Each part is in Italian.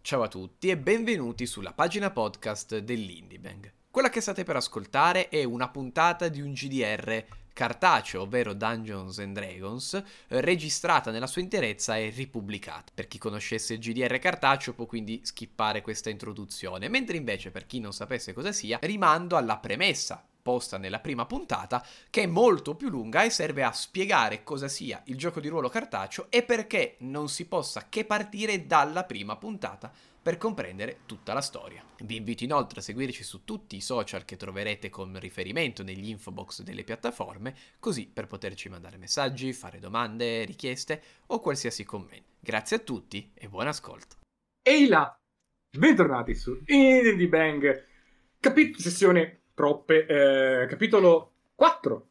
Ciao a tutti e benvenuti sulla pagina podcast dell'Indibang. Quella che state per ascoltare è una puntata di un GDR cartaceo, ovvero Dungeons and Dragons, eh, registrata nella sua interezza e ripubblicata. Per chi conoscesse il GDR cartaceo può quindi skippare questa introduzione, mentre invece per chi non sapesse cosa sia, rimando alla premessa posta nella prima puntata, che è molto più lunga e serve a spiegare cosa sia il gioco di ruolo cartaceo e perché non si possa che partire dalla prima puntata per comprendere tutta la storia. Vi invito inoltre a seguirci su tutti i social che troverete con riferimento negli info box delle piattaforme, così per poterci mandare messaggi, fare domande, richieste o qualsiasi commento. Grazie a tutti e buon ascolto. Ehi là, bentornati su Indie Bang, Capi- sessione troppe, eh, capitolo 4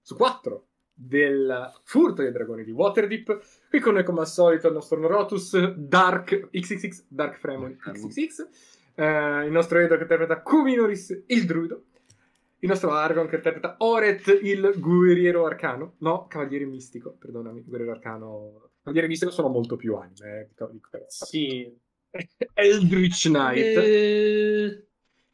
su 4 del furto dei dragoni di Waterdeep. Qui con noi come al solito il nostro Norotus Dark XXX, Dark Fremon XXX, eh, il nostro Edo che interpreta Cuminoris il druido, il nostro Argon che interpreta Oret il guerriero arcano, no, cavaliere mistico, perdonami, guerriero arcano, cavaliere mistico sono molto più anime, eh, dico- dico- però- Sì. Eldritch Knight. Eh,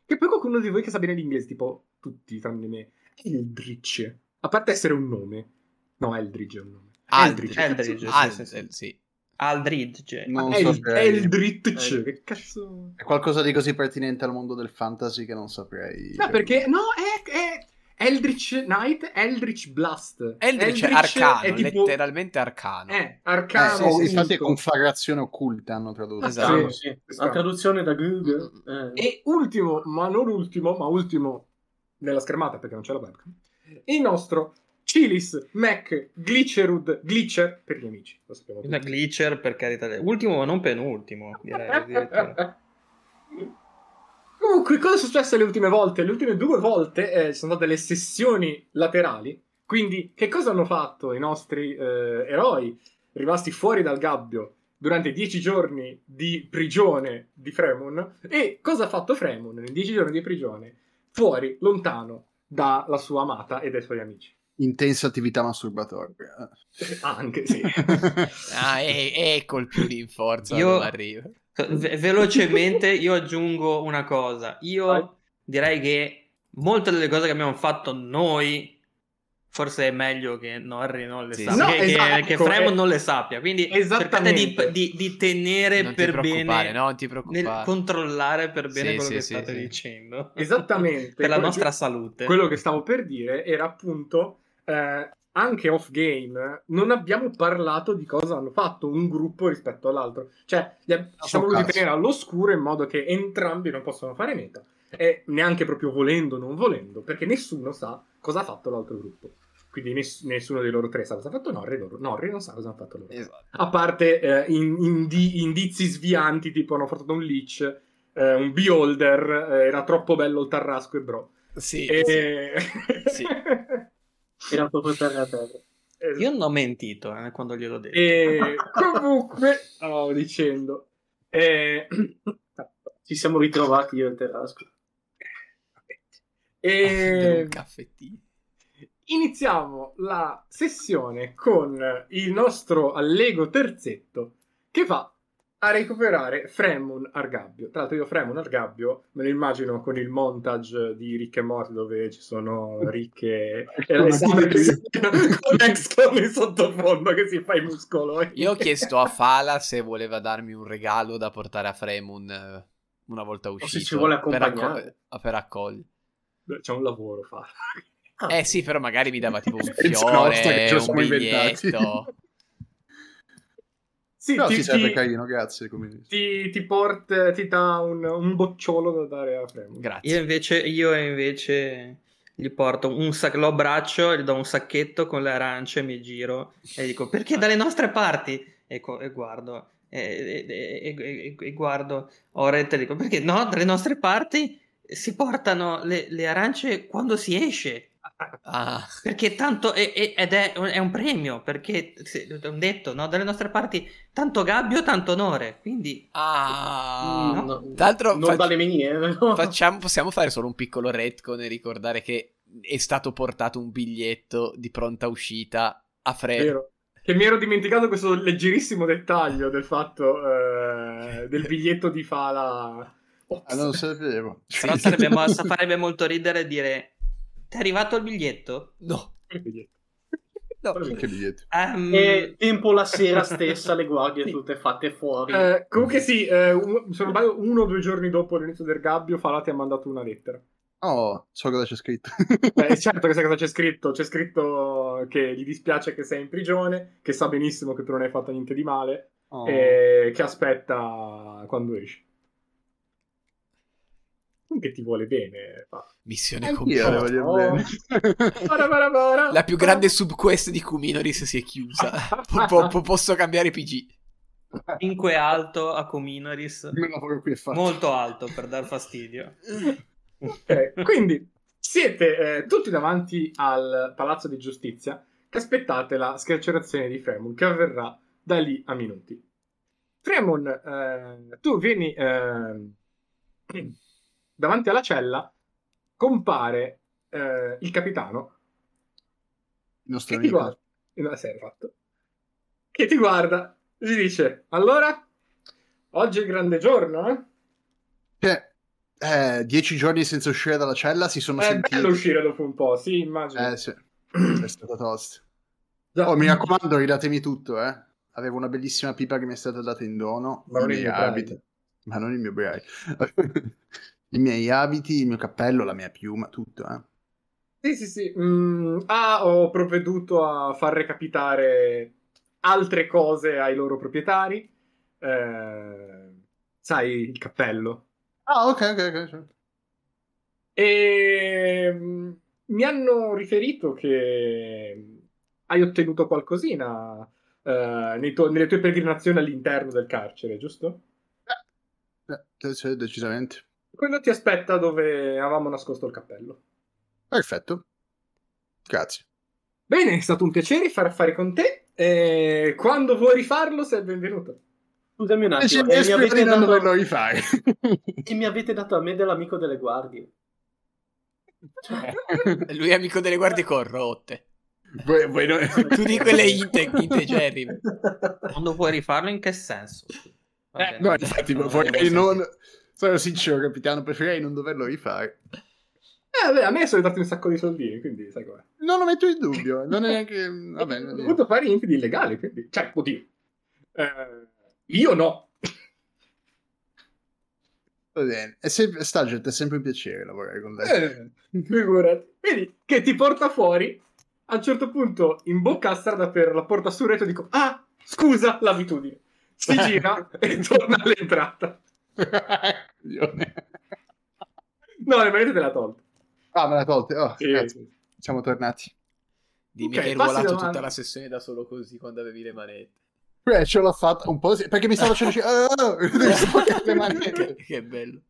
Che poi qualcuno di voi che sa bene l'inglese, tipo tutti tranne me, Eldritch. A parte essere un nome. No, Eldridge è un nome. Aldridge. Eldridge, Al- sì, sì, sì. eh, sì. Aldridge. Non so El- se è- Eldritch. Che cazzo... è qualcosa di così pertinente al mondo del fantasy che non saprei. Eh, No, perché... No, è... è... Eldritch Knight, Eldritch Blast. Eldritch è arcano, letteralmente arcano. Eh, Eh, arcano. sì, sì, infatti è appunto. conflagrazione occulta hanno tradotto. Esatto. Sì, Sì, sì. La traduzione da Google. eh. E ultimo, ma non ultimo, ma ultimo nella schermata perché non c'è la webcam, il nostro Cilis Mac Glicerud Glitcher per gli amici. Lo sappiamo Una tutti. glitcher per carità. del- Ultimo ma non penultimo. Direi, addirittura. Comunque, cosa è successo le ultime volte? Le ultime due volte eh, ci sono state le sessioni laterali. Quindi, che cosa hanno fatto i nostri eh, eroi rimasti fuori dal gabbio durante dieci giorni di prigione di Fremon? E cosa ha fatto Fremon nei dieci giorni di prigione fuori, lontano dalla sua amata e dai suoi amici? Intensa attività masturbatoria. Anche sì. Ah, e- ecco il più di forza Io- non arriva. Ve- velocemente io aggiungo una cosa. Io Vai. direi che molte delle cose che abbiamo fatto noi forse è meglio che Norri non le Sì, sì. sappia, che, No, che- esatto, che Fremon eh. non le sappia. Quindi cercate di, Esattamente. di- di tenere Non ti per preoccupare, bene, no, non ti preoccupare. nel controllare per bene Sì, quello sì, che sì, state sì. dicendo. Esattamente. per la Quello- nostra salute. quello che stavo per dire era appunto eh, anche off game non abbiamo parlato di cosa hanno fatto un gruppo rispetto all'altro cioè li ab- ci siamo voluti cazzo. tenere all'oscuro in modo che entrambi non possano fare meta e neanche proprio volendo o non volendo perché nessuno sa cosa ha fatto l'altro gruppo quindi ness- nessuno dei loro tre sa cosa ha fatto Norri loro- Norri non sa cosa hanno fatto loro tre. Esatto. a parte eh, in- indi- indizi svianti tipo hanno portato un leech eh, un beholder eh, era troppo bello il tarrasco e bro Sì, e... Sì. Era proprio terra a terra. Io non ho mentito eh, quando gliel'ho detto. E comunque, stavo dicendo, eh, Ci siamo ritrovati io e Terrasco. eh, un caffettino. iniziamo la sessione con il nostro allego terzetto che va a recuperare Fremon Argabbio. Tra l'altro io Fremon Argabbio me lo immagino con il montage di Rick e Morty dove ci sono Rick e, e la con Excom in sottofondo che si fa i muscoloni. Io ho chiesto a Fala se voleva darmi un regalo da portare a Fremon eh, una volta uscito. se ci vuole per accompagnare. accog- per accogliere. C'è un lavoro fa. Eh sì, però magari mi dava tipo un Penso la nostra fiore, che ce lo un siamo inventati. biglietto. Sì, Però ti, sì, sarebbe ti- carino, grazie. Come... ti- ti porta, ti dà un, un bocciolo da dare a Fremon. Grazie. Io invece, io invece gli porto un sac- lo abbraccio, gli do un sacchetto con le arance, mi giro e dico perché dalle nostre parti? E, co- e guardo, e, e- e- e- e guardo Oret e dico perché no, dalle nostre parti si portano le, le arance quando si esce. Ah, Perché tanto e- e- ed è, un- è un premio, perché se- ho detto, no, dalle nostre parti tanto gabbio, tanto onore. Quindi ah. no. Tra l'altro Mm, non fac- dalle miniere, no? facciamo- possiamo fare solo un piccolo retcon e ricordare che è stato portato un biglietto di pronta uscita a Fremon. Vero? Che mi ero dimenticato questo leggerissimo dettaglio del fatto eh, del biglietto di Fala. Ops. Ah, non sapevo. Però sarebbe, mo- farebbe molto ridere dire ti è arrivato il biglietto? No, Il biglietto. no. Che biglietto. Ehm, E tempo la sera stessa le guardie tutte fatte fuori. Eh, comunque sì, eh, un- se non sbaglio, uno o due giorni dopo l'inizio del gabbio, Fala ti ha mandato una lettera. Oh, so cosa c'è scritto. Eh, certo che sai cosa c'è scritto. C'è scritto che gli dispiace che sei in prigione, che sa benissimo che tu non hai fatto niente di male oh. e che aspetta quando esci. Non Che ti vuole bene. Fala. Missione Anch'io compiuta. le voglio Oh. bene. Bara bara bara. La più grande subquest di Kuminoris si è chiusa. Po- po- po- posso cambiare PG. cioè 5 alto a Cominoris, Il mio lavoro qui è fatto. molto alto per dar fastidio. Ok, quindi siete eh, tutti davanti al palazzo di giustizia che aspettate la scarcerazione di Fremon che avverrà da lì a minuti. Fremon, eh, tu vieni eh, davanti alla cella, compare eh, il capitano Il nostro che ti amico. guarda, eh, no, sì, fatto. che ti guarda e ti dice allora oggi è il grande giorno eh? Cioè, eh, dieci giorni senza uscire dalla cella si sono Eh, è sentiti... bello uscire dopo un po' sì immagino Eh, sì. È stata tosta. Oh, mi raccomando, ridatemi tutto, eh. Avevo una bellissima pipa che mi è stata data in dono. Ma non i il miei mio abiti. Ma non il mio braille. I miei abiti, il mio cappello, la mia piuma, tutto, eh. Sì, sì, sì. Mm, ah, ho provveduto a far recapitare altre cose ai loro proprietari. Eh, sai, il cappello. Ah, ok, ok, ok. sì. E mm, mi hanno riferito che hai ottenuto qualcosina eh, nei tuo- nelle tue peregrinazioni all'interno del carcere, giusto? Eh, eh, sì, decisamente. Quello ti aspetta dove avevamo nascosto il cappello. Perfetto. Grazie. Bene, è stato un piacere fare affari con te. E quando vuoi rifarlo, sei il benvenuto. Scusami un attimo. Invece E mi, avete non doverlo dato, rifare. e mi avete dato a me dell'amico delle guardie. Cioè, Lui è amico delle guardie corrotte. Voi- voi non- Tu di quelle inte, inte Jerry. Quando puoi rifarlo, in che senso? Va bene. Eh, No, infatti, vorrei non... Sono sincero, capitano, preferirei non doverlo rifare. Eh, beh, a me sono dati un sacco di soldini, quindi sai com'è. Non lo metto in dubbio, non è neanche... Vabbè, ho non è- dovuto fare niente di illegale, quindi... Cioè, oddio. Eh, io no. Va bene. È sempre... Stargent, è sempre un piacere lavorare con lei. Eh, figurati. Vedi, che ti porta fuori, a un certo punto, in bocca a strada per la porta sul retro, dico, ah, scusa, l'abitudine. Si gira e torna all'entrata. Coglione. No, le manette te la tolta. ah, me la tolte. Eh, Oh, Sì. cazzo, siamo tornati. Dimmi Ok, che hai passi ruolato davanti. tutta la sessione da solo così quando avevi le manette. Beh, Eh, ce l'ho fatta un po' sì, perché mi stavo facendo... Ah, mi stavo facendo le che, mani. che bello.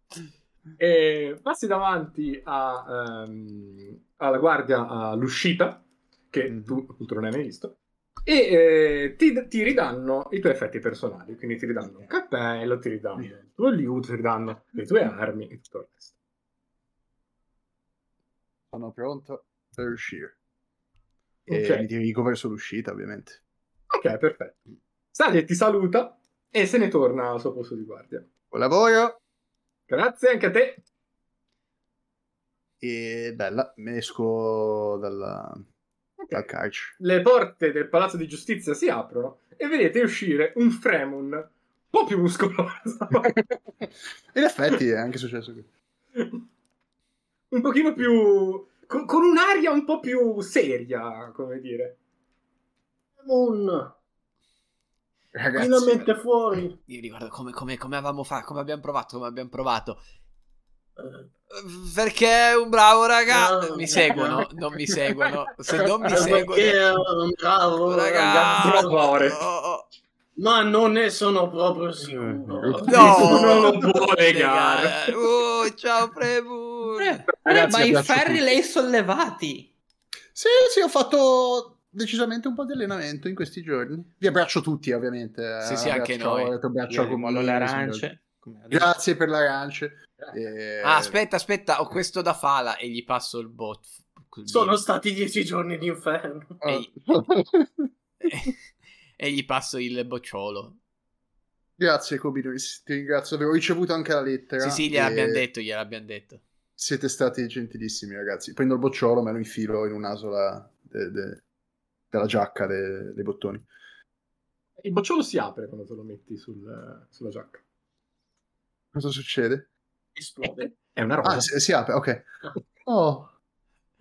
E passi davanti a, ehm, alla guardia all'uscita, che Mhm. tu appunto non hai mai visto, e eh, ti, ti ridanno i tuoi effetti personali, quindi ti ridanno un cappello, ti ridanno il tuo liuto, ti ridanno le tue armi e tutto il resto. Sono pronto per uscire. Ok. E mi dirigo verso l'uscita, ovviamente. Ok, perfetto. Sali e ti saluta e se ne torna al suo posto di guardia. Buon lavoro! Grazie anche a te. E bella, me esco dalla... dal carcere. Le porte del palazzo di giustizia si aprono e vedete uscire un Fremon un po' più muscoloso. In effetti è anche successo qui. un pochino più con, con un'aria un po' più seria, come dire. Un, Ragazzi, finalmente fuori. Io ricordo come, come- come avevamo fatto, come abbiamo provato, come abbiamo provato. Eh, Perché è un bravo ragazzo. No. Mi seguono, non mi seguono. Se non mi Eh, perché seguono... era un bravo Raga, ragazzo. Provare. Oh, oh. ma non ne sono proprio sicuro. No, Nessuno lo può legare. Oh, ciao Premu. Eh, Ragazzi, ma i abbraccio ferri tutti. li hai sollevati. Sì, sì, ho fatto decisamente un po' di allenamento in questi giorni. Vi abbraccio tutti, ovviamente. Eh, Sì, sì, anche Abbraccio- noi. ti abbraccio Io con mollo le arance. Come adesso. Grazie per Eh, l'arancia. E- Ah, aspetta, aspetta, ho questo da Fala e gli passo il bot. Sono stati dieci giorni d'inferno. Oh. Ehi. e gli passo il bocciolo. Grazie Cobino, ti ringrazio. Avevo ricevuto anche la lettera. Sì, sì, gliel'abbiamo detto, gliel'abbiamo detto. Siete stati gentilissimi, ragazzi. Prendo il bocciolo, me lo infilo in un'asola de- de- della giacca de- dei bottoni. Il bocciolo si apre quando te lo metti sul- sulla giacca. Cosa succede? Esplode. È una rosa. Ah, si, si apre, ok. Oh,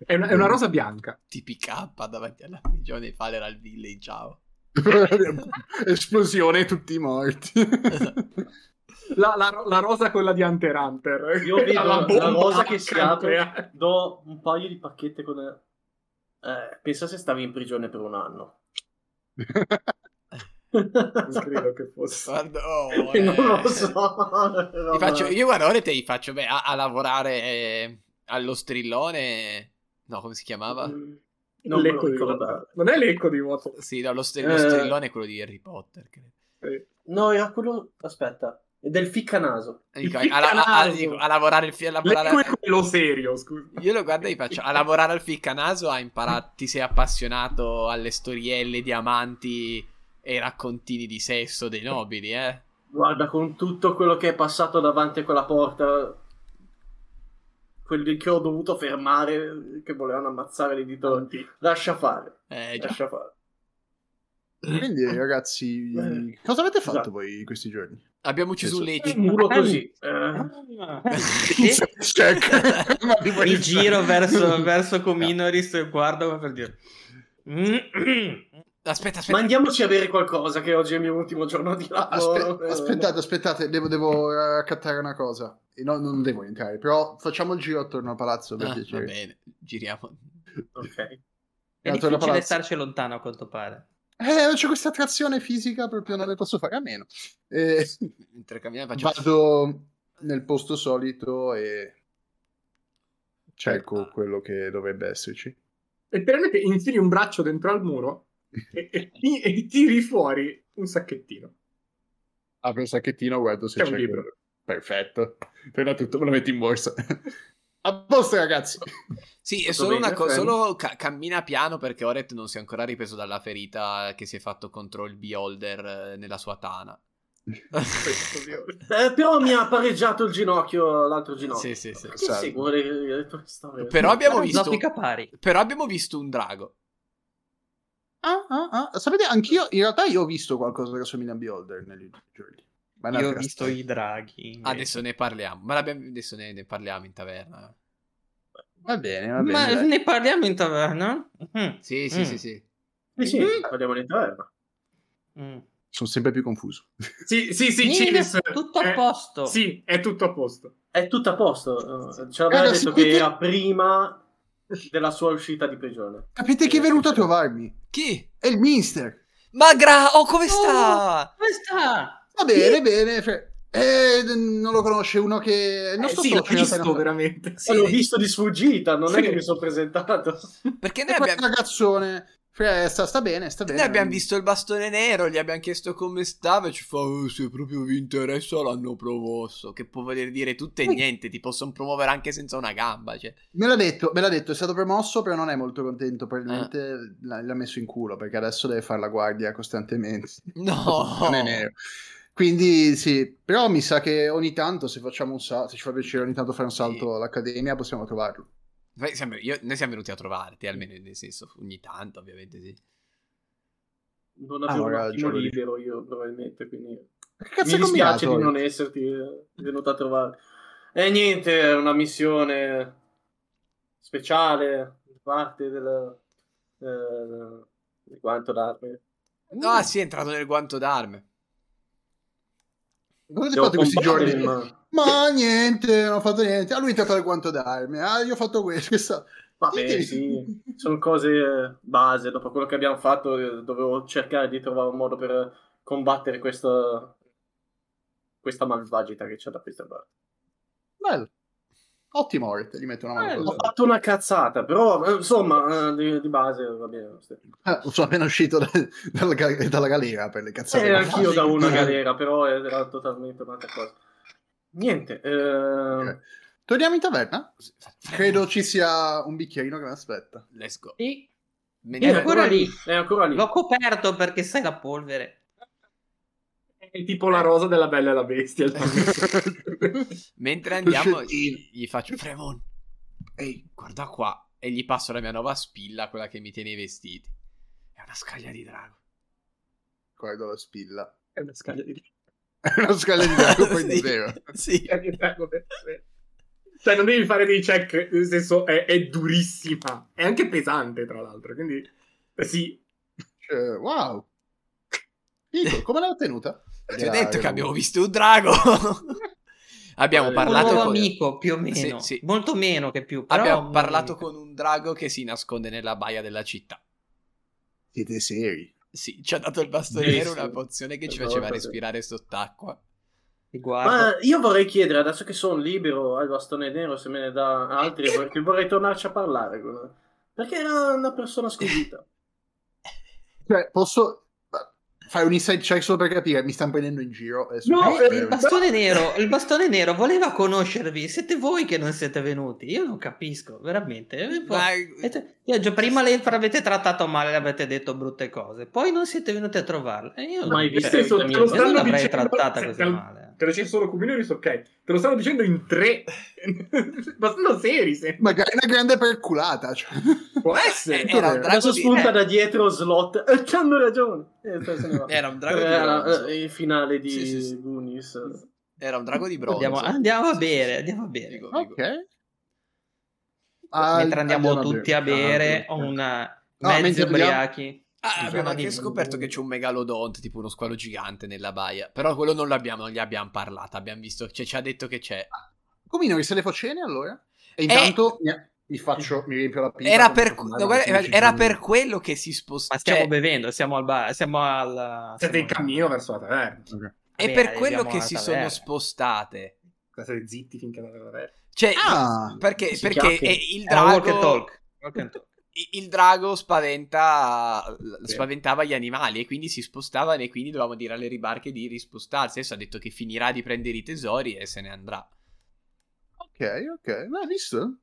È, una, è una rosa bianca. TPK davanti alla prigione di Faleral Village, ciao. esplosione, tutti morti. Esatto. La, la- la rosa quella di Hunter x Hunter. Io vedo Alla la bomba rosa che si accanto. apre. Do un paio di pacchette con... Eh, pensa se stavi in prigione per un anno. Non credo che fosse. Ah, Guarda- oh, non eh. lo so. Ti faccio- io guarda, ora te li faccio beh, a, a lavorare eh, allo strillone. No, come si Mm. chiamava? Non me lo L'eco di ricordavo. Watson. Non è l'eco di Watson. Sì, no, lo, str- lo Eh. strillone è quello di Harry Potter. credo. No, era quello... Aspetta. Del ficcanaso. Dico, Il a, a- a- ficcanaso. dico, a lavorare il fi- a lavorare- L'eco è quello serio, scusa. Io lo guardo e gli faccio a lavorare al ficcanaso. Ha imparato. Ti sei appassionato alle storielle, diamanti e raccontini di sesso dei nobili, eh? Guarda, con tutto quello che è passato davanti a quella porta... Quelli che ho dovuto fermare, che volevano ammazzare le dito. Lascia fare. Eh, già. Lascia fare. Quindi, ragazzi, Eh. cosa avete fatto Esatto. voi questi giorni? Abbiamo ucciso un Un lecce. muro Ah, così. Eh. Ah, Un sì. sense check. Ma di Mi questo- giro verso, verso Cominoris e guardo per dire... Mm. Aspetta, aspetta. Ma andiamoci a bere qualcosa, che oggi è il mio ultimo giorno di Aspe- lavoro. aspettate, aspettate, devo, devo raccattare una cosa. E no, non devo entrare, però facciamo il giro attorno al palazzo per Ah, va piacere. bene, giriamo. Ok. È Antonio difficile Palazzo. starci lontano, a quanto pare. Eh, non c'è questa attrazione fisica, proprio non ne posso fare a meno. Eh, Mentre camminiamo faccio... vado nel posto solito e cerco Certo. quello che dovrebbe esserci. Letteralmente infili un braccio dentro al muro e, e ti- e tiri fuori un sacchettino. Apro il sacchettino, guardo se C'è c'è, un libro. quello. Perfetto. Prima tutto me lo metti in borsa. a posto, ragazzi. Sì, è Tutto solo bene, una cosa, Fran? solo ca- cammina piano perché Oret non si è ancora ripreso dalla ferita che si è fatto contro il Beholder eh, nella sua tana. Questo, ovviamente. Eh, però mi ha pareggiato il ginocchio, l'altro Sì, ginocchio. sì, sì. Che Salve. seguo le, le tue storie. Però abbiamo No, visto- Zoppica pari. Però abbiamo visto un drago. Ah, ah, ah. Sapete, anch'io, in realtà io ho visto qualcosa che assomiglia a Beholder negli ultimi giorni. Ma è Io ho un'altra visto storia. i draghi. invece. Adesso ne parliamo, ma l'abbiamo- adesso ne, ne parliamo in taverna. Va bene, va bene. Ma dai. ne parliamo in taverna? Mm. Sì, sì, Mm. sì, sì. Eh, Sì, sì, Mm. parliamo di taverna. Mm. Sono sempre più confuso. Sì, sì, sì, Niente, Cilis. tutto a Eh, posto. Sì, è tutto a posto. È tutto a posto. eh, Ce l'aveva Eh, lo detto sapete? che era prima della sua uscita di prigione. Capite chi è venuto a trovarmi? Chi? È il mister. Ma Gra, oh come Oh! sta? Come sta? Va bene, bene. Fre- eh, non lo conosce uno che... Non Eh, sto cioè, sì, l'ho visto veramente. veramente. Sì, Eh, l'ho visto di sfuggita, non è Sì. che mi sono presentato. perché noi E quel abbiamo, ragazzone... Fre- sta, sta bene, sta bene. noi abbiamo visto il bastone nero, gli abbiamo chiesto come stava e ci fa "Eh, se proprio vi interessa l'hanno promosso, che può voler dire tutto e niente, ti possono promuovere anche senza una gamba, cioè. Me l'ha detto, me l'ha detto, è stato promosso, però non è molto contento. Eh. Probabilmente l'ha, l'ha messo in culo perché adesso deve fare la guardia costantemente. No. Oh. Non è nero. Quindi sì, però mi sa che ogni tanto se facciamo un salto, se ci fa piacere ogni tanto fare un salto all'accademia possiamo trovarlo. Noi siamo, io- noi siamo venuti a trovarti, almeno nel senso, ogni tanto ovviamente sì. Non avevo un allora, attimo giuro. libero io, probabilmente, quindi... Che cazzo Mi è dispiace combinato? di non esserti eh, venuto a trovare. E niente, è una missione speciale da parte del, eh, di quanto darmi. No, sì, è entrato nel guanto d'arme. Cosa avete fatto questi combattere, giorni? ma- Ma niente, non ho fatto niente. A lui è entrato il guanto d'arme. Ah, io ho fatto questo. questo. Vabbè, sì, sono cose eh, base. Dopo quello che abbiamo fatto, eh, dovevo cercare di trovare un modo per combattere questa, questa malvagità che c'è da questa parte. Bello. Ottimo, Oret, gli metto una mano. Ho fatto una cazzata, però eh, insomma, eh, di, di base va bene. lo stesso. Ah, sono appena uscito da- dalla, ga- dalla galera per le cazzate. Eh, che ho anch'io da fatto. una galera, però era totalmente un'altra cosa. Niente, ehm, Ok. Torniamo in taverna? Credo ci sia un bicchierino che mi aspetta. Let's go. Sì. Me ne- È Eh, ancora ancora lì, lì. è ancora lì. L'ho coperto perché sai la polvere. È tipo la rosa della bella e la bestia. il Mentre andiamo, Cuscettino. gli gli faccio Fremon, Ehi, guarda qua. E gli passo la mia nuova spilla, quella che mi tiene i vestiti. È una scaglia di drago. guardo la spilla. È una scaglia di È una scala di drago, poi Sì, zero. sì. Cioè, che drago per- per- Cioè, non devi fare dei check, nel senso, è, è durissima. È anche pesante, tra l'altro. Quindi, eh, sì. Cioè, wow. Dico, come l'ha ottenuta? Ti ho detto che abbiamo visto un drago. abbiamo Un parlato un nuovo con... amico, più o meno. Sì, sì. Molto meno che più. però un Abbiamo nuovo parlato amico. con un drago che si nasconde nella baia della città. Siete seri. Sì, ci ha dato il bastoniere, Sì, sì. una pozione che ci Una faceva volta sì. respirare sott'acqua. Ti guardo. Ma io vorrei chiedere, adesso che sono libero al bastone nero, se me ne dà altri, perché vorrei tornarci a parlare. con- Perché era una persona squisita. Cioè, posso... Fai un inside check solo per capire, mi stanno prendendo in giro. Adesso- No, Eh, Eh, il, bastone nero, il bastone nero voleva conoscervi, siete voi che non siete venuti. Io non capisco, veramente. È un po'- Ma- eh, E te- Io già prima le avete trattato male, le avete detto brutte cose, poi non siete venuti a trovarla. E io Mai cioè, visto, io te lo non stanno l'avrei dicendo- trattata così te lo- male. Te lo c'è solo Community, ok. Te lo stanno dicendo in tre. Ma sono seri, sembra. Magari una grande perculata. Cioè. Può essere. Eh, era un drago Adesso di- spunta eh, da dietro slot. Eh, ci hanno ragione. E se ne va. Era un drago di Era, bronzo. eh, il finale di Sì, sì, sì. Goonies. Era un drago di bronzo. Andiamo, andiamo Sì, a sì, bere, sì. andiamo a bere. Dico, Ah, dico. Ok. Mentre andiamo Andiamo tutti a bere, ho una No, mezzo mentre andiamo- ubriachi. Ah, abbiamo Scusa, anche dimmi. scoperto che c'è un megalodonte, tipo uno squalo gigante nella baia. Però quello non l'abbiamo, non gli abbiamo parlato. Abbiamo visto, cioè, ci ha detto che c'è. Ah, Comino, che se le facene allora? E intanto mi- mi faccio, mi riempio la pipa. Eh, Era come per, faccio no, male, guarda, non ci era sono- per quello che si sposta. Ma stiamo cioè, bevendo, siamo al bar, siamo al... eh, Siete in siamo- cammino verso la taverna. è Ok. Vabbè, per quello arriviamo che alla si taverna. sono spostate. State zitti finché andate alla taverna. Cioè, Ah, perché, si perché chiacchiera. eh, il Era walk and drago, talk. walk and talk. i- il drago spaventa, l- Sì. spaventava gli animali e quindi si spostavano e quindi dovevamo dire alle ribarche di rispostarsi. Adesso ha detto che finirà di prendere i tesori e se ne andrà. ok, ok. Ma hai visto?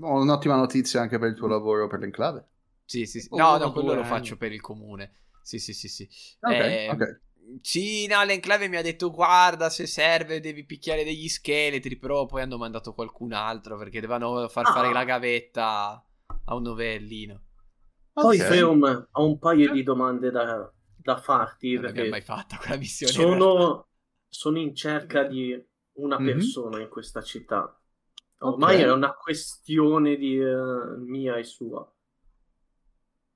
Ho un'ottima notizia anche per il Mm. tuo lavoro per l'enclave. Sì, sì, sì. Tipo Oh, No, uno, no, quello due lo anni. faccio per il comune. Sì, sì, sì, sì. Ok, Eh, ok. Sì, no, l'enclave mi ha detto guarda se serve devi picchiare degli scheletri, però poi hanno mandato qualcun altro perché dovevano far Ah. fare la gavetta a un novellino. Poi Ok. Feum ha un paio di domande da, da farti. Non l'abbiamo Eh. mai Perché fatta quella missione. in realtà. Mm-hmm. sono, sono in cerca di una Mhm. persona in questa città. Ormai Ok. è una questione di, eh, mia e sua.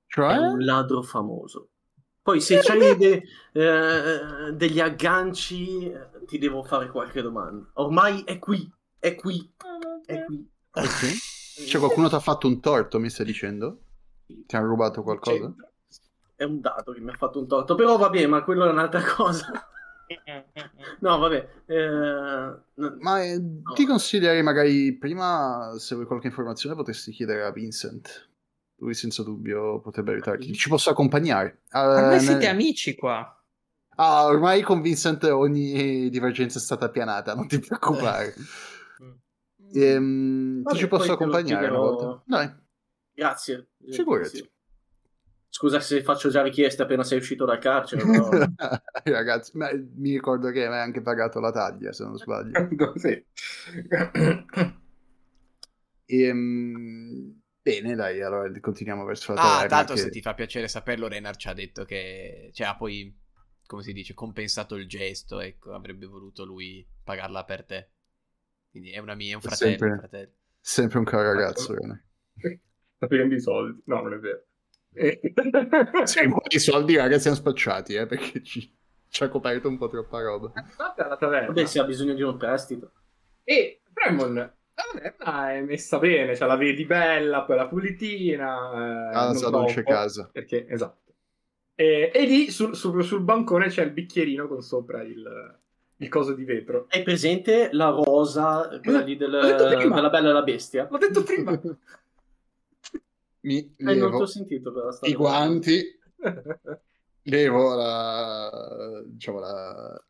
Cioè? È Eh? un ladro famoso. Poi se c'hai de- eh, degli agganci eh, ti devo fare qualche domanda. Ormai è qui, è qui, Eh. è qui. Ok. Cioè, qualcuno ti ha fatto un torto, mi stai dicendo? Ti ha rubato qualcosa? Cioè, È un dato che mi ha fatto un torto, però va bene, ma quello è un'altra cosa. No, vabbè. eh, no. Ma eh, ti consiglierei magari prima, se vuoi qualche informazione, potresti chiedere a Vincent. Lui senza dubbio potrebbe aiutarti. Ci posso accompagnare. Ormai Eh, siete nel- amici qua. Ah, ormai con Vincent ogni divergenza è stata pianata, non ti preoccupare. Ehm, Eh. Vabbè, ti ci posso poi te lo accompagnare una chiederò. volta? Dai, Grazie. eh, Figurati. Sì. Scusa se faccio già richieste appena sei uscito dal carcere. però- ragazzi, ma mi ricordo che mi hai anche pagato la taglia, se non sbaglio. Sì. Ehm, bene, dai, allora continuiamo verso la taverna. Ah, tanto che- se ti fa piacere saperlo, Renar ci ha detto che cioè, ha poi, come si dice, compensato il gesto, ecco, avrebbe voluto lui pagarla per te. Quindi è una mia, è un È fratello, sempre- un fratello. Sempre un caro ragazzo, eh. Rene. Sta pigliando i soldi. No, non è vero. Eh. Se vuoi i soldi, ragazzi, siamo spacciati, eh, perché ci, ci ha coperto un po' troppa roba. Andate alla taverna. Vabbè, se ha bisogno di un prestito. E Fremon, la taverna è messa bene, cioè la vedi bella, poi la pulitina. eh, Casa, non troppo, dolce casa. Perché, esatto. E, e lì sul, sul- sul bancone c'è il bicchierino con sopra il, il coso di vetro. Hai presente la rosa, quella lì del- Ho detto prima. della bella e la bestia? L'ho detto prima. Mi Eh, non ti ho levo sentito però. sta i cosa. guanti, Vabbè, levo la, diciamo, la,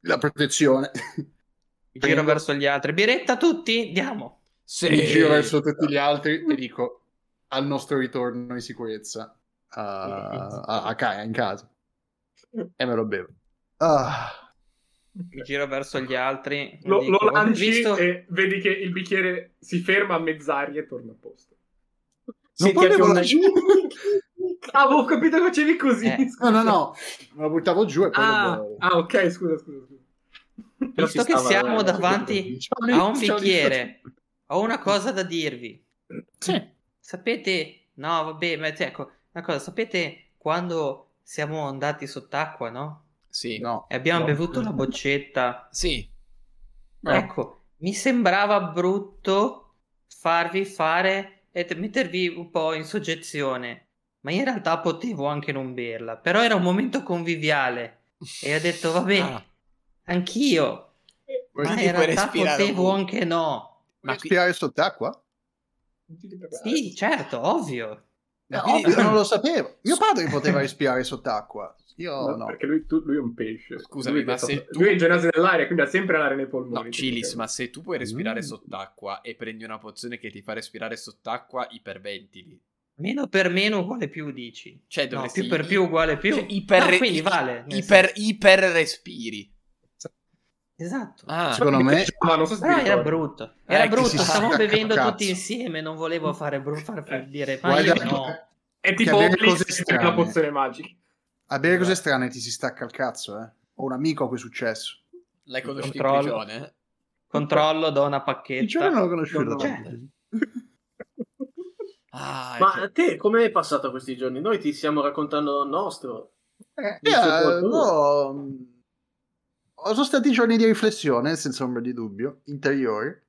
la protezione, Mi Giro verso gli altri. Biretta tutti? Andiamo. Sì. mi giro verso tutti gli altri e dico al nostro ritorno in sicurezza a, a, a ca- in casa e me lo bevo. Ah, Mi giro verso gli altri. Lo, dico, lo "Ho lanci visto- e vedi che il bicchiere si ferma a mezz'aria e torna a posto. non Senti anche potevo un- Ah, avevo capito che facevi così. Eh. No, scusa. no, no, me lo buttavo giù e poi lo Ah, bevo. ah, ok, scusa, scusa. scusa. Visto che stava- siamo davanti Ciao, a un ciao, bicchiere, ho una cosa da dirvi. Sì. Sapete, no, vabbè, ma te- ecco, una cosa, sapete quando siamo andati sott'acqua, no? Sì. No, E abbiamo No. bevuto la boccetta. Sì. No. Ecco, mi sembrava brutto farvi fare e te- mettervi un po' in soggezione, ma in realtà potevo anche non berla, però era un momento conviviale e ho detto, vabbè, Ah. anch'io, ma Quindi in puoi realtà respirare un potevo po'. anche no. Ma qui- respirare sott'acqua? Sì, certo, ovvio. Eh, Ma quindi- ovvio, non lo sapevo. Mio padre poteva respirare sott'acqua. Io No, no. Perché lui, tu- lui è un pesce. Scusami, lui, è ma detto- se tu- lui è in genasi nell'aria, quindi ha sempre l'aria nei polmoni. No, Cilis, ma se tu puoi respirare Mm. sott'acqua e prendi una pozione che ti fa respirare sott'acqua, iperventili. Meno per meno uguale più, dici. Cioè, No, dovresti... più per più uguale più. Cioè, iper... No, quindi vale. nel Iper... senso. iper respiri. Esatto. Ah, Secondo me, Ma non so se ti Però Ah, era ricordi. brutto. Era Eh, che brutto, si stavamo stacca, bevendo cazzo. tutti insieme, non volevo fare brutto, far far Eh, dire, ma guarda, io no. È Che tipo avere Obelisk cose che strane. prende la pozione magica. a bere cose strane ti si stacca il cazzo, eh. Ho un amico a cui è successo. l'hai conosciuto in Controllo. prigione? Controllo, do una Il giorno pacchetta. non l'ho conosciuto. No, dai. certo. Ah, Ma ecco. a te come è passato questi giorni? Noi ti stiamo raccontando il nostro. Eh, Il suo eh, corpo. no, mm, mh, sono stati giorni di riflessione, senza ombra di dubbio, interiore,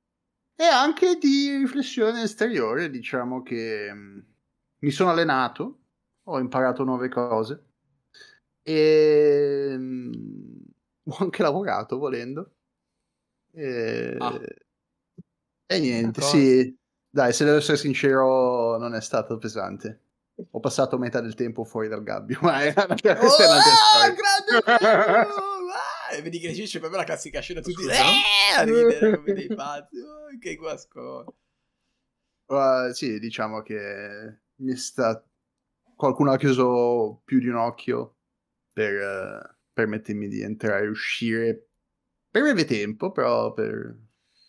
e anche di riflessione esteriore, diciamo che mh, mi sono allenato, ho imparato nuove cose, e mh, ho Ehm, anche lavorato volendo. E, Ah. e niente, Una cosa. sì, dai, se devo essere sincero, non è stato pesante. Ho passato metà del tempo fuori dal gabbio, ma è una questa è un'altra Oh, storia. grande bello! Ah, e vedi che c'è proprio la classica scena tutti Scusa? eh, a ridere come dei pazzi Oh, che guasco Uh, sì, diciamo che mi sta... qualcuno ha chiuso più di un occhio per eh, permettermi di entrare e uscire per breve tempo, però per,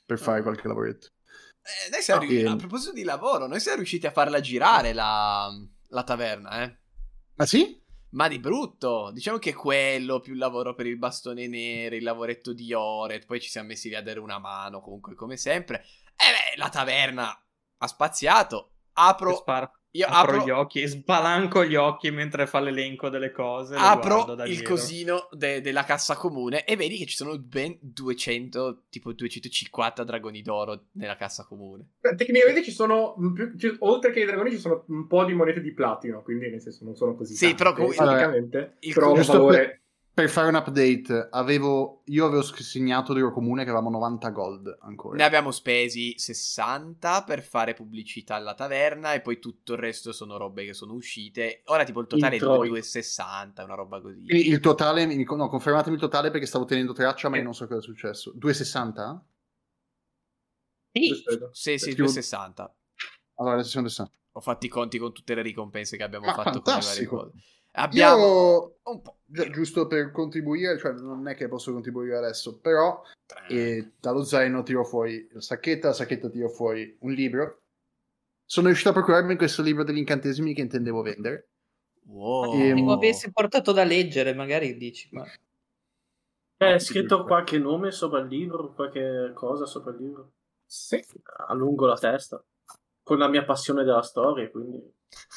per fare qualche lavoretto. Eh, noi siamo Ah, riusciti- a ehm. proposito di lavoro noi siamo riusciti a farla girare la, la taverna eh Ma sì? ma di brutto, diciamo che quello più il lavoro per il bastone nero, il lavoretto di Oret, poi ci siamo messi lì a dare una mano comunque come sempre. E beh, la taverna ha spaziato. Io Apro, sparo- io apro apro, gli occhi, sbalanco gli occhi mentre fa l'elenco delle cose. le guardo apro da il dietro. cosino de- della cassa comune e vedi che ci sono ben 200, tipo 250 dragoni d'oro nella cassa comune. Beh, Tecnicamente ci sono, mh, più- ci- oltre che i dragoni, ci sono un po' di monete di platino, quindi nel senso non sono così Sì, tante, però comunque- tecnicamente, il- però un Giusto valore... Per fare un update, avevo... io avevo sc- segnato l'euro comune che avevamo 90 gold ancora. Ne abbiamo spesi 60 per fare pubblicità alla taverna e poi tutto il resto sono robe che sono uscite. Ora tipo il totale è Introito. 2,60, una roba così. Quindi il totale, mi- no, confermatemi il totale perché stavo tenendo traccia, ma io non so cosa è successo. 260? Sì, Sì, sì, Più- 2,60. Allora, 60. Ho fatto i conti con tutte le ricompense che abbiamo Ah, fatto fantastico. con le varie cose. Abbiamo Io- un po'. Gi- giusto per contribuire, cioè non è che posso contribuire adesso, però eh, dallo zaino tiro fuori la sacchetta, la sacchetta tiro fuori un libro. Sono riuscito a procurarmi questo libro degli incantesimi che intendevo vendere. Wow. Ehm, tipo avessi portato da leggere, magari dici, ma Ah, È scritto qualche nome sopra il libro, qualche cosa sopra il libro. Sì. A lungo la testa. Con la mia passione della storia, quindi...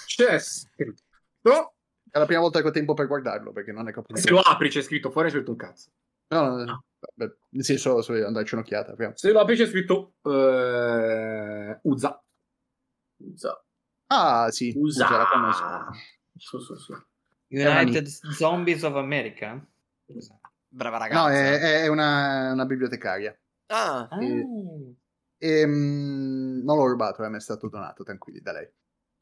C'è scritto... È la prima volta che ho tempo per guardarlo, perché non è che ho Se lo apri c'è scritto fuori, c'è scritto un cazzo. No, no, no, vabbè, nel senso, so- andarci un'occhiata prima. Se lo apri c'è scritto... eh, Uzza. Usa. Ah, sì, Usa. usa la conosco. Su, su, su. United Zombies of America? Brava ragazza. No, eh, è, è- è una, una bibliotecaria. Ah, Ah, Ehm, non l'ho rubato, eh, mi è stato donato, tranquilli, da lei.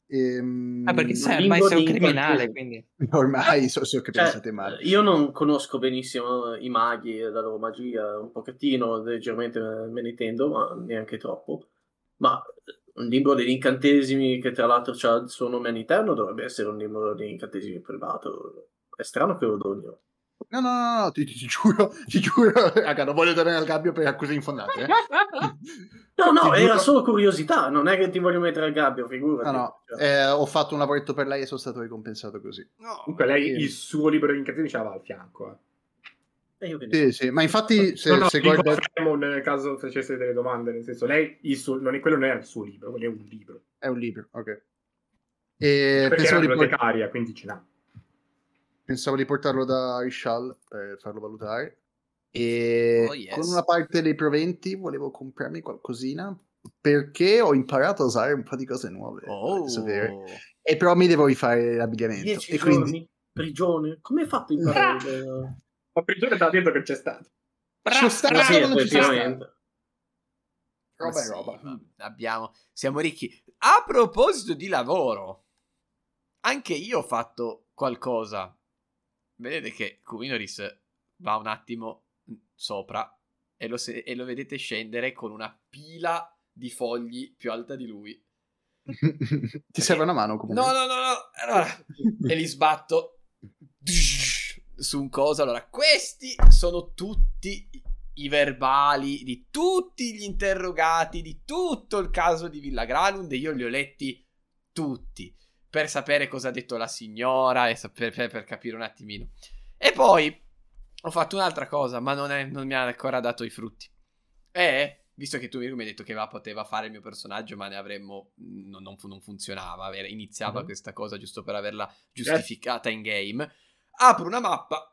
Ehm, ah, perché sai, Limbo ormai sei un di criminale, incantesimi. quindi... Ormai so, so che Cioè, pensate male. Io non conosco benissimo i maghi e la loro magia, un pochettino, leggermente me ne intendo, ma neanche troppo. Ma un libro degli incantesimi che tra l'altro ha il suo nome all'interno, dovrebbe essere un libro degli incantesimi privato. È strano che lo donino. No, no, no, no, ti, ti- ti giuro, ti giuro, raga, non voglio tornare al gabbio per accuse infondate. eh. No, no, Ti era giuro- solo curiosità, non è che ti voglio mettere al gabbio, figurati. No, no, Cioè, eh, ho fatto un lavoretto per lei e sono stato ricompensato così. No. Comunque lei Sì. il suo libro di incantesimi ce l'aveva al fianco. Eh. eh, io che ne so. Sì, sì, ma infatti se, no, no, se dico a guarda- Fremon nel caso facesse delle domande, nel senso lei, il suo, non è, quello non era il suo libro, quello è un libro. È un libro, ok. E Perché era pensavo di, por- bibliotecaria, quindi ce l'ha. pensavo di portarlo da Rishal per farlo valutare. E Oh, yes. con una parte dei proventi volevo comprarmi qualcosina perché ho imparato a usare un po' di cose nuove. Oh. volete sapere. E però mi devo rifare l'abbigliamento. Dieci E giorni, quindi... prigione. Come hai fatto a imparare? il- Ma prigione t'ha detto che c'è stato. Ci sono Ah, stato, sì, non ci sono effettivamente. stato. Roba Ma è sì, roba. ma abbiamo- siamo ricchi. A proposito di lavoro, anche io ho fatto qualcosa. Vedete che Kuminoris va un attimo sopra e lo, se- e lo vedete scendere con una pila di fogli più alta di lui. Ti serve una mano comunque. No, no, no, no. Allora, e li sbatto su un coso. Allora, questi sono tutti i verbali di tutti gli interrogati di tutto il caso di Villa Granund e io li ho letti tutti per sapere cosa ha detto la signora e saper- per, per capire un attimino. E poi ho fatto un'altra cosa, ma non, è- non mi ha ancora dato i frutti. E visto che tu mi hai detto che va, poteva fare il mio personaggio, ma ne avremmo. mm, Non, non fu- non funzionava. era- Iniziava Mhm. questa cosa giusto per averla giustificata in game. Apro una mappa.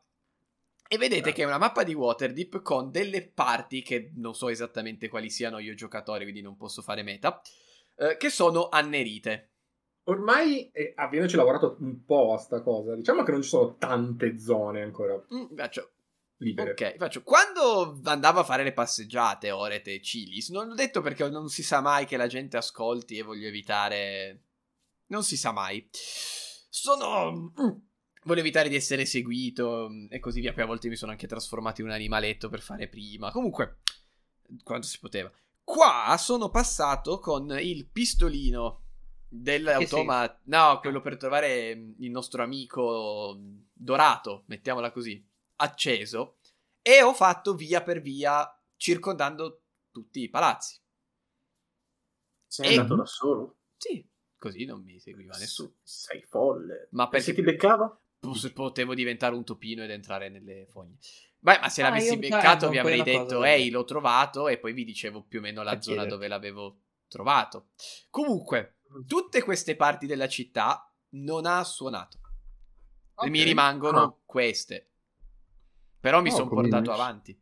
E vedete che è una mappa di Waterdeep con delle parti che non so esattamente quali siano io giocatore, quindi non posso fare meta, eh, che sono annerite. Ormai, eh, avendoci lavorato un po' a sta cosa, diciamo che non ci sono tante zone ancora Mm, faccio, libere. Ok, faccio. Quando andavo a fare le passeggiate, Orete e Cilis, non l'ho detto perché non si sa mai che la gente ascolti e voglio evitare. Non si sa mai. Sono. mm, Voglio evitare di essere seguito mm, e così via. Poi a volte mi sono anche trasformato in un animaletto per fare prima. Comunque, quanto si poteva. Qua sono passato con il pistolino dell'automata. No, quello per trovare mm, il nostro amico mm, dorato, mettiamola così acceso e ho fatto via per via circondando tutti i palazzi. Sei E- andato da solo? Sì, così non mi seguiva nessuno. Sei folle. Ma E se perché ti beccava? pos- potevo diventare un topino ed entrare nelle fogne. Beh, ma se Ah, l'avessi io- beccato eh, vi con avrei quella detto, cosa, ehi, l'ho trovato e poi vi dicevo più o meno la Per zona chiederti. dove l'avevo trovato. Comunque, tutte queste parti della città non ha suonato. E Mi Ok. rimangono Ah. queste. Però mi Oh, sono come portato nice. avanti.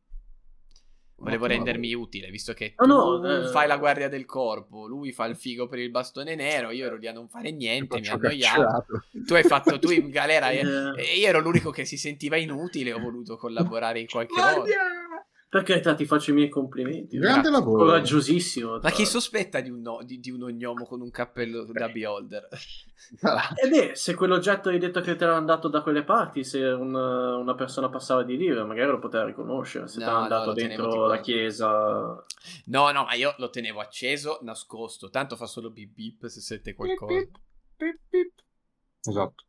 Volevo Ottimo rendermi utile, visto che No, tu no, eh. fai la guardia del corpo, lui fa il figo per il bastone nero, io ero lì a non fare niente, mi Faccio annoiavo. cacciato. Tu hai fatto tu in galera e, Eh, e io ero l'unico che si sentiva inutile, ho voluto collaborare in qualche eh. modo. Per carità, ti faccio i miei complimenti. Grande lavoro. Coraggiosissimo. Ma tra chi sospetta di un, no- di, di un ognomo con un cappello da beholder? Ah, Ed è, Eh se quell'oggetto hai detto che te l'hanno dato da quelle parti, se un- una persona passava di lì, magari lo poteva riconoscere, se No, te l'hanno no, dato lo tenevo dentro tipo- la chiesa. No, no, ma io lo tenevo acceso, nascosto, tanto fa solo bip bip se sente qualcosa. Esatto.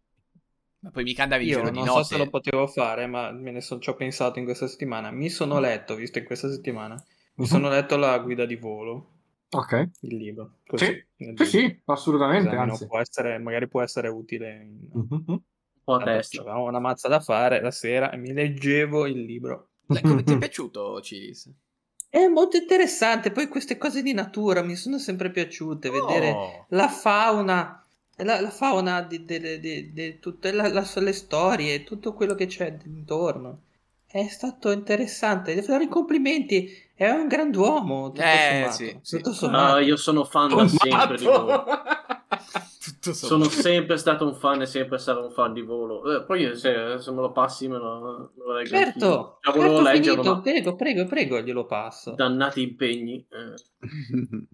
Ma poi mica andavi in Io giro di non so notte. se lo potevo fare, ma me ne so- ci ho pensato in questa settimana. Mi sono letto, visto in questa settimana, mi sono letto la guida di volo, Ok. il libro. Sì, nel Sì, libro. sì, assolutamente, Così almeno anzi. può essere, magari può essere utile. in- Mhm. Un po' a Tanto testa. cioè, C'avevamo una mazza da fare la sera e mi leggevo il libro. Dai, come Ecco, ti è piaciuto, Cilis? È molto interessante, poi queste cose di natura mi sono sempre piaciute, vedere Oh. la fauna, la, la fauna di, delle- di- di tutte la- la- le storie, tutto quello che c'è intorno. È stato interessante, devo fare i complimenti, è un grand'uomo, tutto Eh, sommato. sì, sì. Tutto sommato. Ah, io sono fan da sempre di volo. Tutto Sono sommato. sempre stato un fan e sempre sarò un fan di volo. Eh, poi se, se me lo passi me lo, me lo leggo. Certo, anch'io. Già volevo certo, leggerlo, finito, ma prego, prego, prego, glielo passo. dannati impegni. eh.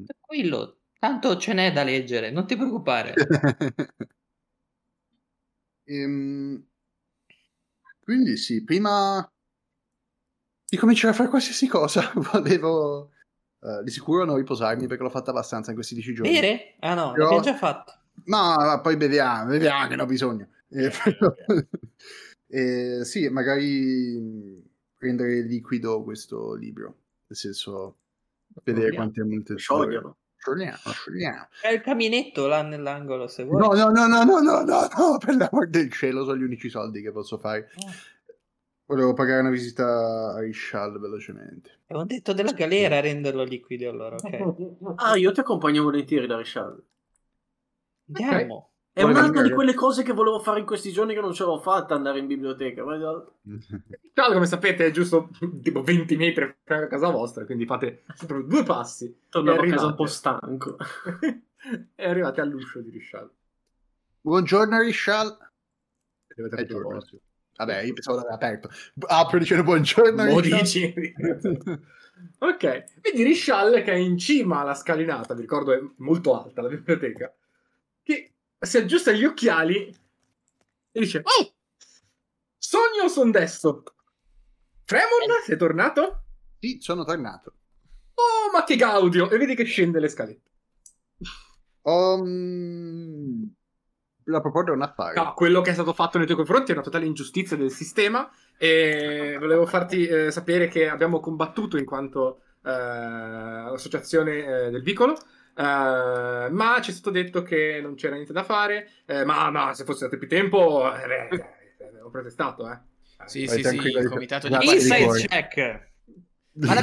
Tranquillo, tanto ce n'è da leggere, non ti preoccupare. Ehm, quindi sì, prima di cominciare a fare qualsiasi cosa, volevo Eh, di sicuro non riposarmi perché l'ho fatta abbastanza in questi dieci giorni. Bere? Ah no, Però- l'abbiamo già fatto. Ma ma poi beviamo, beviamo che ne ho bisogno. Eh, però- Eh, sì, magari mh, rendere liquido questo libro, nel senso vedere Sciogliamo. quante multe Scioglierlo. Sciogliamo, sciogliamo. C'è il caminetto là nell'angolo se vuoi. No, no, no, no, no, no, no, no, per l'amor del cielo sono gli unici soldi che posso fare. Ah. Eh. Volevo pagare una visita a Ishal velocemente. Avevo detto della galera a renderlo liquido allora, ok. Ah, io ti accompagno volentieri da Rishal. Andiamo. È Vuoi un'altra cambiare? di quelle cose che volevo fare in questi giorni che non ce l'ho fatta, andare in biblioteca. Guarda, Tra l'altro, come sapete, è giusto tipo 20 metri da casa vostra, quindi fate proprio due passi Tornavo a Arrivate. casa un po' stanco. e arrivate all'uscio di Rishal. Buongiorno Ishal. E Dovete aprire È la giorno. porta. sì. Vabbè, io pensavo l'aveva aperto. Apro dicendo buongiorno Lo Rishal. dici? ok, vedi Rishal che è in cima alla scalinata, vi ricordo è molto alta la biblioteca, che si aggiusta gli occhiali e dice Oh! Sogno o son destro? Fremon, sei tornato? Sì, sono tornato. Oh, ma che gaudio! E vedi che scende le scalette. Ho mm, da proporre un affare. No, quello che è stato fatto nei tuoi confronti è una totale ingiustizia del sistema e volevo farti eh, sapere che abbiamo combattuto in quanto eh, associazione eh, del vicolo, eh, ma ci è stato detto che non c'era niente da fare, eh, ma, ma se fosse stato più tempo eh, beh, eh, ho protestato, eh. Sì, sì, Vai, sì, tranquillo, il io- comitato guarda, di... guarda, Inside fuori. check. Ma la-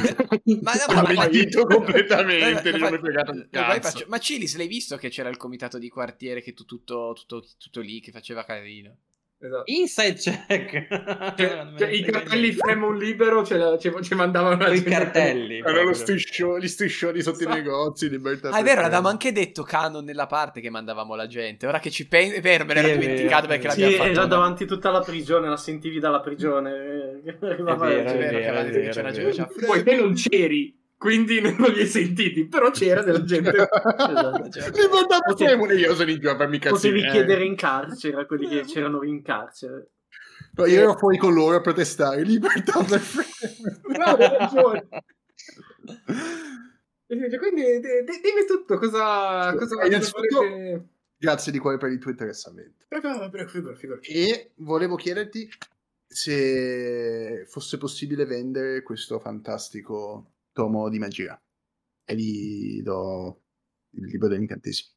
Ma no, ma- eh, ma- mentito completamente, Ma- gli ma- hanno fregato il ma- cazzo. vai, faccio- Ma Cilis, l'hai visto che c'era il comitato di quartiere che tu tutto, tutto, tutto lì, che faceva carino? Esatto. Inside check. Cioè, Non me cioè, ne I frega cartelli niente. Fremon libero ce, la- ce- ci mandavano la Coi gente- cartelli. Erano lo proprio. striscio- gli striscioni sotto i negozi, libertà. Ah, è vero, per l'avevamo tutti. anche detto Canon nella parte che mandavamo la gente. Ora che ci penso, è vero, esatto, me l'ero Sì, è vero, dimenticato perché è l'abbiamo Sì, fatto. era davanti tutta la prigione, la sentivi dalla prigione. eh, arrivava vero, la È gente. vero, che aveva è detto che vero, c'era è gente, vero. c'era- Poi te non c'eri, quindi non li hai sentiti, però c'era della gente. Mi guardavo sempre, io sono in giro a farmi Potevi cazzini. eh. chiedere in carcere a quelli che c'erano in carcere. No, io ero fuori con loro a protestare, libertà per Bravo, hai ragione. E dice, Quindi de- de- dimmi tutto, cosa... Sì, cosa eh, innanzitutto- volete- Grazie di cuore per il tuo interessamento. Eh, no, prego, figurati, figurati. E volevo chiederti se fosse possibile vendere questo fantastico tomo di magia. E gli do il libro degli incantesimi.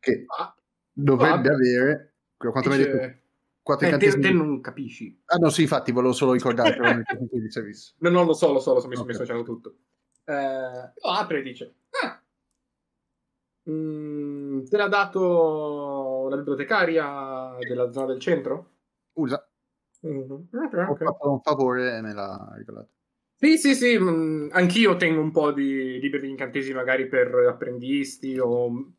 Che Ah, dovrebbe Ah. avere, quanto mi hai dice- detto, quattro Eh, te, incantesimi. te non capisci. Ah no, sì, infatti, volevo solo ricordare che erano i tecnici di servizio. No, no, lo so, lo so, lo so, mi sono Ok. messo tutto. Eh, lo apre e dice, "Ah, mm, te l'ha dato la bibliotecaria della zona del centro? Scusa, Mm-hmm. Mhm. ho fatto un favore e me l'ha regalato. Sì, sì, sì, mh, anch'io tengo un po' di libri di incantesimi magari per apprendisti o mh,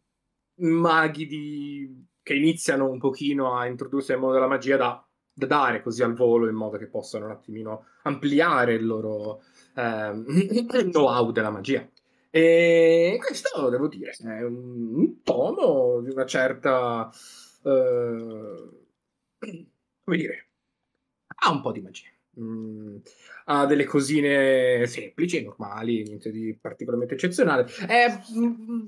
maghi di- che iniziano un pochino a introdursi al mondo della magia da, da dare così al volo in modo che possano un attimino ampliare il loro ehm, know-how della magia. E questo, devo dire, è un, un tono di una certa... eh, come dire? Ha un po' di magia. Mm, ha delle cosine semplici, normali, niente di particolarmente eccezionale. È mm,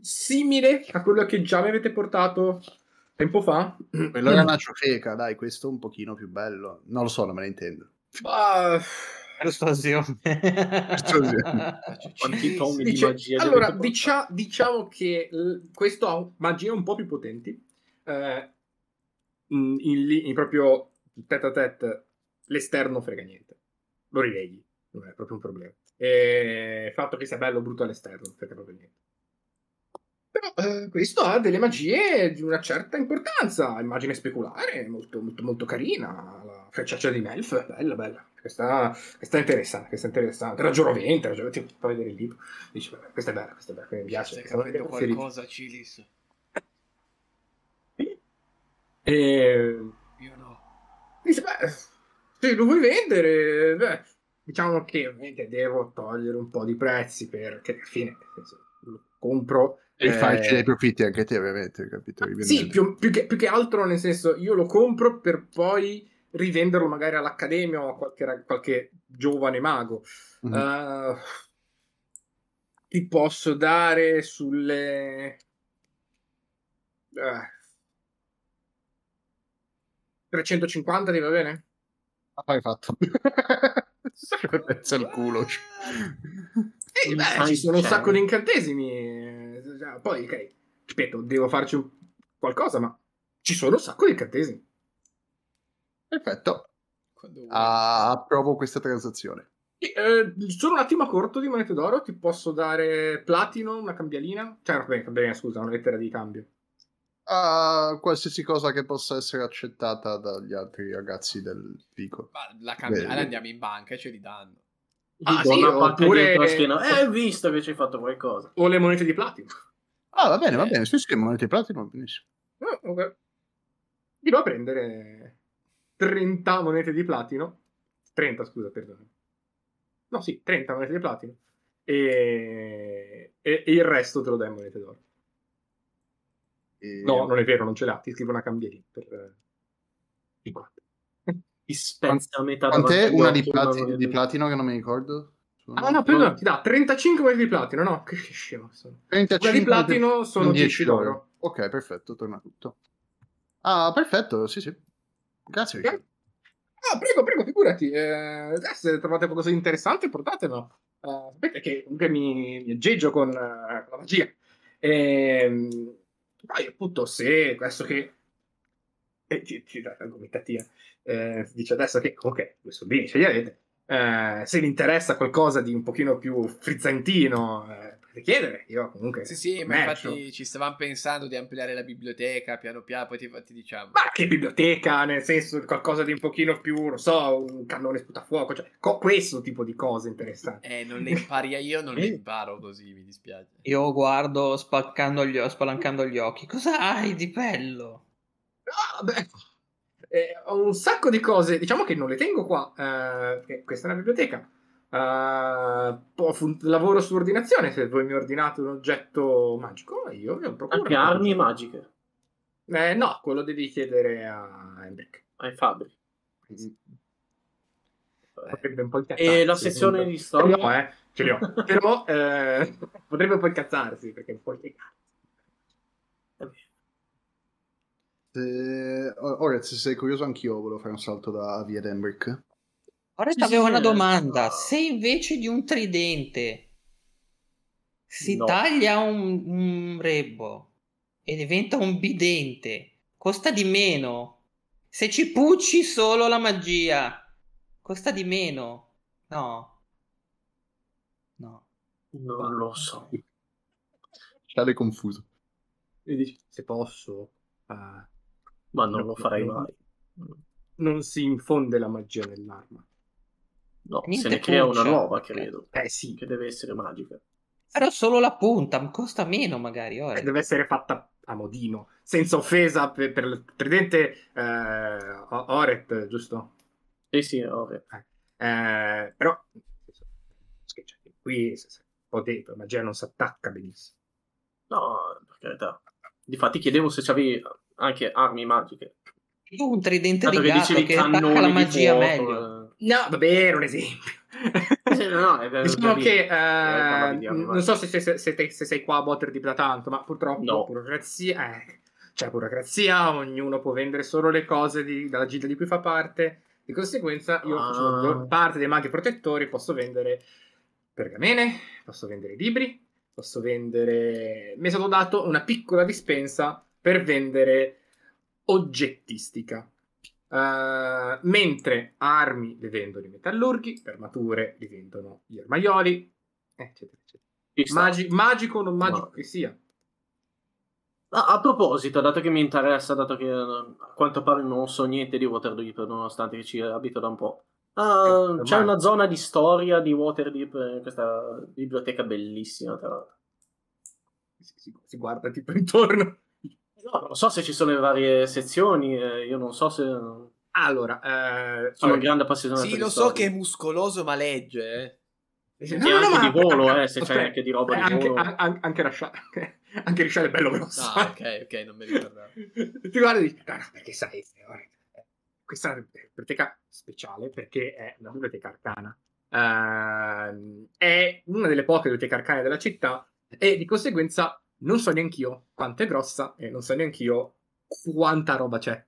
simile a quello che già mi avete portato tempo fa. Quello era una ciofeca, dai, questo è un pochino più bello. Non lo so, non me ne intendo. Ma- Persuasione. Persuasione. Quanti tomi di Dice- magia. allora, dovete dicia- diciamo che l- questo ha un- magie un po' più potenti. eh, in, in li- in proprio tête a tête, l'esterno frega niente. Lo rileghi, non è proprio un problema. E il fatto che sia bello o brutto all'esterno frega proprio niente. Però eh, questo ha delle magie di una certa importanza. Immagine speculare, molto, molto, molto carina. La frecciaccia di Melf, bella, bella. Questa, questa è interessante, questa è interessante. Era giovente, era giovente, fa vedere il libro. Dice, "Beh, questa è bella, questa è bella, questa mi piace. Stai Questa è capendo preferita." qualcosa, Cilis? E... Io no. Dice, beh, se lo vuoi vendere, beh, diciamo che ovviamente devo togliere un po' di prezzi perché alla fine nel senso, lo compro. E eh, farci dei profitti anche te, ovviamente, capito? ah, Sì, più, più che, più che altro nel senso io lo compro per poi rivenderlo magari Mm-hmm. eh, all'accademia o a qualche, rag- qualche giovane mago. Mhm. Eh, ti posso dare sulle... eh, 350 ti va bene? Ah, hai fatto. Pezzo al culo. Eh, beh, ci sono un sacco di incantesimi. eh, già, Poi, ok, ripeto, devo farci un- qualcosa, ma ci sono un sacco di incantesimi. Perfetto. Quando vuoi. Ah, approvo questa transazione. Eh, solo un attimo a corto di monete d'oro, ti posso dare platino, una cambialina. Cioè, vabbè, cambialina, scusa, una lettera di cambio. Ah, qualsiasi cosa che possa essere accettata dagli altri ragazzi del pico. Ma la cambia- Beh, allora beh. andiamo in banca e ce li danno. Ah, Gli do sì, una pacca oppure- dietro la schiena. Eh, hai visto che ci hai fatto qualcosa. O le monete di platino. Ah, va bene, va Eh. bene. Sì, sì, monete platino, benissimo. Eh, ok. Ti va a prendere 30 monete di platino. 30, scusa, perdono. No, sì, 30 monete di platino. E, e- e il resto te lo dai in monete d'oro. E- No, non è vero, non ce l'ha. Ti scrivo una cambialina per eh, 50. Ti spezza a metà Quant'è davanti agli una di, occhi, plati- una moneta. di platino che non mi ricordo? Sono Ah, no, perdono, ti dà 35 monete di platino. No, che scemo sono. 35 Quella di platino sono 10 d'oro. Ok, perfetto, torna tutto. Ah, perfetto, sì, sì. Grazie. Richard. Ah, prego, prego, figurati. Eh, eh, se trovate qualcosa di interessante, portatelo. Eh, sapete che comunque mi, mi aggeggio con, eh, con la magia. Ehm, poi, appunto, se adesso che. eh, ci, ci dà la gomitatina. Eh, si dice adesso che, ok, due soldini ce li avete. Eh, se vi interessa qualcosa di un pochino più frizzantino, eh, potete chiedere. Io comunque. Sì, sì, ma commercio. infatti ci stavamo pensando di ampliare la biblioteca piano piano, poi ti, ti diciamo. Ma che biblioteca, nel senso qualcosa di un pochino più, non so, un cannone sputafuoco, cioè co- questo tipo di cose interessanti. Eh, non le impari io, non le imparo così, mi dispiace. Io guardo spaccando gli o- spalancando gli occhi. Cosa hai di bello? Ah, beh, eh, ho un sacco di cose, diciamo che non le tengo qua, eh, perché questa è una biblioteca. Eh, po- fun- lavoro su ordinazione, se voi mi ordinate un oggetto magico, io vi procuro. Anche armi magiche. Eh, no, quello devi chiedere a Hendrik. Ai fabbri. Eh, Potrebbe un po' incazzarsi, E la sezione comunque. di Ce li storia. ho, eh, ce li ho. Però eh, potrebbe un po' incazzarsi, perché è un po' incazzarsi. Se... o- Ora, oh, se sei curioso anch'io, volevo fare un salto da via Denbrick. Ora Sì, avevo sì, una eh. domanda. Se invece di un tridente si No. taglia un, un rebbo e diventa un bidente, costa di meno. Se ci pucci solo la magia, costa di meno. No. No. Non lo so. Sale confuso. e dici se posso eh, Ma non lo farei no. mai. non si infonde la magia nell'arma No, Niente se ne crea una puncia. nuova, credo. eh sì Che deve essere magica. Però solo la punta, ma costa meno magari ora. eh, deve essere fatta a modino senza offesa per, per il tridente eh, O- Oret giusto? Sì, sì, ora. Eh, però nel senso, schiacciati qui se- se- un po' dentro la magia non si attacca benissimo No, per carità. Difatti chiedevo se c'avevi anche armi magiche. Io ho un tridente Dato di che gatto dicevi che attacca cannoni la di magia fuoco, meglio. eh. no vabbè era un esempio Sì, no, no, è vero, Diciamo da lì. che eh, parlavi di armi non so se, se- se te- se sei qua a botter di Platanto, ma purtroppo No. burocrazia, eh, c'è burocrazia, ognuno può vendere solo le cose di- dalla gilda di cui fa parte. Di conseguenza, io Ah. faccio parte dei maghi protettori, posso vendere pergamene, posso vendere libri, posso vendere. Mi è stato dato una piccola dispensa per vendere oggettistica. Eh, mentre armi le vendono i metallurghi, armature le vendono gli armaioli, eccetera, eccetera. Ci sta. Magi- magico o non magico No. che sia. Ah, a proposito, dato che mi interessa, dato che eh, a quanto pare non so niente di Waterdeep, nonostante che ci abito da un po'. Ah, Eh, c'è ormai. una zona di storia di Waterdeep, eh, questa biblioteca bellissima, tra l'altro. Si, si- si guarda tipo intorno. No, non so se ci sono le varie sezioni, eh, io non so se... Sono Allora, eh, un grande appassionato Sì, di lo so storia. che è muscoloso, ma legge. eh. dice, Sì, anche di volo, eh, se aspetta, c'è anche di roba eh, di anche, volo. an- an- anche Rasha- anche- anche Rishad è bello grosso. Ah, ok, ok, non mi ricordavo. Ti guarda e dici, no, no, perché sai, eh, guarda, eh, questa è una biblioteca speciale perché è una biblioteca arcana. Ehm, è una delle poche biblioteche arcane della città e di conseguenza non so neanch'io quanto è grossa e non so neanch'io quanta roba c'è.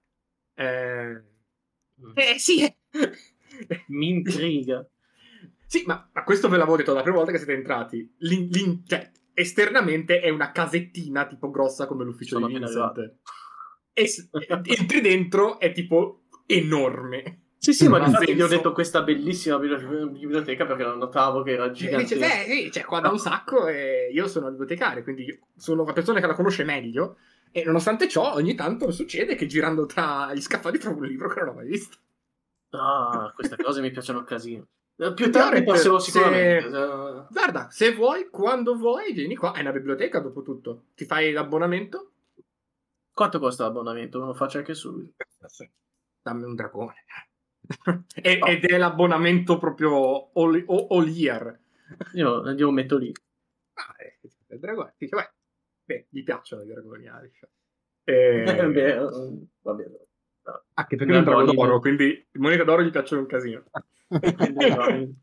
Eh, Mm. eh sì! eh. Mi intriga. Sì, ma, ma questo ve l'avevo detto la prima volta che siete entrati. L'in- l'in- cioè, esternamente è una casettina tipo grossa come l'ufficio Sono di appena Vincent. E s- entri dentro è tipo enorme. Sì, sì, ma Non ha infatti gli ho senso. detto questa bellissima bibli- biblioteca perché non notavo che era E dice, gigante. beh, sì, cioè, qua da un sacco e io sono bibliotecario, quindi io sono una persona che la conosce meglio. E nonostante ciò, ogni tanto succede che girando tra gli scaffali trovo un libro che non ho mai visto. Ah, queste cose mi piacciono un casino. Eh, Più tardi passerò Se- sicuramente. Eh, Guarda, se vuoi, quando vuoi, vieni qua. È una biblioteca, dopo tutto. Ti fai l'abbonamento? Quanto costa l'abbonamento? Lo faccio anche subito. Dammi un dragone. E- Ed è l'abbonamento proprio all, all- all year. Io glielo metto lì. Ah, eh, il dragone. Dice, beh, beh, gli piacciono i dragoni diciamo. Alice. Eh, beh, eh, va bene. Anche perché è un drago Dragoni. d'oro, quindi moneta d'oro gli piacciono un casino. Dragoni.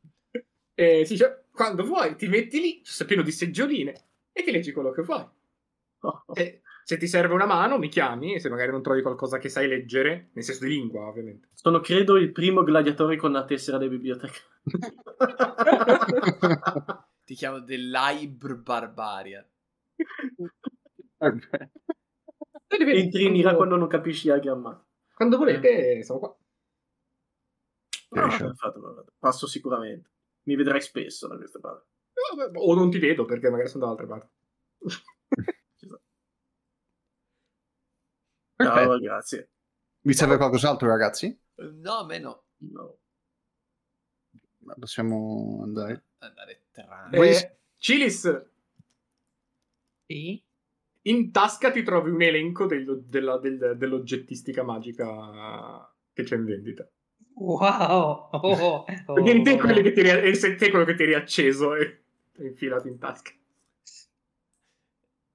Eh, sì, cioè, quando vuoi ti metti lì, c'è pieno di seggioline e ti leggi quello che vuoi. E se ti serve una mano mi chiami e se magari non trovi qualcosa che sai leggere, nel senso di lingua ovviamente. Sono credo il primo gladiatore con la tessera della biblioteca. Ti chiamo dell'Aibr Barbaria. Vabbè. Entri in Iraq quando non capisci la grammatica. Quando Eh. volete siamo qua. Ah, Riesci a- perfetto, perfetto. Passo sicuramente. Mi vedrai spesso da queste parti. O non ti vedo perché magari sono da altre parti. Perfetto. Ciao, grazie. Vi serve qualcos'altro, ragazzi? No, a me no. No. Ma Possiamo andare. Andare Eh, tranne. Voi- Cilis, Sì? in tasca ti trovi un elenco del- della- del- dell'oggettistica magica che c'è in vendita. Wow! Oh, oh, oh. Vieni te quello che ti ri- e se te quello che ti è riacceso e e infilato in tasca.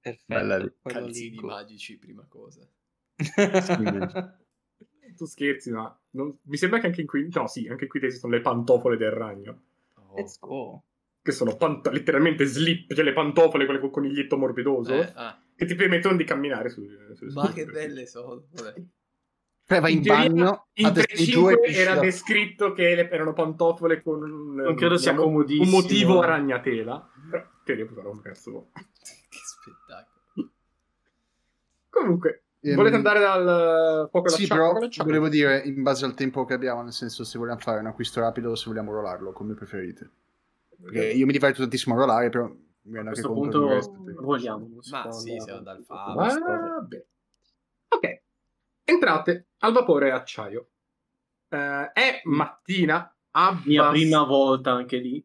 Perfetto, Bella lì. quello Calzini lì. magici, prima cosa. Tu scherzi, ma non- mi sembra che anche qui. No, sì, anche qui esistono le pantofole del ragno. Oh. Let's go. Che sono pant- letteralmente slip, cioè le pantofole, quelle col coniglietto morbidoso, Eh, ah. che ti permettono di camminare su. su- Ma su- che belle sono. Vabbè. Cioè, vai in, teoria, bagno, a In testi giù e 3-5 esci era da- descritto che le- erano pantofole con un, Non credo sia un- comodissimo. un motivo a ragnatela. Però, in teoria, puoi fare un cazzo. che spettacolo. Comunque, Ehm, volete andare dal fuoco alla Sì, sciacqua? però Alla sciacqua? volevo dire in base al tempo che abbiamo, nel senso se vogliamo fare un acquisto rapido o se vogliamo rollarlo, come preferite. Perché io mi diverto tantissimo a rollare, però mi rendo A anche questo conto punto che mi resta- vogliamo. Ma sì, siamo dal Fabio. Ma- Vabbè. Ah, Ok, entrate al vapore acciaio. Eh, è mattina, Mia abbas- prima volta anche lì.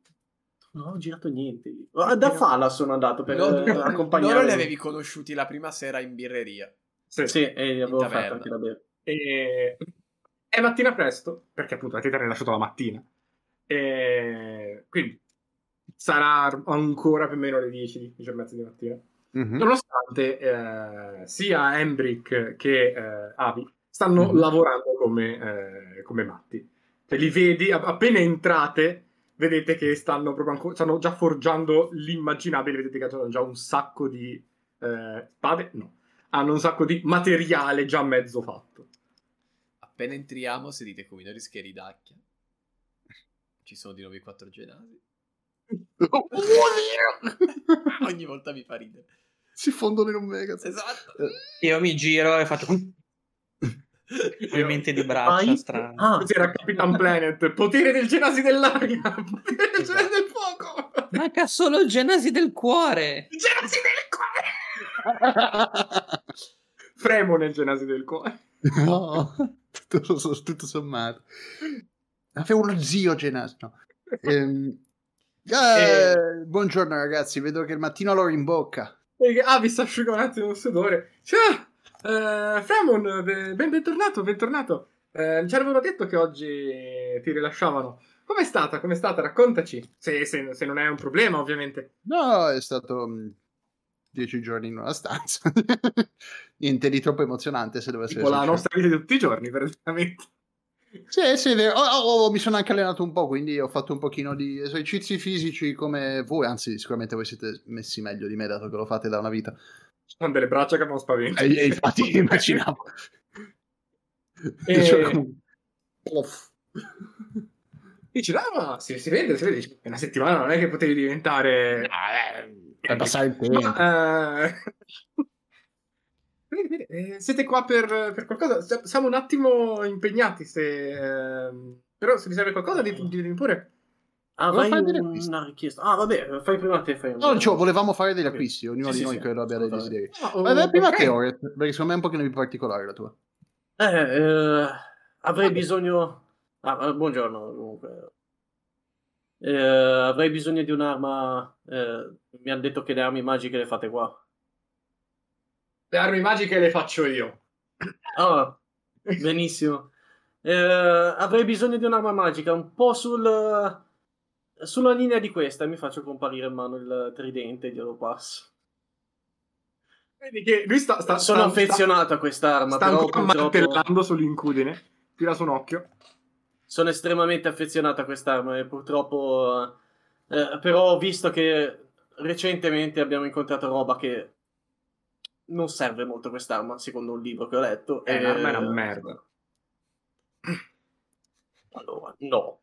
Non ho girato niente lì. Ah, Da Fala sono andato per Loro- eh, accompagnare. Loro li avevi conosciuti la prima sera in birreria. Sì. Sì, e li avevo In taverna. fatto anche da bere. Eh, è mattina presto, perché appunto la teta ne ha lasciato la mattina. Eh, quindi sarà ancora più o meno alle 10, 10 e mezza di mattina. Mhm. Nonostante eh, sia Embrick che eh, Avi stanno Mhm. lavorando come, eh, come matti. Cioè, li vedi, a- appena entrate, vedete che stanno proprio ancora, stanno già forgiando l'immaginabile, vedete che hanno già un sacco di eh, spade, no, hanno un sacco di materiale già mezzo fatto. Appena entriamo, sentite Cominori che ridacchia. Ci sono di nuovo i quattro genasi. Ogni volta mi fa ridere. si fondono in un mega. Esatto. Io mi giro e faccio movimenti di braccia Ah, strani. ah, Cos'era Capitan Planet? Potere del genasi dell'aria, potere del genasi del Esatto. fuoco, Manca solo il genasi del cuore. genasi del cuore! Fremo nel genasi del cuore. no, tutto, tutto sommato. Avevo uno zio Genas. no. Ehm, eh, Buongiorno ragazzi, vedo che il mattino loro in bocca. E- Ah, vi sta asciugando un attimo il sudore. Ciao, eh, Fremon, be- ben bentornato, bentornato. Eh, ci avevano detto che oggi ti rilasciavano. Com'è stata? Com'è stata? Raccontaci. Se, se- se non è un problema, ovviamente. No, è stato mh, dieci giorni in una stanza. Niente di troppo emozionante se dovesse Tipo la essere. nostra vita di tutti i giorni, praticamente. Sì, sì, è vero. Oh, oh, mi sono anche allenato un po', quindi ho fatto un pochino di esercizi fisici come voi, anzi sicuramente voi siete messi meglio di me dato che lo fate da una vita. Sono delle braccia che non spaventano. E, e Eh, infatti immaginavo. E- Cioè, comunque- Dici, "Ah, ma si, si vede, si vede. Dici, Una settimana non è che potevi diventare... per passare il tempo. Ma, eh, vedi, vedi, eh, siete qua per, per qualcosa? S- Siamo un attimo impegnati, se, ehm, però se vi serve qualcosa ditemi ditemi pure. Ah, Volevo fai fare delle un- acquisti. una richiesta. Ah, vabbè, fai prima te. Fai No, cioè, dicevo, volevamo fare degli acquisti, ognuno Sì, di sì, noi sì. credo abbia dei Assolutamente. desideri. Ah, oh, Vabbè, prima ok. te, Oret, perché secondo me è un pochino più particolare la tua. Eh, eh, avrei bisogno. Ah, eh, buongiorno, comunque. Eh, avrei bisogno di un'arma. eh, mi hanno detto che le armi magiche le fate qua. Le armi magiche le faccio io. Ah, benissimo. Eh, avrei bisogno di un'arma magica, un po' sul, sulla linea di questa. Mi faccio comparire in mano il tridente e glielo passo. Vedi che lui sta, sta, Sono sta- affezionato a quest'arma, Sta, sta però ancora purtroppo. martellando sull'incudine. Tira su un occhio. sono estremamente affezionato a quest'arma e purtroppo eh, però ho visto che recentemente abbiamo incontrato roba che non serve molto quest'arma secondo un libro che ho letto Eh, e- l'arma è una merda. allora no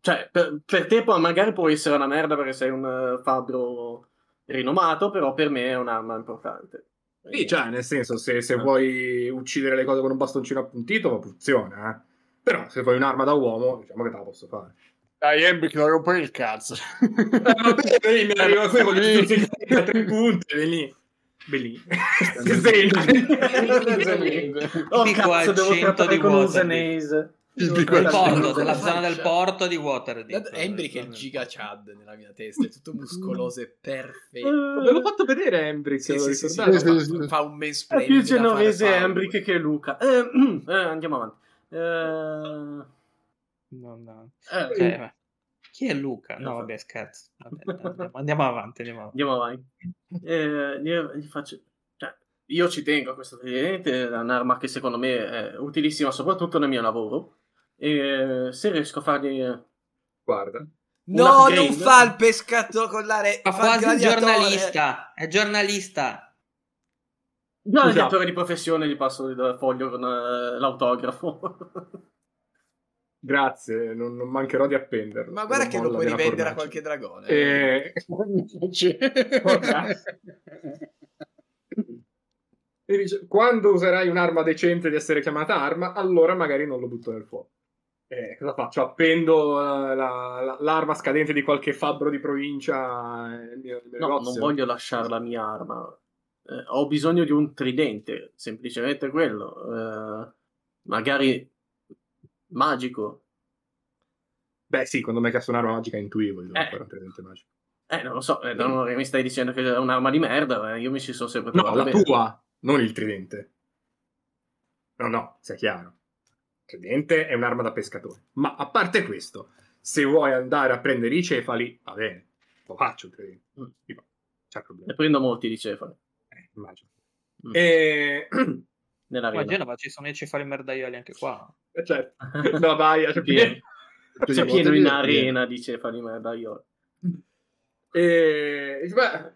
cioè per, per te poi magari può essere una merda perché sei un eh, fabbro rinomato però per me è un'arma importante Sì, cioè, nel senso, se, se Eh. vuoi uccidere le cose con un bastoncino appuntito, va funziona, eh. Però se vuoi un'arma da uomo, diciamo che te la posso fare. Dai, Embi, che lo rompere il cazzo. Eh, vabbè, vedi, mi arriva qui con Sì. a tre punte, vedi. Belì. Che sei? oh Di qua cazzo devo 100 trattare di con un Waterdeep. Zenese Il Devo piccolo- Del trattare con porto, un della Zenese. zona del porto di Waterdeep. Embry che è il giga Chad nella mia testa, è tutto muscoloso e perfetto. Ve l'ho Eh, fatto vedere, Embry, Sì, se lo sì, sì, sì, ricordate. sì, fa- sì. fa un mansplaining. È più da fare genovese paura. Embrick che Luca. Eh, eh, andiamo avanti. Eh, No, no. eh, Cioè, ma- Chi è Luca? No, No, fa- vabbè, scherzo. Vabbè, andiamo, andiamo avanti, andiamo avanti. Andiamo avanti. Eh, io, gli faccio- cioè, io ci tengo a questo tridente, è un'arma che secondo me è utilissima soprattutto nel mio lavoro. E eh, se riesco a fargli... Guarda. Un No, upgrade. non fa il pescatore con l'are. Ma fa il quasi il gladiatore. giornalista. È giornalista. No, Scusa. agli attori di professione gli passo il foglio con eh, l'autografo. Grazie, non, non mancherò di appenderlo. Ma guarda che lo molla puoi nella rivendere a fornace. qualche dragone. Eh, e dice, quando userai un'arma decente di essere chiamata arma, allora magari non lo butto nel fuoco. Eh, cosa faccio? Appendo eh, la- la- l'arma scadente di qualche fabbro di provincia eh, nel mio, nel mio No, negozio? non voglio lasciare la mia arma. Eh, ho bisogno di un tridente, semplicemente quello. Eh, magari magico. Beh, sì, quando me cazzo un'arma magica intuivo di dover Eh. fare un tridente magico. Eh, non lo so, eh, non- mi stai dicendo che è un'arma di merda, eh, io mi ci sono sempre No, la trovato bene. tua, non il tridente. No, no, sia chiaro. Il tridente è un'arma da pescatore. Ma a parte questo, se vuoi andare a prendere i cefali, va bene, lo faccio il tridente. Mm. Tipo, C'è Ne problema. prendo molti di cefali. Eh, immagino. Mm. Eh, E... Nella Ma a rete. Genova ci sono i cefali merdaioli anche qua. certo, la baia c'è Pieno. C'è Quindi pieno potevi in dire- arena di cefali merda io. E... beh,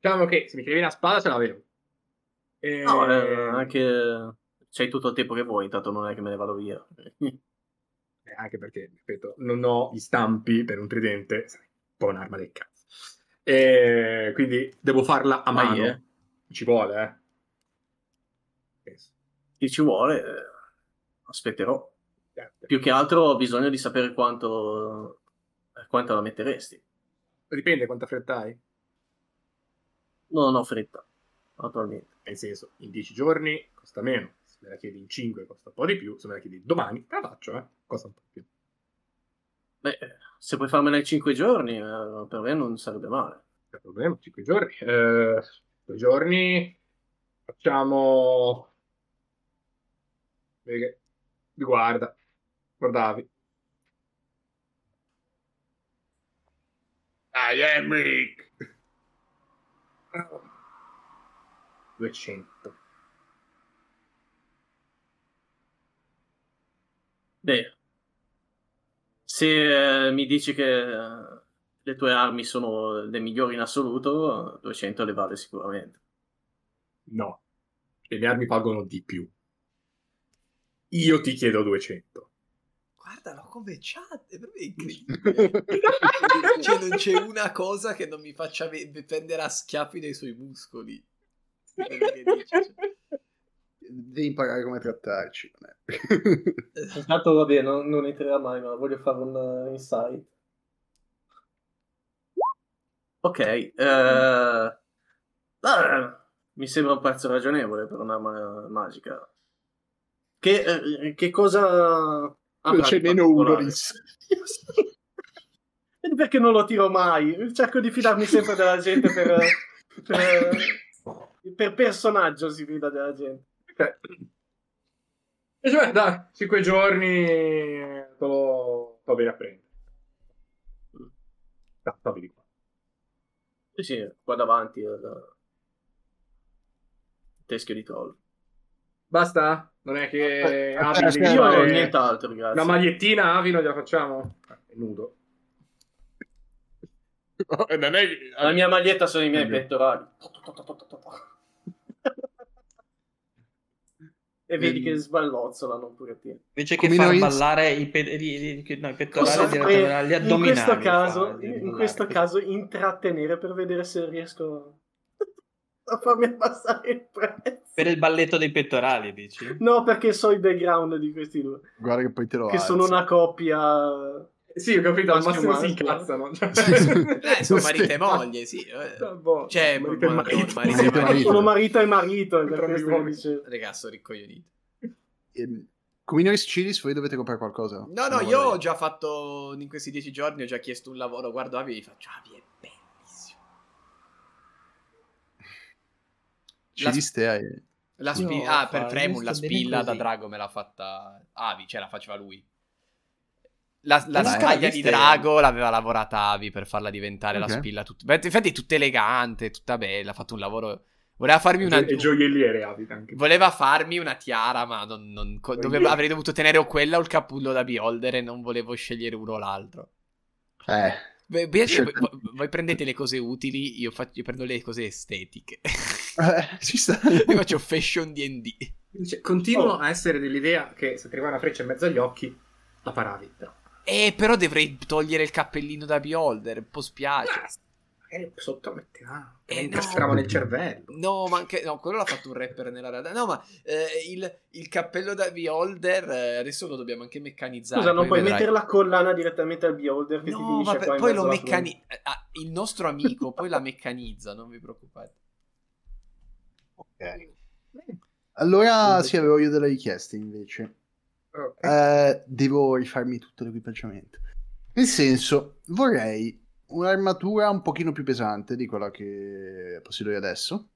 Diciamo che se mi chiedevi una spada ce l'avevo. E... No, eh, anche... C'hai tutto il tempo che vuoi, intanto non è che me ne vado via. Eh, anche perché, ripeto, non ho gli stampi per un tridente, sai, un po' un'arma del cazzo. E quindi devo farla a Vai, mano. eh. Ci vuole, eh. Penso. Chi ci vuole, eh, aspetterò. Certo. Più che altro ho bisogno di sapere quanto, eh, quanto la metteresti. Dipende quanta fretta hai. Non ho fretta, attualmente. Nel senso, in 10 giorni costa meno. Se me la chiedi in 5 costa un po' di più. Se me la chiedi domani, te la faccio, eh. Costa un po' di più. Beh, se puoi farmela in 5 giorni, eh, per me non sarebbe male. C'è problema, 5 giorni. 2 giorni facciamo... Vedi che- Guarda, guardavi. Dai, Emric! 200. Beh, se eh, mi dici che eh, le tue armi sono le migliori in assoluto, 200 le vale sicuramente. No, le mie armi pagano di più. Io ti chiedo 200. Guardalo come chat, è proprio incredibile. cioè, non c'è una cosa che non mi faccia ve- prendere a schiaffi dai suoi muscoli. Quello che dice, cioè. Devi imparare come trattarci. non è? Intanto vabbè, Esatto, non, non entrerà mai, ma voglio fare un eh, insight. Ok, eh, ah, mi sembra un prezzo ragionevole per un'arma magica. Che, eh, che cosa... non avrà c'è di meno uno particolare? di Vedi perché non lo tiro mai? Cerco di fidarmi sempre della gente per... eh, per, per personaggio si fida della gente. Ok. E cioè, dai, 5 giorni te lo provi a prendere. Dai, provi di qua. Sì, sì, qua davanti al teschio di troll. Basta? Non è Eh, che Ah, Avino aspetta, devi Io fare nient'altro, grazie. una magliettina Avino gliela facciamo? Eh, È nudo. Eh, non è che... La mia maglietta sono i miei Meglio. pettorali. e vedi che sballozzolano un pochettino. Invece che Come far noi- ballare i, pe- i- i- no, i Cosa pettorali, direttamente fare? gli in addominali. questo fa, caso, di in ballare. questo caso intrattenere per vedere se riesco a farmi abbassare il prezzo. Per il balletto dei pettorali, dici? No, perché so i background di questi due, Guarda che poi te lo che sono alzo. una coppia Eh, Sì, ho capito, al Maschio massimo si maschio. incazzano. Cioè, Eh, sono marito e moglie, sì. eh. Cioè, marito e ma- marito. ma- marito e marito. sono marito e marito è per Entrambi questo che uomini. dicevo. Regà, sto riccoglionito. Ehm, Come Nois Cilis, voi dovete comprare qualcosa? No, no, Non io ho vorrei. già fatto, in questi dieci giorni, ho già chiesto un lavoro. Guardo Avi e gli faccio, Avi è bellissimo. Cilis te hai... La Io spi- ho ah, per fatto- Fremul, la sto bene spilla da così. drago me l'ha fatta Avi, cioè la faceva lui. La, la Dai, scaglia di viste- drago l'aveva lavorata Avi per farla diventare Ok. la spilla. tut- Beh, infatti è tutta elegante, tutta bella, ha fatto un lavoro... Voleva farmi una... E gioielliere abita anche. Voleva farmi una tiara, ma non, non- co- doveva- avrei dovuto tenere o quella o il cappello da beholder e non volevo scegliere uno o l'altro. Eh, Beh, beh, Scelta- voi, voi- voi prendete le cose utili, io, fac- io prendo le cose estetiche. eh, ci sta. io faccio fashion D&D. Cioè, continuo Oh. a essere dell'idea che se ti arriva una freccia in mezzo agli occhi, la paravi, però. Eh, però dovrei togliere il cappellino da beholder, un po' spiace. Magari sotto metterà. Eh, no. incastravo nel cervello. No, ma anche... No, quello l'ha fatto un rapper nella realtà. No, ma eh, il, il cappello da beholder eh, adesso lo dobbiamo anche meccanizzare. Scusa, non poi puoi vedrai. mettere la collana direttamente al beholder che ti No, finisce ma qua in poi mezzo lo alla fronte. meccanizza. il nostro amico poi la meccanizza, non vi preoccupate. Ok. Allora, sì, avevo io delle richieste invece. Ok. Eh, devo rifarmi tutto l'equipaggiamento. Nel senso, vorrei un'armatura un pochino più pesante di quella che possiedo io adesso.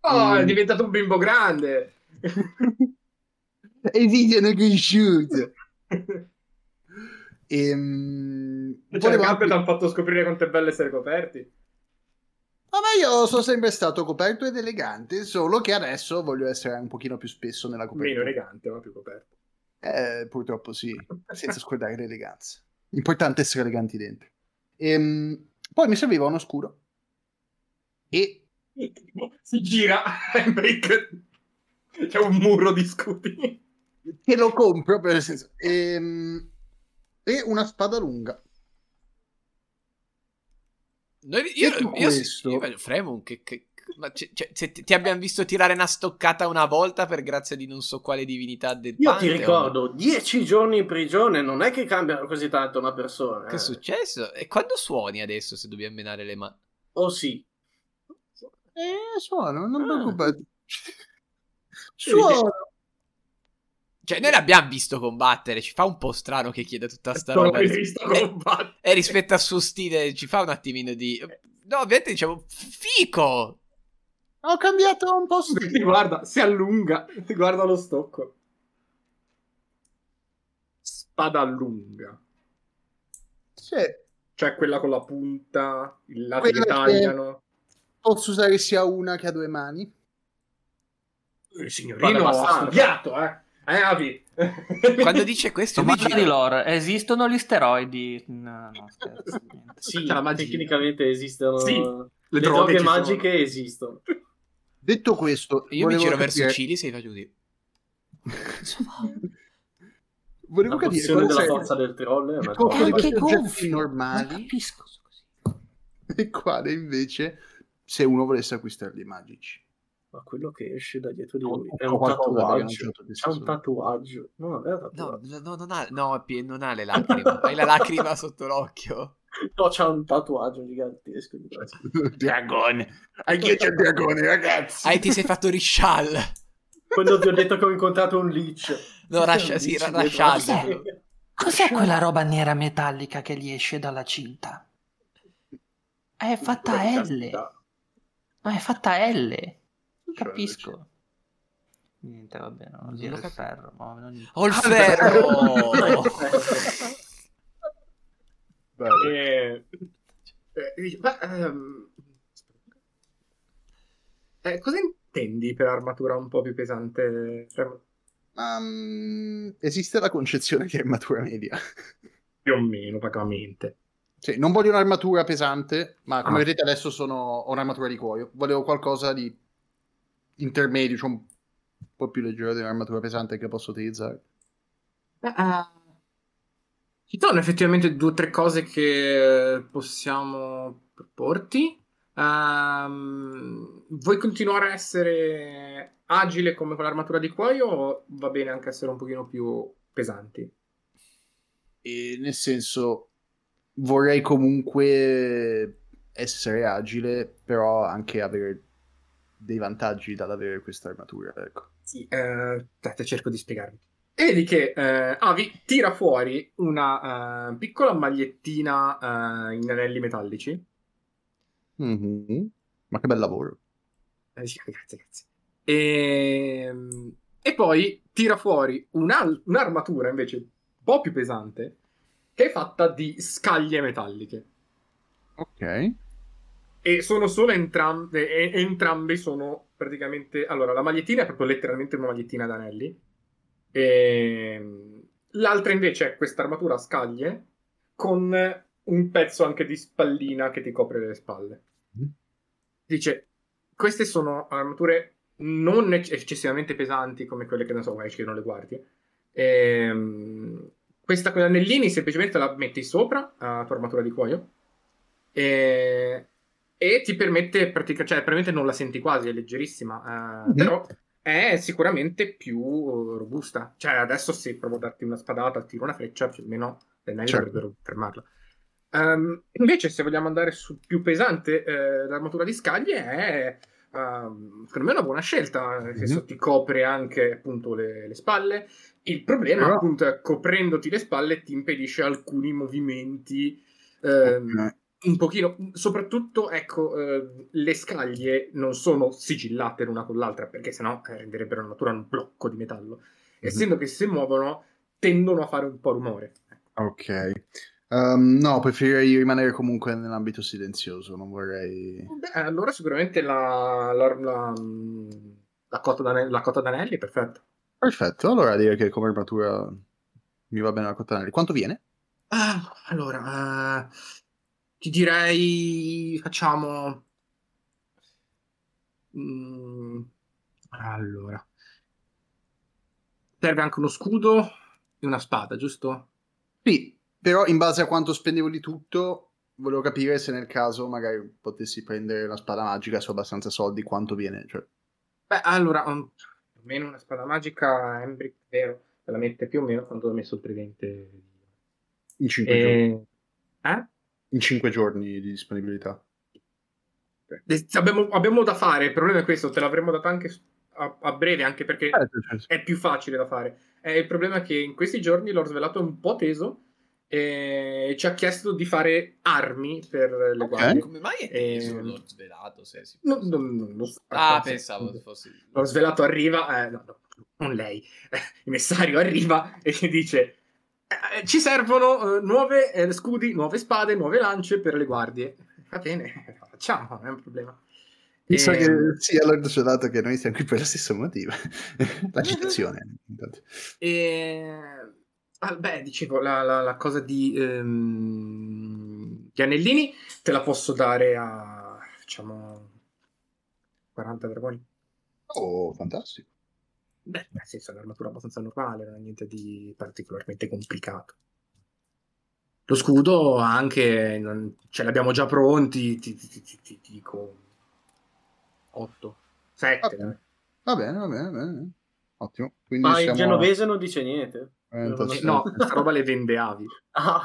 Oh, è Mm. diventato un bimbo grande. e vidono cresciuto. Cioè, Ehm, Cioè, volevo Gabbe anche- ti hanno fatto scoprire quanto è bello essere coperti. Ah, ma io sono sempre stato coperto ed elegante, solo che adesso voglio essere un pochino più spesso nella Meno copertura. elegante, ma più coperto. Eh, purtroppo sì, senza scordare l'eleganza. Importante essere eleganti dentro. Ehm, poi mi serviva uno scuro. E si gira Heinrich. C'è un muro di scudi. che lo compro, per nel senso. ehm, e una spada lunga. Noi- io, Detto io, questo- io voglio Fremon che, che- ma c- cioè, se ti, ti abbiamo visto tirare una stoccata una volta per grazia di non so quale divinità del Io ti Pantheon. ricordo, 10 giorni in prigione non è che cambia così tanto una persona. Che è eh. successo? E quando suoni adesso se dobbiamo menare le mani? Oh sì. Eh, suono, non Ah. preoccupati. Suono. Cioè, noi l'abbiamo visto combattere, ci fa un po' strano che chieda tutta sta Sono roba. qui visto E, combattere. e rispetto al suo stile ci fa un attimino di... No, ovviamente diciamo, fico! Ho cambiato un po' Ti stile. guarda, si allunga. Ti guarda lo stocco. Spada lunga. Cioè, Cioè quella con la punta, i lati Quella che che- tagliano. posso usare sia una che a due mani. Il Guarda, signorino ha abbastanza. studiato, eh. Eh, Avi. Quando dice questo, mi Domanda di giro. lore, esistono gli steroidi? No, no, scherzo. niente. Sì, C'è la magia. tecnicamente esistono. Sì, le, Le droghe, ci sono. magiche esistono. Detto questo, Io mi volevo giro verso capire- Cili se va giù di. Volevo La capire pozione qual della è forza del troll eh, è il una Ah, conflitto cosa. tra Anche soggetti gonfio, normali capisco. e quale invece se uno volesse acquistarli magici. Ma quello che esce da dietro di O- lui o è un qualcosa che ha tatuaggio. lanciato di C'è un stesso. tatuaggio. No, non è un No, tatuaggio. no, no, non, ha, no, Pie, non ha le lacrime. Hai la lacrima sotto l'occhio. No, c'è un tatuaggio gigantesco. di braccio. dragone. Anch'io c'ho il dragone, ragazzi. Ah, e ti sei fatto Rishal. Quando ti ho detto che ho incontrato un leech. No, C'è Rasha, un sì, leech Ra- dietro. Rashad. Cos'è quella roba nera metallica che gli esce dalla cinta? È fatta a L. Ma è fatta a L. Non capisco. Niente, va bene, non lo dire il cap- ferro. Ma non... Ho il ferro! Bello. Eh, eh, dice, ma, ehm, eh, cosa intendi per armatura un po' più pesante? Cioè, Ma, mm, esiste la concezione che è armatura media. più o meno, vagamente. Cioè, non voglio un'armatura pesante, ma come Ah. vedete adesso sono ho un'armatura di cuoio. Volevo qualcosa di intermedio, cioè un po' più leggero di un'armatura pesante che posso utilizzare. ah, Ci sono effettivamente due o tre cose che eh, possiamo proporti. Ehm, vuoi continuare a essere agile come con l'armatura di cuoio o va bene anche essere un pochino più pesanti? E nel senso, vorrei comunque essere agile, però anche avere dei vantaggi dall'avere questa armatura. Ecco. Sì. eh, aspetta, cerco di spiegarmi. E vedi che eh, Avi tira fuori una eh, piccola magliettina eh, in anelli metallici. Mhm. Ma che bel lavoro. Eh, sì, grazie, grazie. Ehm, E, poi tira fuori un'al- un'armatura invece un po' più pesante che è fatta di scaglie metalliche. Ok. E sono solo entrambe, e- e entrambi sono praticamente... Allora, la magliettina è proprio letteralmente una magliettina ad anelli. Ehm, L'altra invece è questa armatura a scaglie con un pezzo anche di spallina che ti copre le spalle. Dice, queste sono armature non ec- eccessivamente pesanti come quelle che non so, magari che non le guardie. Ehm, questa con gli anellini semplicemente la metti sopra la tua armatura di cuoio e, e ti permette, pratica- cioè veramente non la senti quasi, è leggerissima, eh, Mhm. però è sicuramente più eh, robusta. Cioè adesso se provo a darti una spadata, tiro una freccia, più o meno le anelli Certo. dovrebbero fermarla. Ehm, invece se vogliamo andare sul più pesante, eh, l'armatura di scaglie è... ehm, secondo me è una buona scelta, Mhm. nel senso ti copre anche appunto le, le spalle. Il problema Però- appunto è coprendoti le spalle ti impedisce alcuni movimenti ehm, Ok. un pochino, soprattutto ecco, eh, le scaglie non sono sigillate l'una con l'altra perché sennò eh, renderebbero natura un blocco di metallo. Mhm. Essendo che si muovono, tendono a fare un po' rumore. Eh. Ok. Ehm, no, preferirei rimanere comunque nell'ambito silenzioso, non vorrei... Beh, allora sicuramente la, la, la, la cotta d'ane- la cotta d'anelli è perfetta. Perfetto, allora direi che come armatura mi va bene la cottanelli. Quanto viene? Ah, allora, eh, ti direi, facciamo... Mm, allora, serve anche uno scudo e una spada, giusto? Sì, però in base a quanto spendevo di tutto, volevo capire se nel caso magari potessi prendere la spada magica su abbastanza soldi, quanto viene. Cioè, Beh, allora, un- più o meno una spada magica, Embrick, vero, te la mette più o meno quando ho messo il tridente. in 5 giorni. E... Eh? In cinque giorni di disponibilità. Eh, Abbiamo, abbiamo da fare, il problema è questo, te l'avremmo data anche s- a, a breve, anche perché Eh, è più facile da fare. Eh, il problema è che in questi giorni l'ho svelato un po' teso e ci ha chiesto di fare armi per le Ok. guardie. Come mai è Ehm, teso? L'ho svelato, se si Non- non- non lo so. Ah, Forse- pensavo fosse... L'ho svelato arriva, eh, no, no, non lei, il messario arriva e gli dice "Eh, ci servono eh, nuove eh, scudi, nuove spade, nuove lance per le guardie. Va bene, facciamo, non è un problema. Ehm, Mi sa che Eh. sì, allora dato che noi siamo qui per lo stesso motivo. la citazione. intanto. E... ah, beh, dicevo, la, la- la cosa di, ehm, gli anellini te la posso dare a, diciamo, facciamo, 40 dragoni. Oh, fantastico. Beh, nel senso, è un'armatura abbastanza normale, non è niente di particolarmente complicato. Lo scudo anche, non- ce l'abbiamo già pronti, ti, ti- ti- ti- ti dico eh. 8, 7. Vabbè. Va bene, va bene, va bene. Ottimo. Quindi Ma siamo il genovese non dice niente. a 47. No, questa roba le vende Avi. Ah,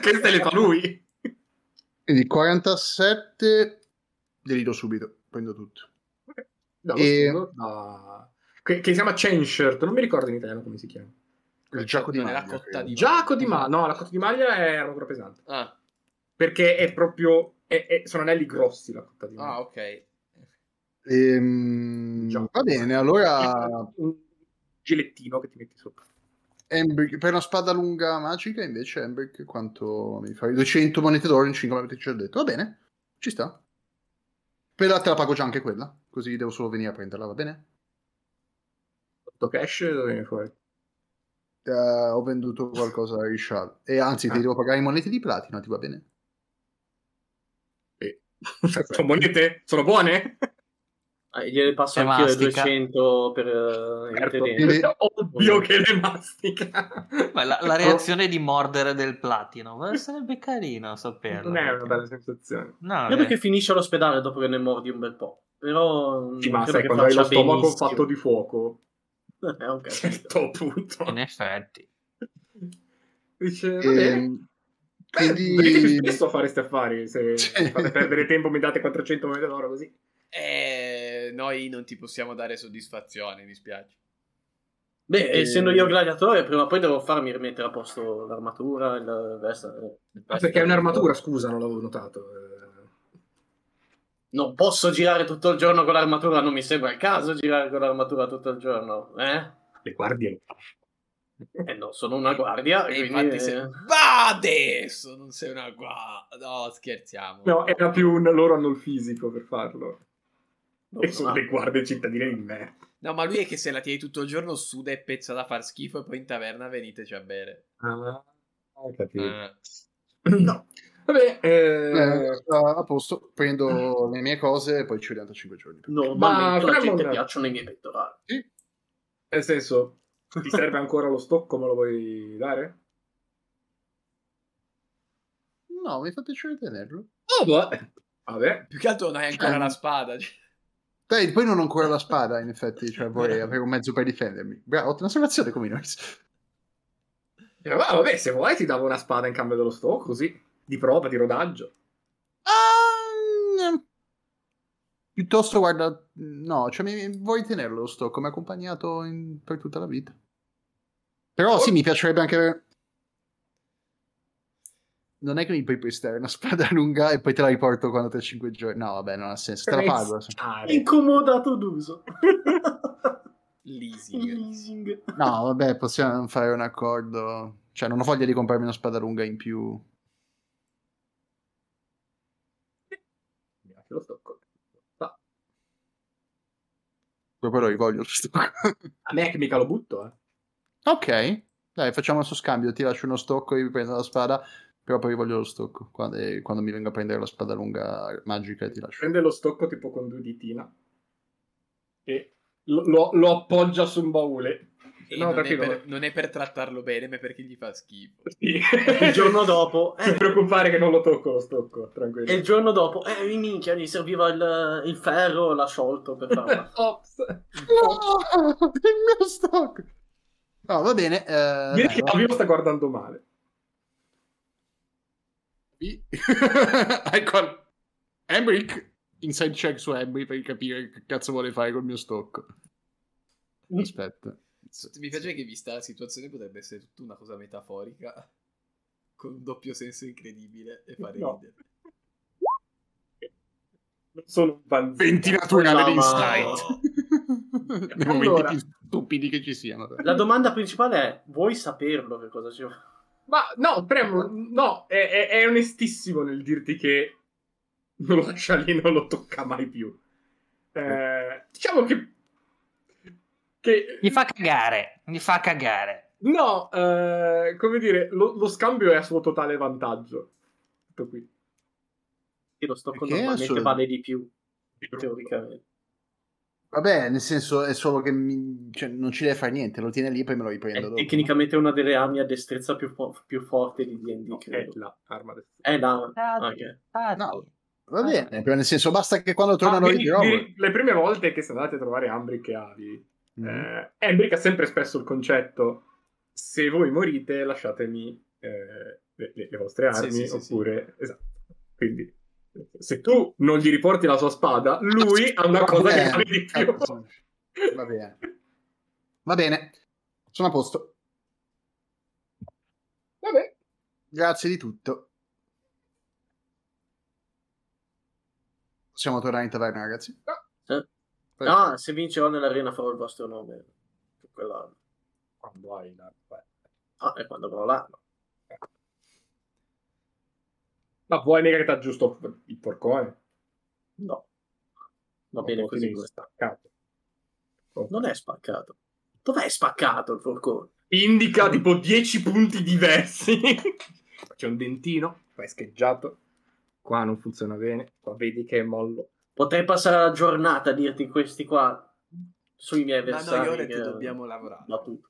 Queste le fa lui. Quindi 47 li do subito, prendo tutto. Dallo E- scudo, da- Che, che si chiama Chain Shirt, non mi ricordo in italiano come si chiama. Il giaco di Non è la maglia, cotta credo. di- Giaco di maglia, no, la cotta di maglia è armatura pesante. Ah, Perché è proprio... è- è- sono anelli grossi la cotta di maglia. ah, ok. Ehm, Giaco. va bene, allora un gilettino che ti metti sopra. Embrick- per una spada lunga magica invece Embrick quanto mi fai? 200 monete d'oro in 5 come avete già detto. Va bene, ci sta. Per la te la pago già anche quella, così devo solo venire a prenderla, va bene? Sotto cash dove viene fuori? Eh, ho venduto qualcosa a Rishal. E anzi, ti Ah. devo pagare in monete di platino, ti va bene? Sono monete? Sono buone? Ah, gliele passo E anch'io le mastica. 200 per eh, il Certo, tedesco. Quindi- è ovvio che le mastica. Ma la, la reazione di mordere del platino ma sarebbe carino saperlo. Non è una bella sensazione. Mm, No, Io eh. perché finisce all'ospedale dopo che ne mordi un bel po'. Però Sì, non ma credo sai, che quando hai lo faccia stomaco benissimo. fatto di fuoco, Eh, a un ok. certo punto. In effetti. Dice, va bene. Ehm, Beh, quindi- venite più spesso a fare questi affari. Se Sì. mi fate perdere tempo, mi date 400 monete d'oro così. Eh, noi non ti possiamo dare soddisfazione, mi spiace. Beh, Eh, essendo io gladiatore, prima o poi devo farmi rimettere a posto l'armatura, il vest- eh. il Ah, vest- perché è un'armatura, scusa, non l'avevo notato. Eh, Non posso girare tutto il giorno con l'armatura, non mi sembra il caso girare con l'armatura tutto il giorno, eh? Le guardie. Eh no, sono una guardia, E quindi... infatti eh, se... Va adesso! Non sei una qua... No, scherziamo. No, era più un... loro hanno il fisico per farlo. non E so, sono ma- le guardie cittadine di merda. No, ma lui è che se la tieni tutto il giorno suda e pezza da far schifo e poi in taverna veniteci a bere. Ah, ho capito. Eh. Mm. Ah, No. Vabbè, eh, Eh, a a posto, prendo le mie cose e poi ci vediamo tra 5 giorni. Normalmente Ma alla gente Fremont- piacciono i miei pettorali. nel senso, ti serve ancora lo stocco, me lo vuoi dare? No, mi fa piacere tenerlo. Vabbè. Più che altro non hai ancora la spada. cioè. Dai, poi non ho ancora la spada, in effetti, cioè vorrei avere un mezzo per difendermi. Bravo, ottima osservazione come noi. Eh, va- vabbè, se vuoi ti davo una spada in cambio dello stocco, così. Di prova, di rodaggio. Ah, mm, piuttosto, guarda, no, cioè mi, vuoi tenerlo lo sto come accompagnato in- per tutta la vita. Però sì, mi piacerebbe anche avere... Non è che mi puoi prestare una spada lunga e poi te la riporto quando tra 5 giorni. No, vabbè, non ha senso. Te la pago. Stare. Incomodato d'uso. Il Leasing. leasing. No, vabbè, possiamo fare un accordo. Cioè, non ho voglia di comprarmi una spada lunga in più. Mi lasci lo stocco. Va. Proprio lo rivoglio lo stocco. A me che mica lo butto, eh. Ok, dai, facciamo questo scambio. Ti lascio uno stocco, io mi prendo la spada. Però poi voglio lo stocco. Quando, eh, quando mi vengo a prendere la spada lunga magica, ti lascio. Prende lo stocco tipo con due ditina e lo, lo- lo appoggia su un baule. E No, non, è tranquillo. per, non è per trattarlo bene, ma è perché gli fa schifo. Sì. Il giorno dopo... Non ti Eh, preoccupare che non lo tocco lo stocco, tranquillo. e il giorno dopo... Eh, minchia, gli serviva il, il ferro, l'ha sciolto per farla. Ops. No, il mio stocco. No, va bene. eh, Vedi dai, che va- Fabio sta guardando male. ecco, al- Embrick, inside check su Embry per capire che cazzo vuole fare col mio stocco. Aspetta. Mi piace che vista la situazione potrebbe essere tutta una cosa metaforica, con un doppio senso incredibile e fare No. ridere. Non sono un banzino. 20 naturale di No, Oh. ma- insight. Nei Allora. momenti più stupidi che ci siano. La domanda principale è, vuoi saperlo che cosa ci Ma no, Tremor, no, è, è- è onestissimo nel dirti che non lo lascia lì, non lo tocca mai più. Eh, diciamo che... che Gli fa cagare, gli fa cagare. no, eh, come dire, lo, lo scambio è a suo totale vantaggio. Tutto qui. Io lo sto con Perché normalmente assolut- vale di più, teoricamente. Vabbè, nel senso è solo che mi- cioè, non ci deve fare niente, lo tiene lì e poi me lo riprendo È dopo. tecnicamente una delle armi a destrezza più, fo- più forte di D&D, eh. È credo. la arma del... È la... Ah, ok. Tati. No. Va bene, però nel senso basta che quando tornano Ah, i vi- vi- le prime volte che sono andati a trovare Ambric e Avi, Mm. Mm. eh, Ambric ha sempre espresso il concetto se voi morite lasciatemi eh, le, le- le vostre Sì, armi sì, sì, sì. oppure... Esatto. Quindi se tu non gli riporti la sua spada, lui ha una cosa che vale di Ecco. più. Va bene. Va bene, sono a posto. Vabbè. Grazie di tutto. Possiamo tornare in taverna, ragazzi. Eh. Perfetto. Ah, se vincerò nell'arena farò il vostro nome. Quella... Quando hai la- beh. Ah, e quando avrò l'arma. Ma vuoi negare che t'ha giusto il porcone? No. Va bene Non così. ti devi staccare. Non è spaccato. Dov'è spaccato il forcone? Indica tipo 10 punti diversi. C'è un dentino, qua è scheggiato. Qua non funziona bene. Qua vedi che è mollo. Potrei passare la giornata a dirti questi qua sui miei Ma avversari. noi ore che- che dobbiamo lavorare. Ma tu.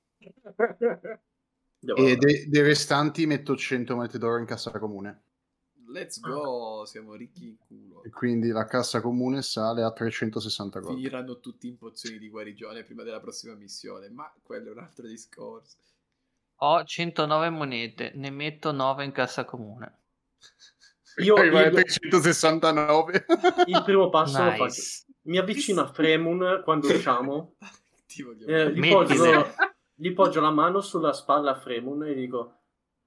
E de- dei restanti metto 100 monete d'oro in cassa comune. Let's go, siamo ricchi in culo. E quindi la cassa comune sale a 360 gold. Finiranno tutti in pozioni di guarigione prima della prossima missione, ma quello è un altro discorso. Ho 109 monete, ne metto 9 in cassa comune. Io, Arriva a io- 369. il primo passo lo faccio. Nice. Mi avvicino a Fremun quando usciamo, Ti voglio eh, gli, Mettile. poggio, gli poggio la mano sulla spalla a Fremun e dico: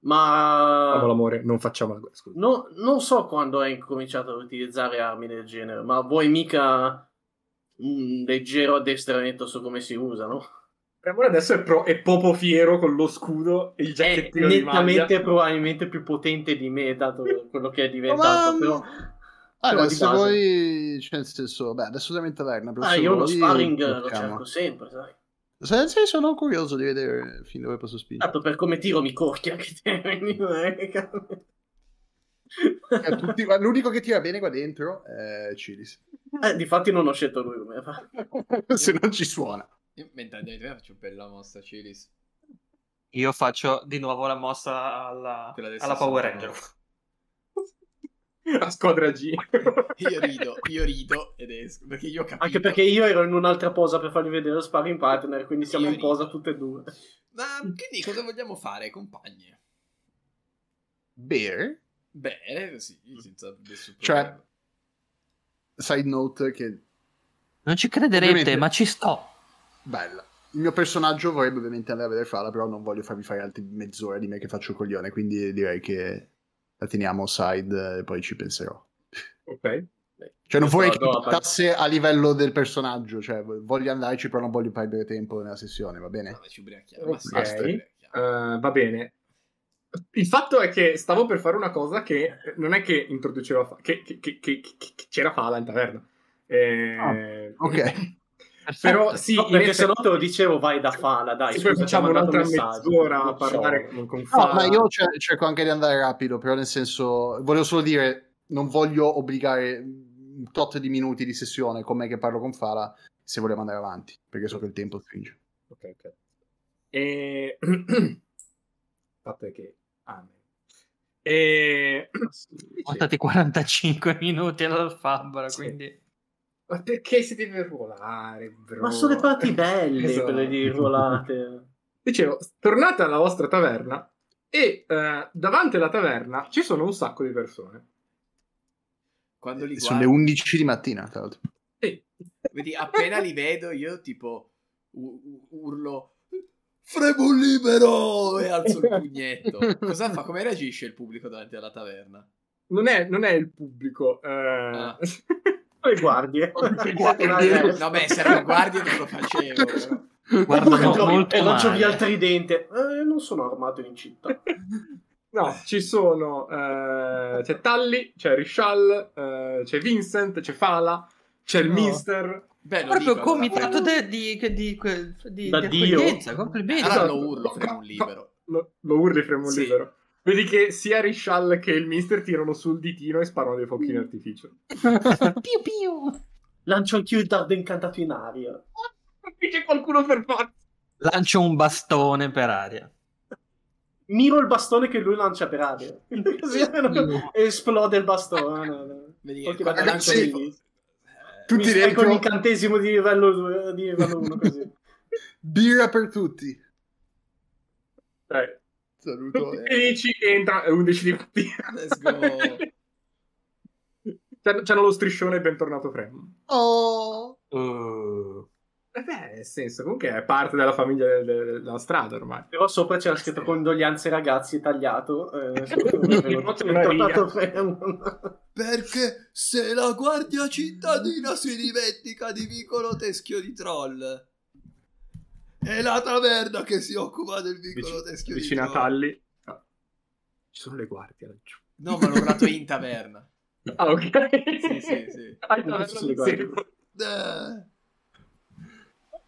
Ma Facciamo l'amore, non facciamo la guerra. Scusa. No- non so quando hai incominciato ad utilizzare armi del genere, ma vuoi mica un leggero addestramento su come si usano? Premura adesso è, pro- è popo fiero con lo scudo e il È giacchettino di Eh, nettamente maglia. probabilmente più potente di me, dato quello che è diventato. Ma- Però, però Allora, di se base- voi, cioè, nel senso, beh, adesso siamo in taverna. però Ah, se io lo voi, sparring lo tocchiamo. cerco sempre, sai. Se- nel senso, sono curioso di vedere fin dove posso spingere. Tanto per come tiro mi corchia che te quindi non è che cambia. Eh, tutti- ma l'unico che tira bene qua dentro è Cilis. Eh, difatti non ho scelto lui come fa. se non ci suona. Io, mentre andiamo di me faccio bella mossa, Cilis. Io faccio di nuovo la mossa alla, Quella del alla Power 69. Ranger. A squadra G. Io rido, io rido ed esco, perché io ho capito. Anche perché io ero in un'altra posa per fargli vedere lo sparring partner, quindi siamo Io in dico. posa tutte e due. Ma quindi cosa vogliamo fare, compagni? Bere. Bene, sì, senza nessun Cioè, problema. Side note che Non ci crederete, Ovviamente. ma ci sto. bella. Il mio personaggio vorrebbe ovviamente andare a vedere Fala, però non voglio farvi fare altri mezz'ora di me che faccio coglione, quindi direi che la teniamo side eh, e poi ci penserò. ok. eh, Cioè non Io vorrei so, che no, portasse a livello del personaggio, cioè voglio andarci però non voglio perdere tempo nella sessione, va bene? No, ma ci ubriachiamo, ma sì, Ok. ci ubriachiamo. Eh, va bene. Il fatto è che stavo per fare una cosa che eh, non è che introduceva, fa- che, che- che- che- che- che c'era Fala in taverna. Eh, Ok. Però sì, Ah, Eh, No, in perché effetti- se no te lo dicevo, vai da Fala, dai. Sì, scusa, poi facciamo ti ho mandato un'altra un messaggio. mezz'ora a Lo so. parlare con, con No, Fala. ma io cer- cerco anche di andare rapido, però nel senso, volevo solo dire, non voglio obbligare un tot di minuti di sessione con me che parlo con Fala se vogliamo andare avanti, perché so che il tempo stringe. Ok, ok. E... fatto è che... Ah, e... Portati 45 minuti all'alfabra, Sì. quindi... Ma perché si deve ruolare, bro? Ma sono le parti belle Esatto. quelle di ruolate. Dicevo, tornate alla vostra taverna e eh, davanti alla taverna ci sono un sacco di persone. Quando li Sono le guardo, 11 di mattina, tra l'altro. Sì. vedi, appena li vedo io tipo u- u- urlo Fremo libero! E alzo il pugnetto. Cosa fa? Come reagisce il pubblico davanti alla taverna? Non è, non è il pubblico. eh. Ah. Le guardie. Eh, guardie. No, beh, se era il guardia non lo facevo. però. Guardano E molto lancio male. via il tridente. Eh, non sono armato in città. No, ci sono. eh, c'è Tally, c'è Rishal, eh, c'è Vincent, c'è Fala, c'è il No. Mister. Beh, lo Proprio dico, comitato allora, de- di, che- di, que- di, Da di Dio. accoglienza, complimenti. allora Esatto. lo urlo, fremo un libero. Lo, lo urli fremo Sì. libero. Vedi che sia Rishal che il Mister tirano sul ditino e sparano dei fuochi in artificio. piu piu. Lancio anch'io il dardo incantato in aria. Dice qualcuno per forza. Lancio un bastone per aria. Miro il bastone che lui lancia per aria. Così almeno esplode il bastone. Vedi, Ok, quando vabbè, lancio sì. dei- eh, Tutti Mi dentro. con l'incantesimo di livello 2, di livello 1 così. Birra per tutti. Dai, Saluto. tutti eh. felici e entra alle 11 di mattina. Let's go. C'hanno, c'hanno lo striscione bentornato Frem. Oh. Uh, Eh beh, nel senso, comunque è parte della famiglia del- del- della strada ormai. Però sopra c'era scritto condoglianze ragazzi tagliato. Eh, Maria. tornato fermo. Perché se la guardia cittadina si dimentica di vicolo teschio di troll, è la taverna che si occupa del vicolo Vic- teschio vicino di a troll. Talli. No. Ci sono le guardie laggiù. No, ma l'ho urlato in taverna. Ah, ok. Sì, sì, sì. Ah, no, Ci sono le sì. guardie. Eh,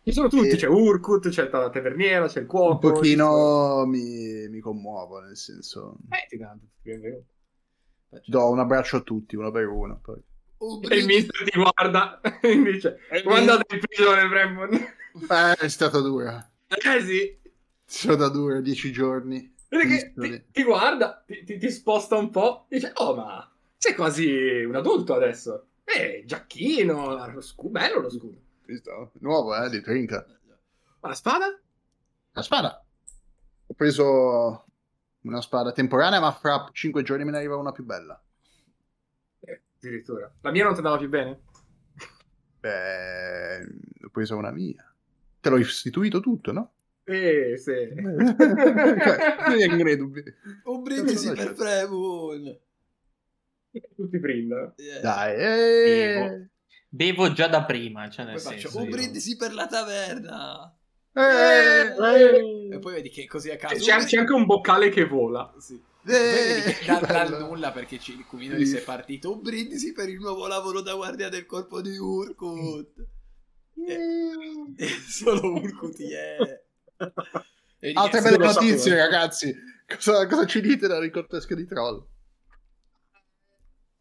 Ci sono tutti, E- c'è Urkut, c'è la taverniera, c'è il Un cuoco. pochino mi, mi commuovo, nel senso. Eh, ti dà- benvenuto. Do un abbraccio a tutti, uno per uno. Poi. un E il brivido. mister ti guarda e dice mi- guardate in prigione Bremon Eh, è stata dura. eh sì È stata dura, dieci giorni. Vedi che ti, ti guarda ti, ti- ti sposta un po' dice oh ma sei quasi un adulto adesso eh giacchino lo scudo bello lo scudo Visto? Nuovo, eh, di 30. ma la spada? La spada. Ho preso una spada temporanea, ma fra cinque giorni me ne arriva una più bella. Eh, addirittura la mia non ti andava più bene? Beh, ho preso una mia. Te l'ho istituito tutto, no? eh sì Ok, non vengono i dubbi. Un brindisi per Fremon. tutti brindano Yeah. Dai, Bevo. eh. Bevo già da prima, cioè nel Poi faccio senso, un io- brindisi per la taverna. Eh, E poi vedi che così a caso. c'è, c'è anche un boccale che vola Sì. Poi vedi che eh. da- dal nulla perché ci- il cumino gli Sì. si è partito. Un brindisi per il nuovo lavoro da guardia del corpo di Urkut. Eh, Solo Urkut, yeah. E dici, Altre eh, belle solo- sapevo. notizie, ragazzi. Cosa, cosa ci dite dalla ricortesca di troll?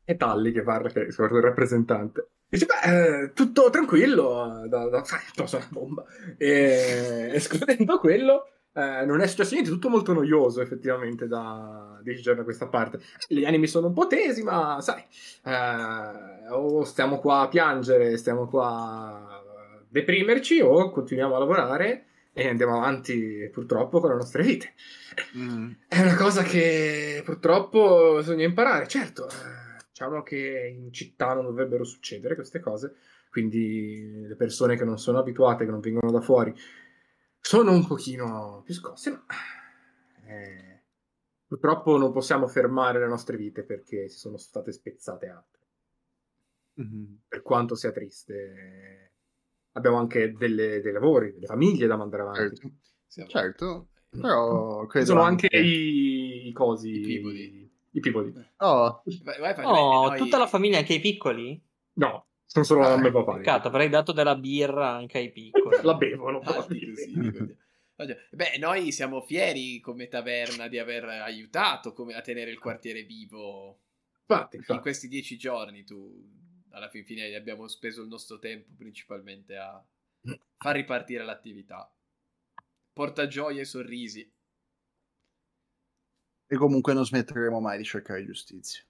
è Talli che parla che è il rappresentante dice beh eh, tutto tranquillo eh, da, da, sai, addosso alla bomba e escludendo quello eh, non è successo niente tutto molto noioso effettivamente da dieci giorni a questa parte gli animi sono un po' tesi ma sai eh, o stiamo qua a piangere stiamo qua a deprimerci o continuiamo a lavorare e andiamo avanti purtroppo con le nostre vite Mm. è una cosa che purtroppo bisogna imparare, certo. eh, Diciamo che in città non dovrebbero succedere queste cose, quindi le persone che non sono abituate, che non vengono da fuori, sono un pochino più scosse, ma eh, purtroppo non possiamo fermare le nostre vite perché si sono state spezzate altre. Mhm. Per quanto sia triste, eh, abbiamo anche delle- dei lavori, delle famiglie da mandare avanti. Certo. Siamo- Certo. Però credo Mm. sono anche eh. i, i I cosi, pivoli. i pivoli. Oh, Vai, vai, fai- Oh, noi- tutta la famiglia, anche i piccoli? No, sono solo la mamma e papà. Peccato, avrei dato della birra anche ai piccoli. La bevono. Ah, dico sì, dico sì. Oddio. Beh, noi siamo fieri come taverna di aver aiutato come- a tenere il quartiere vivo Infatti, in infatti. questi dieci giorni. Tu alla fin fine abbiamo speso il nostro tempo principalmente a far ripartire l'attività. Porta gioia e sorrisi. e comunque non smetteremo mai di cercare giustizia.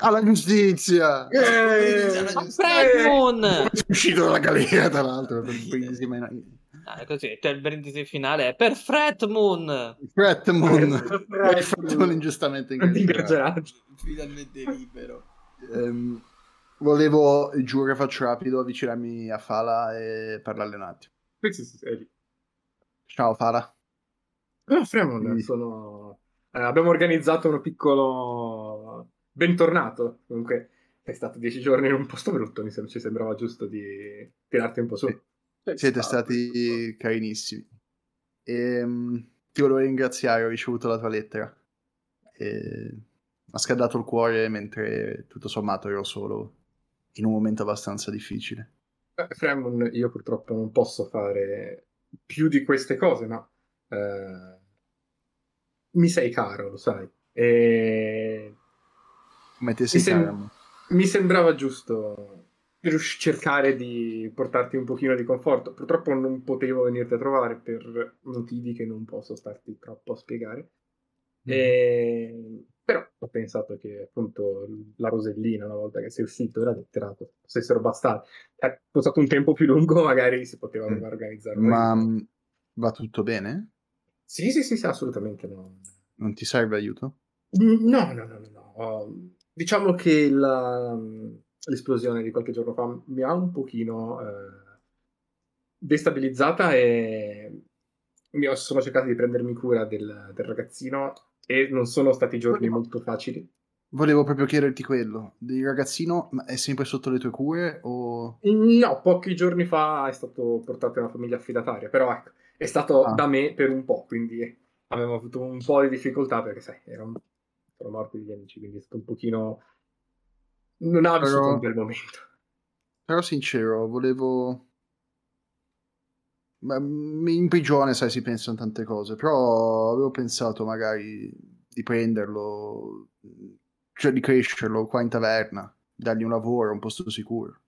Alla giustizia! È Eh, Ah, Fremon! uscito dalla galera, tra l'altro. per il brindisi mai- Ah, è così, cioè, il brindisi finale è per Fretmoon! Fretmon! Hai fatto un Fretmon. ingiustamente Eh, Non ti incarcerato. ingaggerai. Finalmente libero. Ehm, volevo, giuro che faccio rapido, avvicinarmi a Fala e parlarle un attimo. Sì, sì, sì, è lì. Ciao Fala. Ah, Fremon, Mm. sono- eh, abbiamo organizzato uno piccolo bentornato. Comunque, sei stato dieci giorni in un posto brutto. Mi sem- ci sembrava giusto di tirarti un po' su. Sì. Siete stati carinissimi. Ehm, ti volevo ringraziare, ho ricevuto la tua lettera. e ha scaldato il cuore mentre tutto sommato ero solo in un momento abbastanza difficile. Eh, Fremon, io purtroppo non posso fare più di queste cose, ma eh, mi sei caro, lo sai. E... Come te Mi, sei sem- calmo? mi sembrava giusto rius- cercare di portarti un pochino di conforto. Purtroppo non potevo venirti a trovare per motivi che non posso starti troppo a spiegare. Mm. E- Però ho pensato che appunto la Rosellina, una volta che sei uscito dalla lettera, potessero bastare. Eh, È stato un tempo più lungo, magari si poteva Mm. organizzare. Ma meglio. mh, va tutto bene? Sì, sì, sì, sì, assolutamente no. Non ti serve aiuto? No, no, no, no, no. Um, Diciamo che la- l'esplosione di qualche giorno fa mi ha un pochino eh, destabilizzata e mi ho- sono cercato di prendermi cura del, del ragazzino e non sono stati giorni molto facili. Volevo proprio chiederti quello. Il ragazzino ma è sempre sotto le tue cure o... No, pochi giorni fa è stato portato in una famiglia affidataria, però ecco, è stato Ah. da me per un po', quindi avevo avuto un po' di difficoltà perché, sai, erano, sono morti gli amici, quindi è stato un pochino... Non ha vissuto Però- un bel momento. Però sincero, volevo... Ma, mh, in prigione, sai, si pensano tante cose, però avevo pensato magari di prenderlo, mh, cioè di crescerlo qua in taverna, dargli un lavoro, un posto sicuro.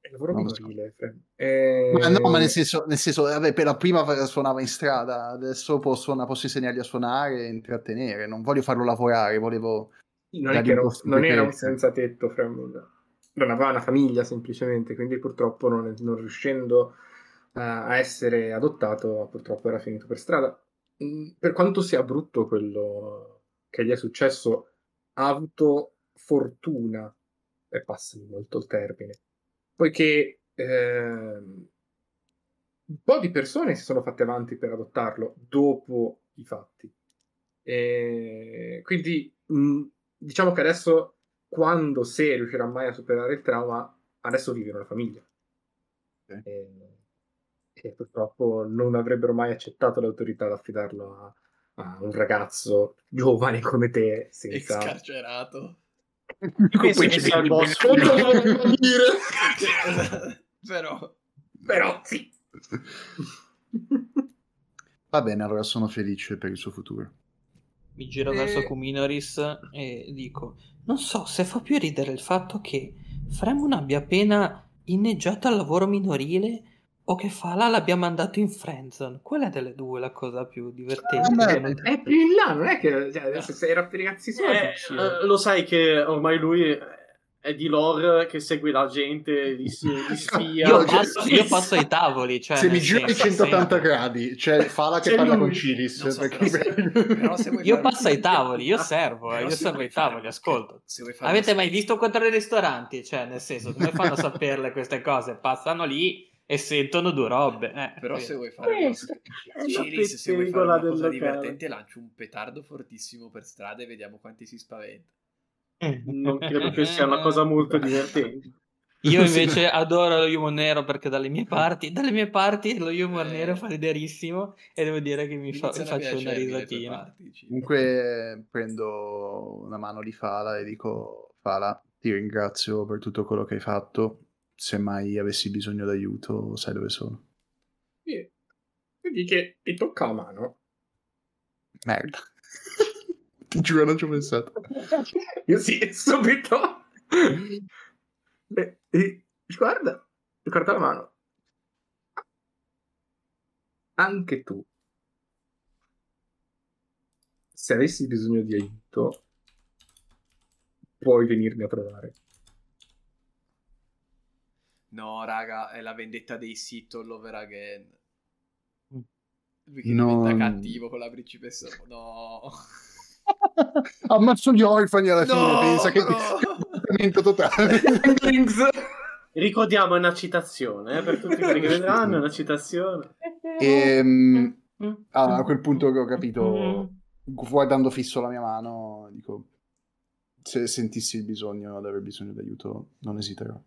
È lavoro Non lo so. minorile, Fred. Eh, Ma no, ma nel senso, nel senso, vabbè, per la prima fa- suonava in strada, adesso posso, suona- posso insegnargli a suonare e intrattenere, non voglio farlo lavorare, volevo... non, è che era, un- non era un senza tetto, Fred. non aveva una famiglia semplicemente, quindi purtroppo non, non riuscendo eh, a essere adottato, purtroppo era finito per strada. Mm, Per quanto sia brutto quello che gli è successo, ha avuto fortuna, e passami molto il termine, poiché ehm, un po' di persone si sono fatte avanti per adottarlo dopo i fatti. E quindi mh, diciamo che adesso, quando se riuscirà mai a superare il trauma, adesso vive in una famiglia. Ok. E, e purtroppo non avrebbero mai accettato le autorità ad affidarlo a, a un ragazzo giovane come te, Ex senza... carcerato. Qui si è messo esatto. esatto. al bosco. Però... Però sì. Va bene, allora sono felice per il suo futuro. Mi giro E- verso Kuminoris e dico: Non so se fa più ridere il fatto che Fremon abbia appena inneggiato al lavoro minorile o che Fala l'abbia mandato in friendzone. Quella delle due è la cosa più divertente. Ah, beh, veramente. È più in Eh, là, non è che cioè, adesso se era per i ragazzi suoi, Eh, sì. eh, lo sai che ormai lui è di lore che segue la gente, li, si- li spia. io, Io- passo, io passo ai tavoli. Cioè, cioè, Se nel mi giro di senso, 180 sempre. gradi, c'è Fala che C'è parla lui. con Cilis. Non so, perché- però se- però se vuoi Io fare un- Ah, passo ai tavoli, io servo, eh, Però io se servo vuoi ai fare- tavoli, ascolto. Se vuoi fare Avete una- mai visto contro i ristoranti? Cioè, nel senso, come fanno a saperle queste cose? Passano lì e sentono due robe. eh, Però quindi. se vuoi fare una- Questa è la Ciris, se vuoi fare pettegola una del cosa locale. divertente lancio un petardo fortissimo per strada e vediamo quanti si spaventa. Non credo che sia una cosa molto divertente. Io invece adoro lo humor nero perché dalle mie parti, dalle mie parti lo humor Eh. nero fa riderissimo e devo dire che mi, fa- Iniziano a faccio una piacermi le tue risatina. parti, Ciris. Comunque prendo una mano di Fala e dico Fala, ti ringrazio per tutto quello che hai fatto. Se mai avessi bisogno d'aiuto, sai dove sono. Sì. Quindi che ti tocca la mano. Merda. ti giuro, non ci ho pensato. Io sì, subito. Beh, eh, guarda, guarda la mano. Anche tu. Se avessi bisogno di aiuto, puoi venirmi a trovare. No, raga, è la vendetta dei Sith all over again. Mm. Lui che No. diventa cattivo con la principessa. No. Ammazzo gli orfani alla No, fine, pensa che no. Lamento totale. Ricordiamo, è una citazione, eh, per tutti quelli che vedranno, è una citazione. Ehm, allora, a Mm. quel punto che ho Mm-hmm. capito, guardando fisso la mia mano, dico se sentissi il bisogno di aver bisogno d'aiuto, non esiterò.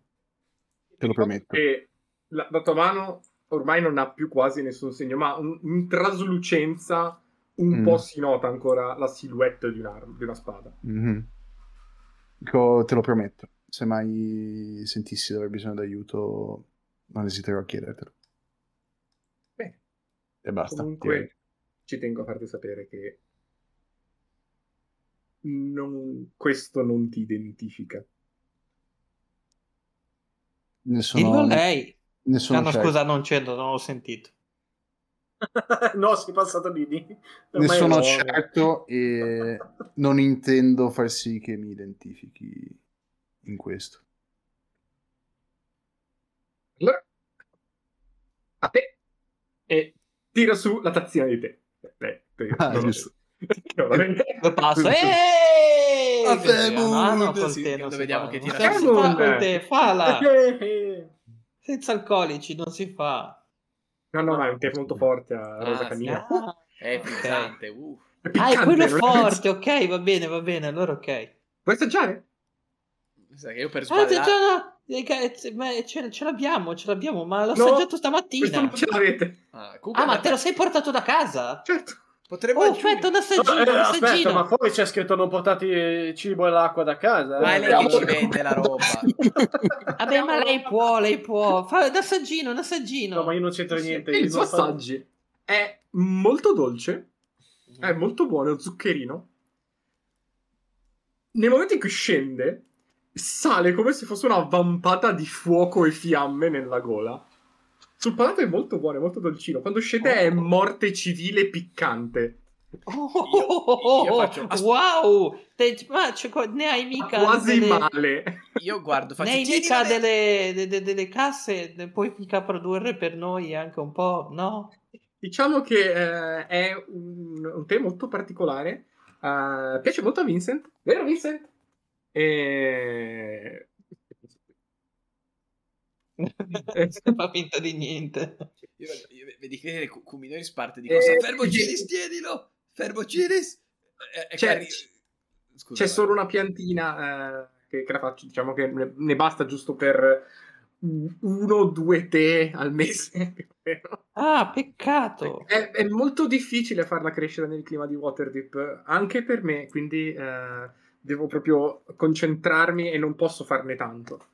Te lo prometto. Che la, la tua mano ormai non ha più quasi nessun segno, ma un- in traslucenza un Mm. po' si nota ancora la silhouette di, un'arma, di una spada. Mhm. Dico, te lo prometto. Se mai sentissi di aver bisogno d'aiuto, non esiterò a chiedertelo. Bene. E basta. Comunque, ci tengo a farti sapere che non- questo non ti identifica. ne Dillo sono, a lei. ne Ah, sono no, certo. scusa, non c'entro, non ho sentito. Eh, no, si è passato Nini. Ne Ormai sono è- certo e non intendo far sì che mi identifichi in questo. Allora, a te. E tira su la tazzina di te. Beh, te- Ah, non lo giusto. so. Che va bene. Lo passo. Eh! Eeeh! Ah, A te, No, no, Ah, Mood, con sì, te lo non si vediamo fa, che non tira si su. fa con te, fala. Eh, eh. Senza alcolici non si fa. No, no, ma è un tè molto forte a Rosa Ah, Canina. Ah, È Ok. frizzante, uh. È ah, è piccante, quello non forte, ok, va bene, va bene, allora ok. Vuoi assaggiare? Mi sa che io per Ah, sballare... già, già, no, eh, ca- ma ce, ce l'abbiamo, ce l'abbiamo, ma l'ho No, assaggiato Questo stamattina. non ce l'avete. Ah, comunque Ah, ma guarda, te lo sei portato da casa? Certo. Potremmo Oh, aggiungere- aspetta, un assaggino, Eh, un aspetta, assaggino. ma fuori c'è scritto non portate il cibo e l'acqua da casa. Ma è eh. lei che ci vende la roba. Vabbè, ma lei può, lei può. Fa un assaggino, un assaggino. No, ma io non c'entro Sì, niente. E io il suo non so- assaggi è molto dolce, è molto buono, è zuccherino. Nel momento in cui scende, sale come se fosse una vampata di fuoco e fiamme nella gola. Sul palato è molto buono, è molto dolcino. Quando scende è morte civile piccante. Oh, Io- io faccio- Asp- oh, Wow! Te- ma c'è qua- ne hai Fa mica Quasi delle, male. Io guardo, ne faccio... hai "Tieni la mica me-" delle, de- de- delle casse, ne puoi mica produrre per noi anche un po', no? Diciamo che eh, è un, un tè molto particolare. Eh, piace molto a Vincent, vero Vincent? E... Fa finta di niente. Io, io- vedi che cu- Cuminoris parte di Eh, cosa? Fermo Ciris, tienilo! Fermo Ciris! Eh, eh, C'è- Carri- Scusa, C'è vai. solo una piantina eh, che, che la faccio, diciamo che ne, ne basta giusto per uno o due tè al mese. Ah, peccato. È, è molto difficile farla crescere nel clima di Waterdeep, anche per me, quindi eh, devo proprio concentrarmi e non posso farne tanto.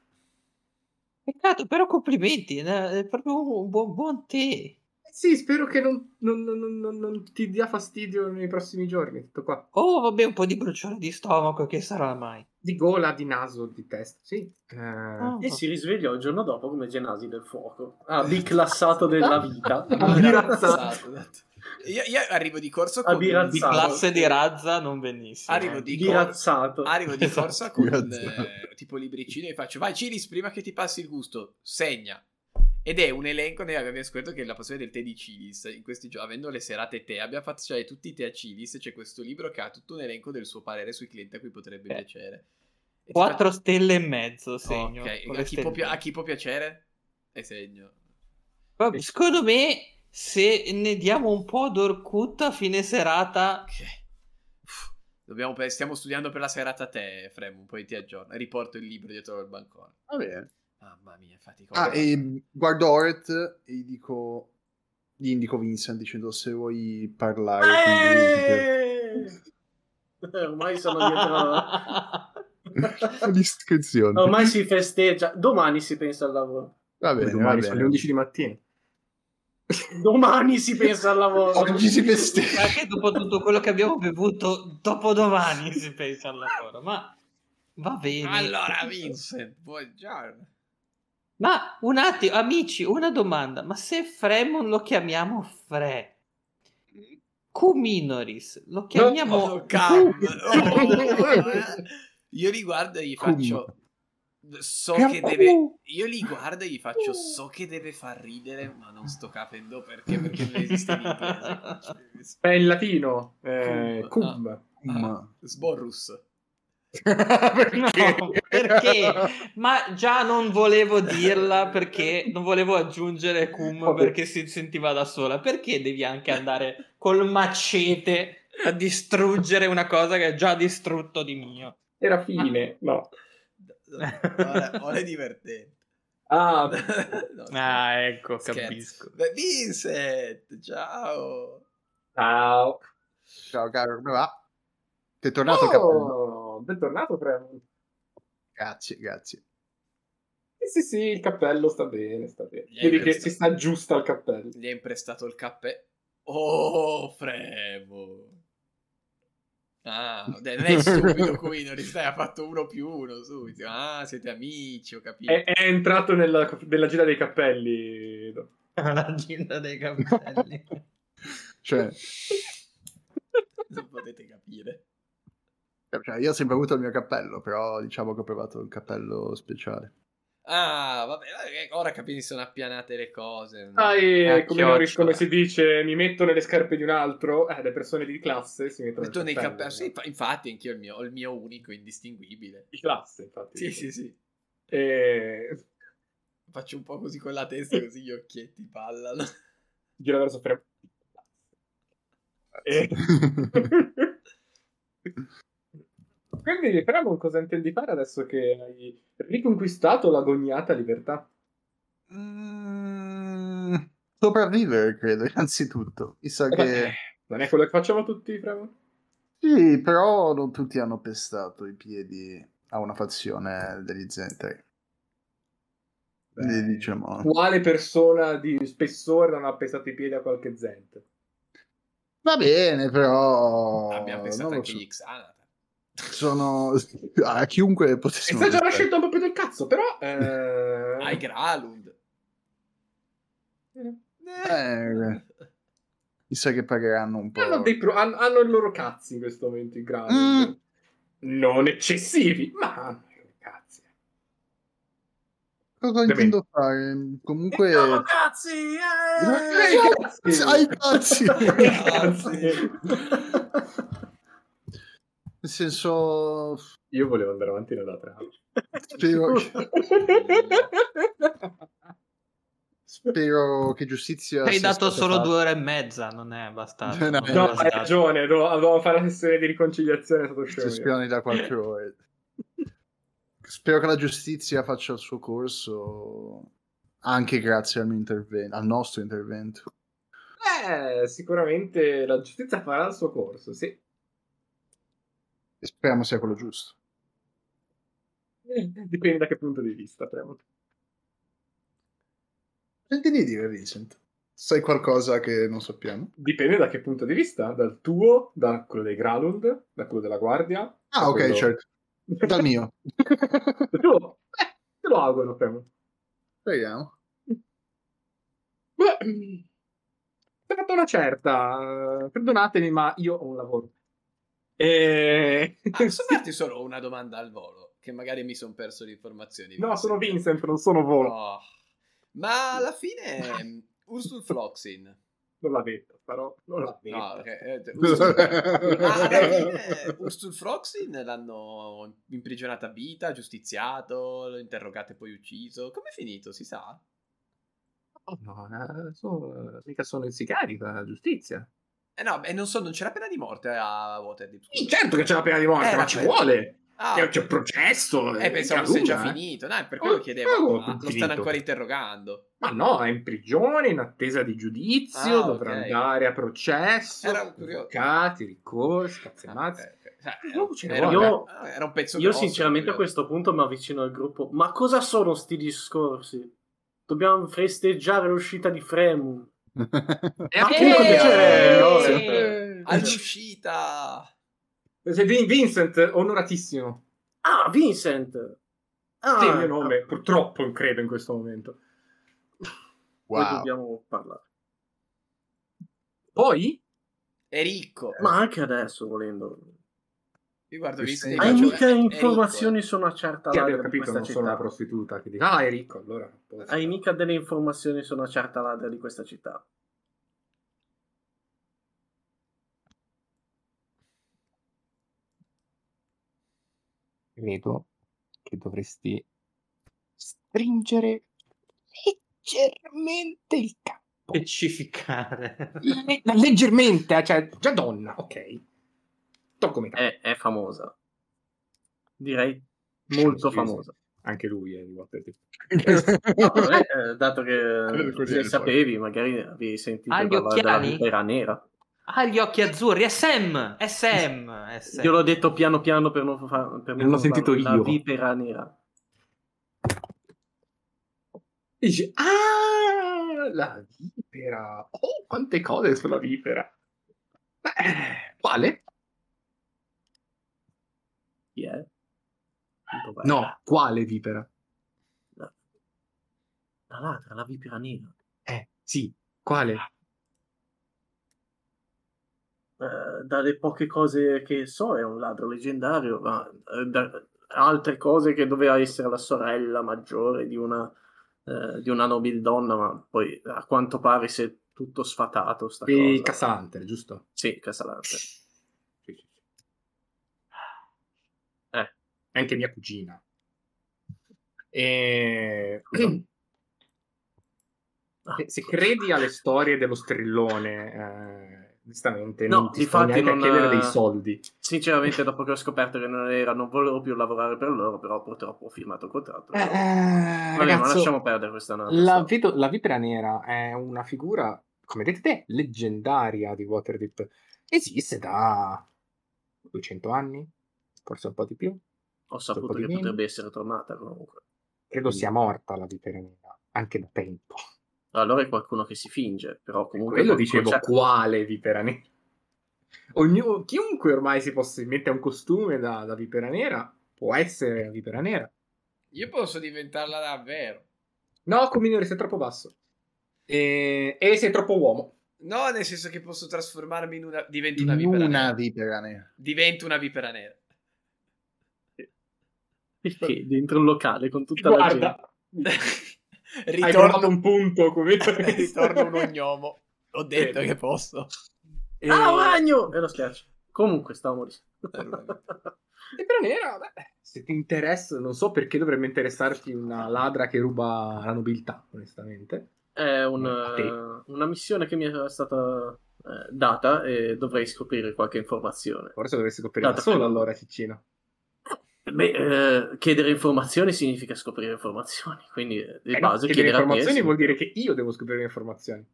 Peccato, però complimenti, eh, è proprio un buon, buon tè. Eh Sì, spero che non, non- non- non- non ti dia fastidio nei prossimi giorni. Tutto qua. Oh, vabbè, un po' di bruciore di stomaco, che sarà mai? Eh, Di gola, di naso, di testa. Sì. Eh, Ah. E si risvegliò il giorno dopo come Genasi del fuoco. Ah, binclassato della vita. Abbirazzato, esatto. Io, io arrivo di corso con... Di Abirazzato. classe di razza non benissimo. eh. Arrivo di corso... Birazzato. Arrivo di Esatto. corsa con Grazie. eh, tipo libricino e faccio vai Ciris prima che ti passi il gusto segna ed è un elenco noi abbiamo scoperto che la passione del tè di Cilis in questi giorni avendo le serate tè abbiamo fatto cioè, tutti i tè a Cilis e c'è questo libro che ha tutto un elenco del suo parere sui clienti a cui potrebbe Eh. piacere E ti 4 faccio- stelle e mezzo Ok, segno. con a, le chi può, stelle. pi- a chi può piacere? E segno Vabbè, secondo me se ne diamo un po' d'orcut a fine serata ok Uff. Dobbiamo pe- stiamo studiando per la serata tè Fremu poi ti aggiorno riporto il libro dietro al bancone Va bene. mamma mia faticoso Ah, e guardo Oret e gli dico... Gli indico Vincent dicendo se vuoi parlare Eh! Ormai sono dietro. con l'iscrizione. Ormai si festeggia. Domani si pensa al lavoro. Va bene, va domani sono le bene. 11 di mattina. Domani si pensa al lavoro. Oggi si festeggia. anche dopo tutto quello che abbiamo bevuto dopodomani si pensa al lavoro ma va bene Allora, Vincent, buongiorno. ma un attimo amici una domanda ma se Fremon lo chiamiamo Fre Cuminoris lo chiamiamo Oh, Cam. Oh. Io li guardo e gli Cum. faccio. So Cam che cum. deve. Io li guardo e gli faccio. So che deve far ridere, ma non sto capendo perché. Perché non esiste in inglese. Ah, È in latino. Eh, cum. Ma- Sborrus. No, perché? Ma già non volevo dirla perché non volevo aggiungere cum Vabbè. perché si sentiva da sola. Perché devi anche andare col macete a distruggere una cosa che è già distrutto di mio? Era fine. No. Ora, ora è divertente. Ah, No, Ah, ecco, scherzo. capisco. Beh, Vincent, ciao. ciao. Ciao caro, come va? Ti è tornato capello? Oh, bentornato Trevor. Grazie, grazie. Sì, sì, sì, il cappello sta bene, sta bene. Eh, Vedi che questo. si sta giusta al cappello. Gli hai imprestato il cappello. Oh, Frevo. Ah, dai, non è stupido qui, non stai, ha fatto uno più uno subito. Ah, siete amici, ho capito. È, è entrato nella, nella gira dei cappelli. no. la ginda dei capelli. Cioè, Non potete capire. cioè, io ho sempre avuto il mio cappello, però diciamo che ho provato un cappello speciale. Ah, vabbè, eh, ora capisci, sono appianate le cose. Sai Eh, Ah, come, non ris- chiocciola. come si dice, mi metto nelle scarpe di un altro? Eh, le persone di classe si mettono Metto nel nei cappello, cappelli. Sì, no? fa- infatti, anch'io ho il mio, ho il mio unico indistinguibile. Di classe, infatti. Sì, sì, sì. E... Faccio un po' così con la testa, così gli occhietti ballano. Gira verso Fremo. Eh, E... Quindi, Fremo, cosa intendi fare adesso che hai riconquistato l'agognata libertà? Mm, sopravvivere, credo, innanzitutto. Mi sa Vabbè, che... Non è quello che facciamo tutti, Fremo? Sì, però non tutti hanno pestato i piedi a una fazione degli zentri. Quindi, diciamo... Quale persona di spessore non ha pestato i piedi a qualche zente? Va bene, però... Eh, Abbiamo pensato non lo anche so. gli Ah, Xanata. Sono... A chiunque È potessimo... stata una pestare. scelta un po' più del cazzo, però... eh, Ai Gralund. Eh, Mi sa che pagheranno un po'. hanno, dei pro- han- hanno i loro cazzi in questo momento in grado. Mm. Non eccessivi, ma hanno i loro cazzi. Cosa Ovviamente. intendo fare? Comunque... No, cazzi! cioè, eh! Eh, cazzi! Ai cazzi! Ai cazzi! Nel senso... Io volevo andare avanti nella trama. Eh, Spero che, spero che giustizia... Hai sia dato stata solo fatta. due ore e mezza, non è bastato. No, non è Cioè, No, eh, hai bastato. ragione, do- dovevamo fare la sessione di riconciliazione, è stato Questi scemo. spioni da quattro ore. Spero che la giustizia faccia il suo corso anche grazie al, mio intervento, al nostro intervento. Eh, sicuramente la giustizia farà il suo corso, sì. E speriamo sia quello giusto. Dipende da che punto di vista, cioè, Trevor. Sentimi dire, Vincent. Sai qualcosa che non sappiamo? Dipende da che punto di vista, dal tuo, da quello dei Gralund, da quello della guardia. Ah, ok, Quello- certo. Dal mio. Te lo, eh, te lo auguro, Trevor. Speriamo. Beh, mi è fatta mm, una certa. eh, Perdonatemi, ma io ho un lavoro. E... Ah, posso farti solo una domanda al volo? Che magari mi sono perso le informazioni. No, sono Vincent, non sono Volo. Oh. Ma alla fine, mm, Ursul Floxin. Non l'ha detto, però non l'ha detto. No, ok, eh, Ursul... Ah, Ma alla eh. fine Ursul Floxin l'hanno imprigionata a vita, giustiziato, l'ho interrogato e poi ucciso. Com'è finito, si sa? Oh, no, eh, sono- mica sono insicari dalla giustizia. Eh no, beh, non so, non c'è la pena di morte a Waterdeep. scusa. Sì, certo che c'è la pena di morte, Eh, ma ci vabbè. vuole. Ah, C'è- C'è il processo. eh, pensavo mica fosse già nulla, eh. finito. No, per quello Oh, chiedevo. oh, Ah, lo finito. stanno ancora interrogando. Ma no, è in prigione, in attesa di giudizio, Ah, dovrà ok. andare a processo. Era un curio- avvocati, ricorsi, cazzi e mazzi. Ah, ok, ok. Cioè, No, era, un- era c'è un- io- era un pezzo Io grosso, sinceramente a quello. questo punto mi avvicino al gruppo. Ma cosa sono sti discorsi? Dobbiamo festeggiare l'uscita di Fremu. E anche Eh, io piacere, eh, no? sì. Sempre. All'uscita! Se Vin- Vincent, onoratissimo. Ah, Vincent! Ah, Sì, il mio nome, purtroppo non credo in questo momento. Poi Wow. dobbiamo parlare. Poi? È ricco. Eh. Ma anche adesso, volendo. Io guardo Sì, Vincent sì. e Hai faccio, mica "Eh, è informazioni ricco". su una certa Sì, ladra abbiamo di capito, questa non sono una città? prostituta che dica, ah, è ricco, allora... posso". Hai mica delle informazioni su una certa ladra di questa città? credo che dovresti stringere leggermente il capo. Specificare. Le- leggermente, eh, cioè, Già donna, ok. Tocco metà. È, è famosa. Direi molto Sì, sì. famosa. Anche lui è di Waterdeep. No, vabbè, eh, dato che Allora, eh, così se è sapevi, magari avevi sentito Ah, gli parlare della occhiali? vipera nera. Ha Ah, gli occhi azzurri, è Sam, è Sam, è Sam. Io l'ho detto piano piano per non far... Per non l'ho sentito farlo. La io. vipera nera. Dici, ah, la vipera. Oh, quante cose sulla vipera. Beh, quale? Chi è? Dov'è? No, quale vipera? La ladra, la vipera nera. Eh, sì, quale? Eh, dalle poche cose che so è un ladro leggendario, ma eh, da altre cose che doveva essere la sorella maggiore di una, eh, di una nobildonna, ma poi a quanto pare si è tutto sfatato sta Di cosa. Casalante, giusto? Sì, Casalante. Eh, è anche mia cugina. E... Ah. Eh, Se credi alle storie dello strillone, eh, onestamente, No, non ti sto difatti neanche non- eh, a chiedere dei soldi. Sinceramente dopo che ho scoperto che non era, non volevo più lavorare per loro, però purtroppo ho firmato il contratto. Eh, eh, Vabbè, ma ragazzo, lasciamo perdere questa nota. La, vedo- la vipera nera è una figura, come dite te, leggendaria di Waterdeep. Esiste da 200 anni, forse un po' di più. Ho saputo che Topolino. potrebbe essere tornata comunque. Credo sia morta la vipera nera, anche da tempo. Allora è qualcuno che si finge, però comunque... Quello qualcuno- dicevo, cioè, quale vipera nera? Ognu- chiunque ormai si possa mettere un costume da, da vipera nera può essere la vipera nera. Io posso diventarla davvero. No, Cominore, sei troppo basso. E, e sei troppo uomo. No, nel senso che posso trasformarmi in una... Divento una In vipera una nera. vipera nera. Divento una vipera nera. Perché dentro un locale con tutta la gente... Guarda, hai trovato Ritorno... un punto, Cominore. Ritorno un ognomo. Ho detto che posso. E- Ah, un ragno! E lo schiaccio. Comunque, stavamo Eh, dicendo. Vipera nera, vabbè, se ti interessa, non so perché dovrebbe interessarti una ladra che ruba la nobiltà, onestamente. È un, A te. eh, una missione che mi è stata eh, data e dovrei scoprire qualche informazione. Forse dovresti coprire da Dato solo che- allora, Ciccino. Beh, eh, chiedere informazioni significa scoprire informazioni, quindi eh, di Eh no, base chiedere chiedere a te informazioni se- vuol dire che io devo scoprire le informazioni.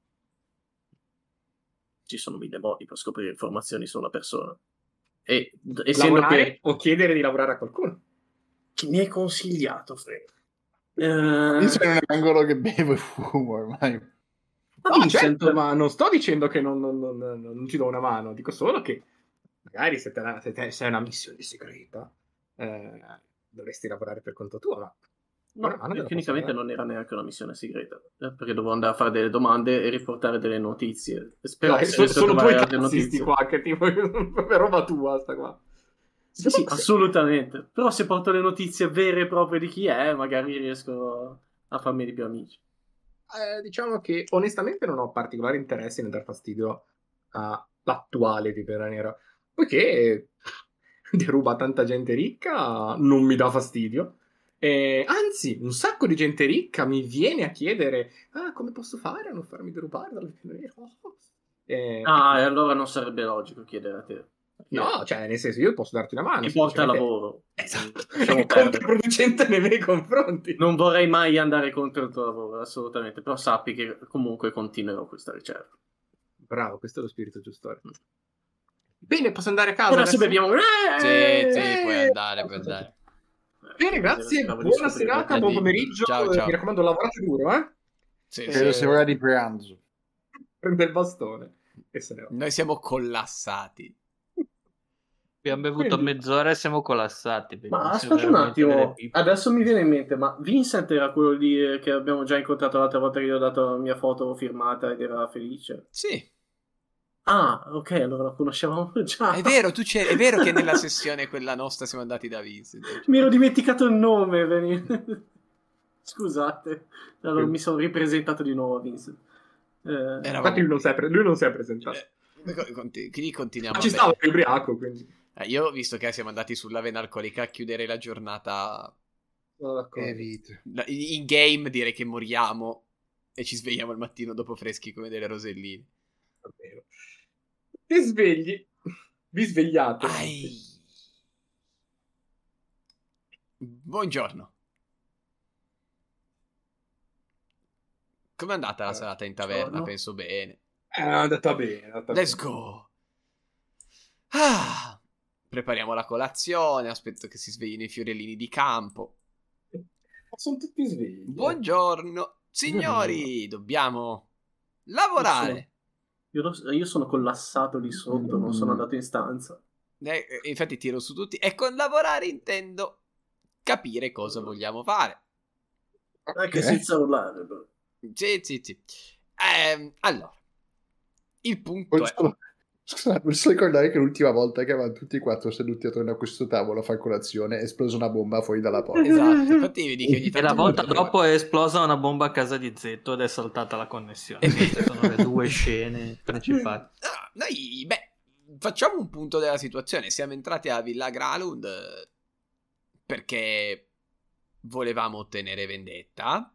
ci sono mille modi per scoprire informazioni su una persona. E d- essendo Lavorare che o chiedere di lavorare a qualcuno. chi mi hai consigliato, Fred? Eh, Io sono in un angolo che bevo e fumo ormai. ma No, Vincent- certo, ma non sto dicendo che non, non- non- non- non ti do una mano, dico solo che magari se, te la- se te- se è una missione segreta eh, dovresti lavorare per conto tuo, ma No, Ora, Anna te la tecnicamente posso non era neanche una missione segreta, eh, perché dovevo andare a fare delle domande e riportare delle notizie. Spero Dai, che so- adesso sono trovare due altre cazzi sti qua che tipo è roba tua sta qua. Sì, sì, assolutamente. Però se porto le notizie vere e proprie di chi è, magari riesco a farmi di più amici. Eh, diciamo che onestamente non ho particolare interesse nel dar fastidio all'attuale Vipera Nera, poiché deruba tanta gente ricca, non mi dà fastidio. Eh, anzi, un sacco di gente ricca mi viene a chiedere "Ah, come posso fare a non farmi derubare dalla Vipera Nera? Oh. Eh, Ah, e allora non sarebbe logico chiedere a te. No, cioè, nel senso, io posso darti una mano. Ti porta a semplicemente- lavoro. Esatto. Lasciamo È perdere. controproducente nei miei confronti. Non vorrei mai andare contro il tuo lavoro, assolutamente. Però sappi che comunque continuerò questa ricerca. Bravo, questo è lo spirito giustore. Mm. Bene, posso andare a casa? Ora adesso? se beviamo... Sì, sì, Eh. puoi andare, puoi andare. Bene, grazie, buona serata, buon Addio. pomeriggio. Ciao, eh, ciao. Mi raccomando, lavorate duro, eh? Sì, Credo sì. sia ora di pranzo. Prende il bastone e se ne va. Noi siamo collassati. Abbiamo bevuto Quindi- mezz'ora e siamo collassati. Ma Benissimo, aspetta un veramente delle attimo, pippe. adesso mi viene in mente, ma Vincent era quello lì eh, che abbiamo già incontrato l'altra volta che gli ho dato la mia foto firmata ed era felice? Sì, Ah, ok, allora lo conoscevamo già. è vero, tu c'eri, è vero che nella sessione quella nostra siamo andati da Vincent. Mi ero dimenticato il nome, veni- scusate. Allora mi sono ripresentato di nuovo a Vincent. Eh, Eravamo- Infatti lui non si è, pre- lui non si è presentato. Eh, co- conti- quindi continuiamo. Ma Ah, ci a stava bere. più ubriaco, quindi Eh, io, visto che siamo andati sulla vena alcolica, chiuderei la giornata sono d'accordo. Eh, Che vite. la- in game, direi che moriamo e ci svegliamo al mattino dopo freschi come delle roselline. Davvero. Ti svegli, vi svegliate. Ai. Buongiorno. Com'è andata la serata in taverna? Buongiorno. Penso bene. Eh, È andata bene. È andata Let's bene. go. Ah, prepariamo la colazione, aspetto che si sveglino i fiorellini di campo. Ma Sono tutti svegli. Buongiorno, signori, dobbiamo lavorare. Io, lo- io sono collassato lì sotto, non Mm. sono andato in stanza. Eh, eh, infatti tiro su tutti e con lavorare intendo capire cosa vogliamo fare. Anche Ok. senza urlare, però. Sì, sì, sì. Ehm, allora, il punto è... Posso- Scusa, posso ricordare che l'ultima volta che eravamo tutti e quattro seduti attorno a questo tavolo a far colazione è esplosa una bomba fuori dalla porta. Esatto, infatti vedi che ogni E tanto... la volta uno- dopo è esplosa una bomba a casa di Zetto ed è saltata la connessione. Queste sono le due scene principali. Ah, noi, beh, facciamo un punto della situazione. Siamo entrati a Villa Gralund eh, perché volevamo ottenere vendetta,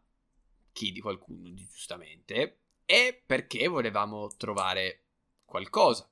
chi di qualcuno di- giustamente, e perché volevamo trovare qualcosa.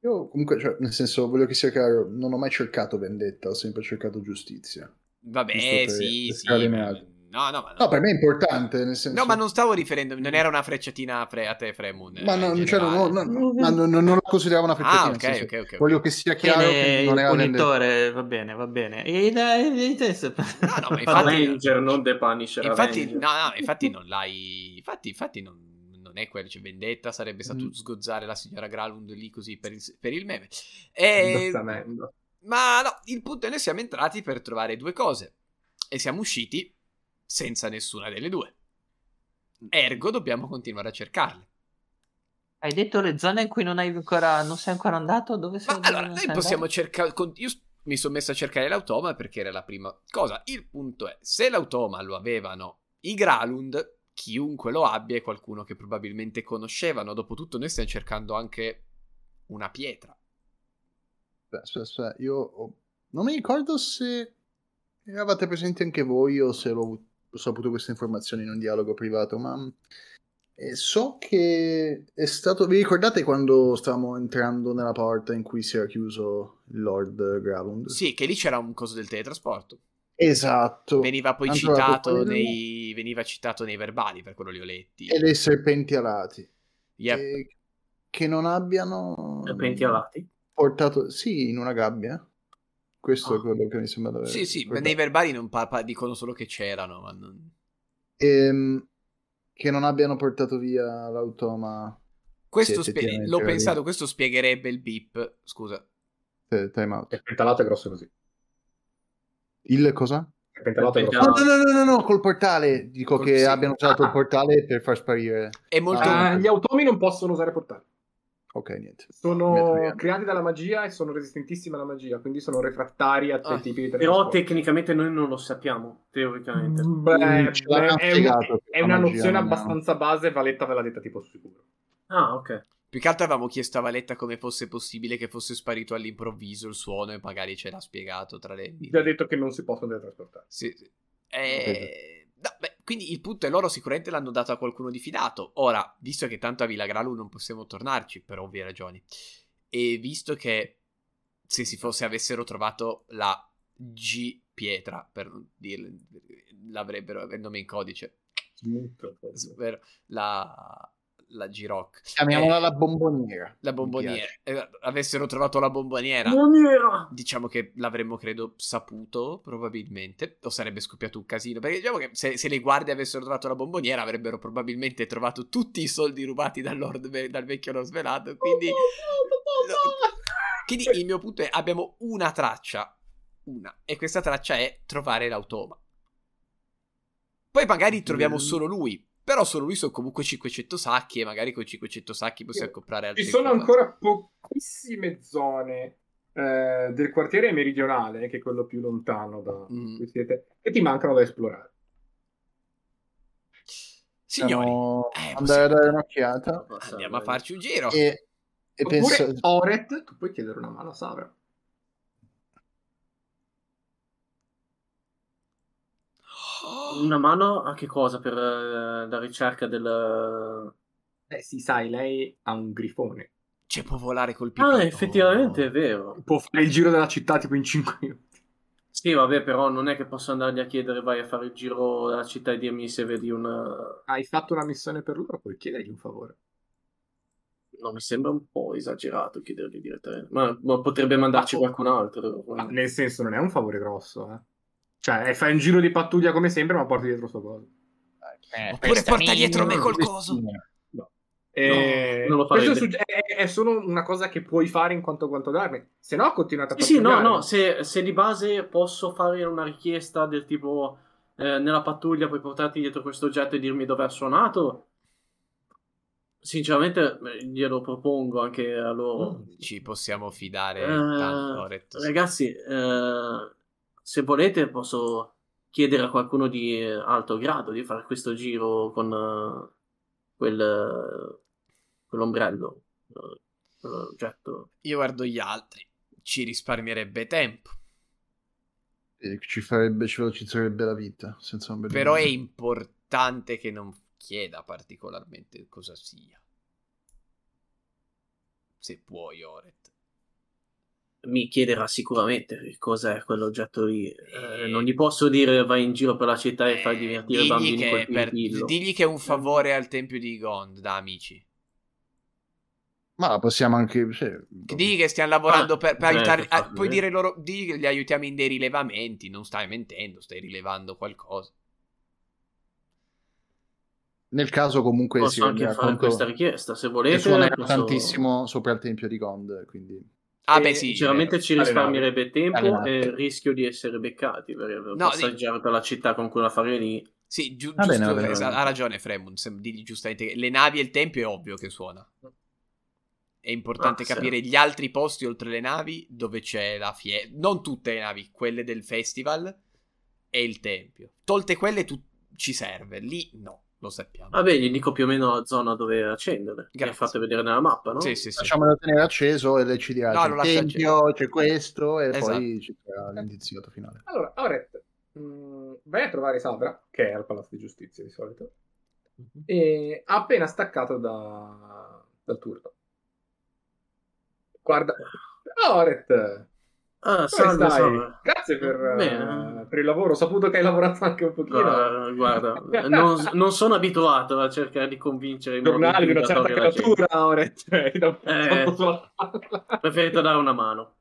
Io comunque, cioè, nel senso, voglio che sia chiaro, non ho mai cercato vendetta, ho sempre cercato giustizia. Vabbè, Giusto per sì, sì. pescare le alghe. No, no, ma no. No, per me è importante, nel senso... No, ma non stavo riferendomi, non era una frecciatina a, Fre- a te, Fremon. Ma eh, no, in cioè, no, generale. no, no, ma non, non- non la consideravo una frecciatina. Ah, nel ok, senso, ok, ok. Voglio che sia chiaro Bene, che non il era vendetta. punitore, va bene, va bene. E dai, No, no, ma infatti- Avenger, non The Punisher. Infatti, Avenger. no, no, infatti non l'hai. Infatti, infatti non, non è quello. Cioè, vendetta sarebbe stato Mm. sgozzare la signora Gralund lì così per il, per il meme. E- Esattamente. ma no, il punto è noi siamo entrati per trovare due cose e siamo usciti senza nessuna delle due. Ergo, dobbiamo continuare a cercarle. Hai detto le zone in cui non, hai ancora, non sei ancora andato? Dove Ma sei? Cioè, dove allora, non noi sei possiamo andato? cercare. con- Io s- mi sono messo a cercare l'automa perché era la prima cosa. Il punto è: se l'automa lo avevano i Gralund, chiunque lo abbia è qualcuno che probabilmente conoscevano. Dopotutto, noi stiamo cercando anche una pietra. Aspetta, aspetta, aspetta, io ho- non mi ricordo se eravate presenti anche voi o se l'ho ho saputo queste informazioni in un dialogo privato, ma eh, so che è stato... Vi ricordate quando stavamo entrando nella porta in cui si era chiuso il Lord Gravund? Sì, che lì c'era un coso del teletrasporto. Esatto. Veniva poi Tanto la citato popolarità- nei, veniva citato nei verbali, per quello li ho letti. E eh, dei serpenti alati. Yep. E- che non abbiano... Serpenti Eh, alati. Mm. Portato... Sì, in una gabbia. Questo è Ah. quello che mi sembra di aver Sì, sì, ma ricordato. nei verbali non pa- pa- dicono solo che c'erano, ma non... Ehm, che non abbiano portato via l'automa. Questo Sì, spie- effettivamente, l'ho era lì. pensato, questo spiegherebbe il beep. Scusa, Eh, Time out. Il pentalato è grosso così. Il cosa? Il pentalato è Il grosso. No, no, no, no, no, no, col portale. Dico Col- che sì. abbiano usato Ah. il portale per far sparire. è molto... Ah, Ah, gli automi non possono usare portali. Ok, niente. Metto Sono via. creati dalla magia e sono resistentissimi alla magia, quindi sono refrattari a tutti Ah. i tipi di Però teletrasporto. tecnicamente noi non lo sappiamo, teoricamente. Mm. Beh, Mm, Ce l'hanno è, spiegato un- che è una la magia nozione non è- abbastanza base, Valetta ve l'ha detta tipo sicuro. Ah, ok. Più che altro avevamo chiesto a Valetta come fosse possibile che fosse sparito all'improvviso il suono e magari ce l'ha spiegato tra le... Vi ha detto che non si possono teletrasportare. Sì, sì. Eh, no, beh, quindi il punto è loro sicuramente l'hanno dato a qualcuno di fidato. Ora, visto che tanto a Villa Gralu non possiamo tornarci, per ovvie ragioni, e visto che se si fosse avessero trovato la G pietra, per non dirlo, l'avrebbero, il nome in codice, Smutto. ovvero la, la G-Rock. Chiamiamola Eh, la bomboniera. La Mi bomboniera. piace. Eh, avessero trovato la bomboniera, Buonasera! diciamo che l'avremmo, credo, saputo, probabilmente. O sarebbe scoppiato un casino. Perché diciamo che se, se le guardie avessero trovato la bomboniera, avrebbero probabilmente trovato tutti i soldi rubati dal, Lord Ve- dal vecchio Lord Svelato. Quindi... quindi il mio punto è, abbiamo una traccia. Una. E questa traccia è trovare l'automa. Poi magari troviamo solo lui. Però solo lui sono comunque 500 sacchi e magari con 500 sacchi possiamo comprare altri Ci sono ancora pochissime zone eh, del quartiere meridionale, che è quello più lontano da Mm. cui siete, che ti mancano da esplorare. Signori, Possiamo eh, andare a possiamo- dare un'occhiata. andiamo a farci un giro. E, e Oppure penso. Oret, tu puoi chiedere una mano a Savra. Oh, Una mano a che cosa? Per eh, la ricerca del... Eh sì, sai, lei ha un grifone. Cioè, può volare col pipì. Ah, effettivamente Oh. è vero. Può fare il giro della città tipo in 5 minuti. Sì, vabbè, però non è che posso andargli a chiedere vai a fare il giro della città e dirmi se vedi un... Hai fatto una missione per loro, puoi chiedergli un favore. No, mi sembra un po' esagerato chiedergli direttamente, ma, ma potrebbe mandarci qualcun altro. Ma nel senso, non Ah, è un favore grosso, eh. Cioè, eh, fai un giro di pattuglia come sempre, ma porti dietro sto coso. Eh, Oppure questa porta dietro me minima- col coso. Eh, non lo farei. questo è, sugge- è- è solo una cosa che puoi fare in quanto a quanto darne. Se no, continuate a Sì, sì, no, pattugliare. no, se, se di base posso fare una richiesta del tipo eh, nella pattuglia puoi portarti dietro questo oggetto e dirmi dove è suonato, sinceramente eh, glielo propongo anche a loro. Ci possiamo fidare Eh, tanto, Oret. Ragazzi, eh, se volete posso chiedere a qualcuno di eh, alto grado di fare questo giro con eh, quel, eh, quell'ombrello, eh, quell'oggetto. Io guardo gli altri. Ci risparmierebbe tempo. E ci farebbe, ci velocizzerebbe la vita, senza un bel Però è dubbio. importante che non chieda particolarmente cosa sia. Se puoi, Oret. mi chiederà sicuramente che cos'è quell'oggetto lì. Eh, non gli posso dire vai in giro per la città e fai divertire i Eh, Digli bambini che col per- piripillo. digli che è un favore al tempio di Gond, da amici. Ma possiamo anche... Sì, Che digli che stiamo lavorando Ah, per, per certo, aiutarli. ah, infatti, puoi eh. dire loro, digli che li aiutiamo in dei rilevamenti. Non stai mentendo, stai rilevando qualcosa. Nel caso comunque Posso si anche renderà fare conto questa richiesta se che volete. suonerà posso- tantissimo sopra il tempio di Gond, quindi... Ah, Eh, beh, sì. Sinceramente ci Alle risparmierebbe Alle tempo navi. e il rischio di essere beccati per per No, passeggiare per la città con quella fare lì. Sì, giu- Va Ah, bene, giusto- va bene. esa- ha ragione Fremund, se- digli giustamente che le navi e il tempio è ovvio che suona. È importante Ah, sì. capire gli altri posti oltre le navi dove c'è la fiera, non tutte le navi, quelle del festival e il tempio. Tolte quelle tu- ci serve, lì no, lo sappiamo. Vabbè, gli dico più o meno la zona dove accendere. Mi ha Grazie. fatto vedere nella mappa, no? Sì, sì, sì. Facciamolo tenere acceso e lei ci dirà No, c'è lo il lascia tempio, c'è questo e Esatto. poi ci sarà l'indiziato finale. Allora, Auret, mh, vai a trovare Sabra, che è al Palazzo di Giustizia di solito, Mhm. e ha appena staccato da- dal turno. Guarda, Auret, Ah, come salve, stai? salve. Grazie per, Bene. eh, per il lavoro, ho saputo che hai lavorato anche un pochino. Ah, guarda, non, non sono abituato a cercare di convincere i giornali di una certa la gente. creatura, Auret, cioè, da un Eh. tanto sulla palla. Preferito dare una mano,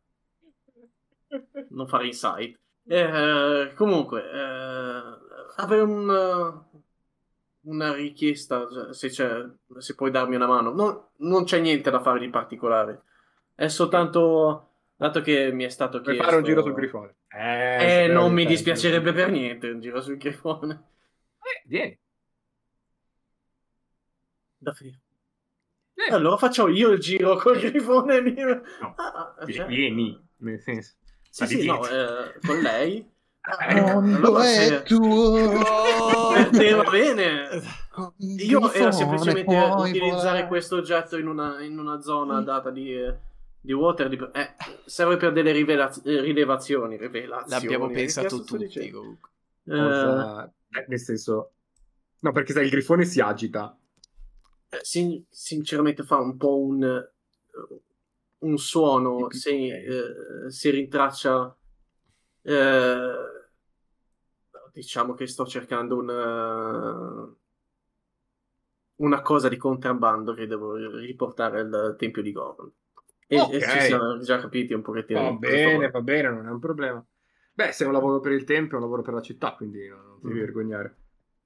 non fare insight. Eh, comunque, eh, avrei un, eh, una richiesta, cioè, se, c'è, se puoi darmi una mano. No, non c'è niente da fare di particolare, è soltanto, dato che mi è stato Vuoi chiesto... fare un giro sul grifone? Eh, Eh, sì, non mi veramente. dispiacerebbe per niente un giro sul grifone. Eh, vieni. Da finire. Eh. Allora faccio io il giro col grifone lì. No. Ah, ah, certo. Vieni, nel senso. Sì, sì, Sali no, dietro. eh, con lei. Ah, Eh, Quando allora, è se- tuo Oh! Eh, va bene. con Io grifone, era semplicemente puoi utilizzare volare. Mm. questo oggetto in una, in una zona data di, eh, di water. di- eh, serve per delle rivelaz- eh, rilevazioni. rivelazioni. L'abbiamo Che pensato cazzo sto tutti dicendo? comunque. Eh, Cosa- eh, nel senso, no, perché sai, il grifone si agita. eh, sin- sinceramente fa un po' un, eh, un suono Tipico, se ok. eh, si rintraccia. eh, diciamo che sto cercando una, una cosa di contrabbando che devo riportare al tempio di Goron. E, e Ok. ci siamo già capiti un pochettino. Va di cosa bene, parlo. va bene, non è un problema. Beh, se è un lavoro per il tempo, è un lavoro per la città, quindi non, non ti devi Mm. vergognare.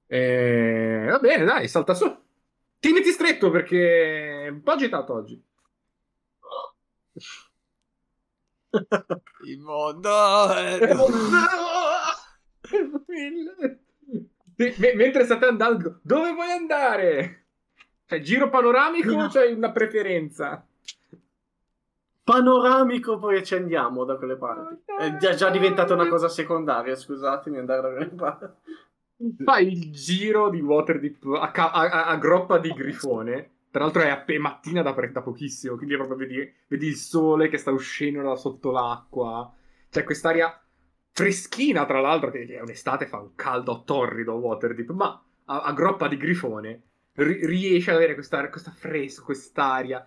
Eh, va bene, dai, salta su. Tieniti stretto perché è un po' agitato oggi. Il mondo è- Sì, me- mentre state andando, dove vuoi andare? Cioè, giro panoramico o c'hai una preferenza? Panoramico, poi ci andiamo da quelle parti. È già, già diventata una cosa secondaria, scusatemi, andare da quelle parti. Fai il giro di Waterdeep a, ca- a- a- a groppa di grifone. Tra l'altro è app- è mattina da, pre- da pochissimo, quindi proprio vedi, vedi il sole che sta uscendo da sotto l'acqua. C'è quest'aria freschina, tra l'altro, che è un'estate, fa un caldo torrido a Waterdeep, ma a, a groppa di grifone ri- riesce ad avere questa, questa fresca, quest'aria.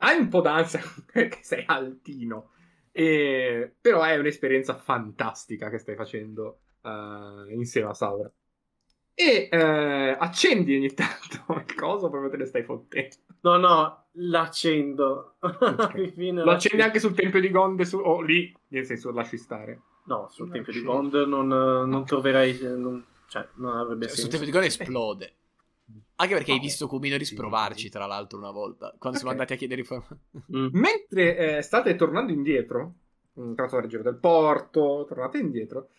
Hai un po' d'ansia perché sei altino, e- però è un'esperienza fantastica che stai facendo eh, insieme a Saura. E eh, accendi ogni tanto il coso proprio te ne stai fottendo. No, no, l'accendo. Infine, Lo accendi anche sul tempio di Gonde su- o lì, nel senso lasci stare. No, sul tempio di Bond non, non troverai... non- cioè, non avrebbe Cioè, sul senso. tempo di Gone esplode. Anche perché hai Vabbè. eh, visto Cumino risprovarci, tra l'altro, una volta, quando siamo Ok. andati a chiedere informazioni. Mm. Mentre eh, state tornando indietro, mm, tratto dal giro del porto, tornate indietro,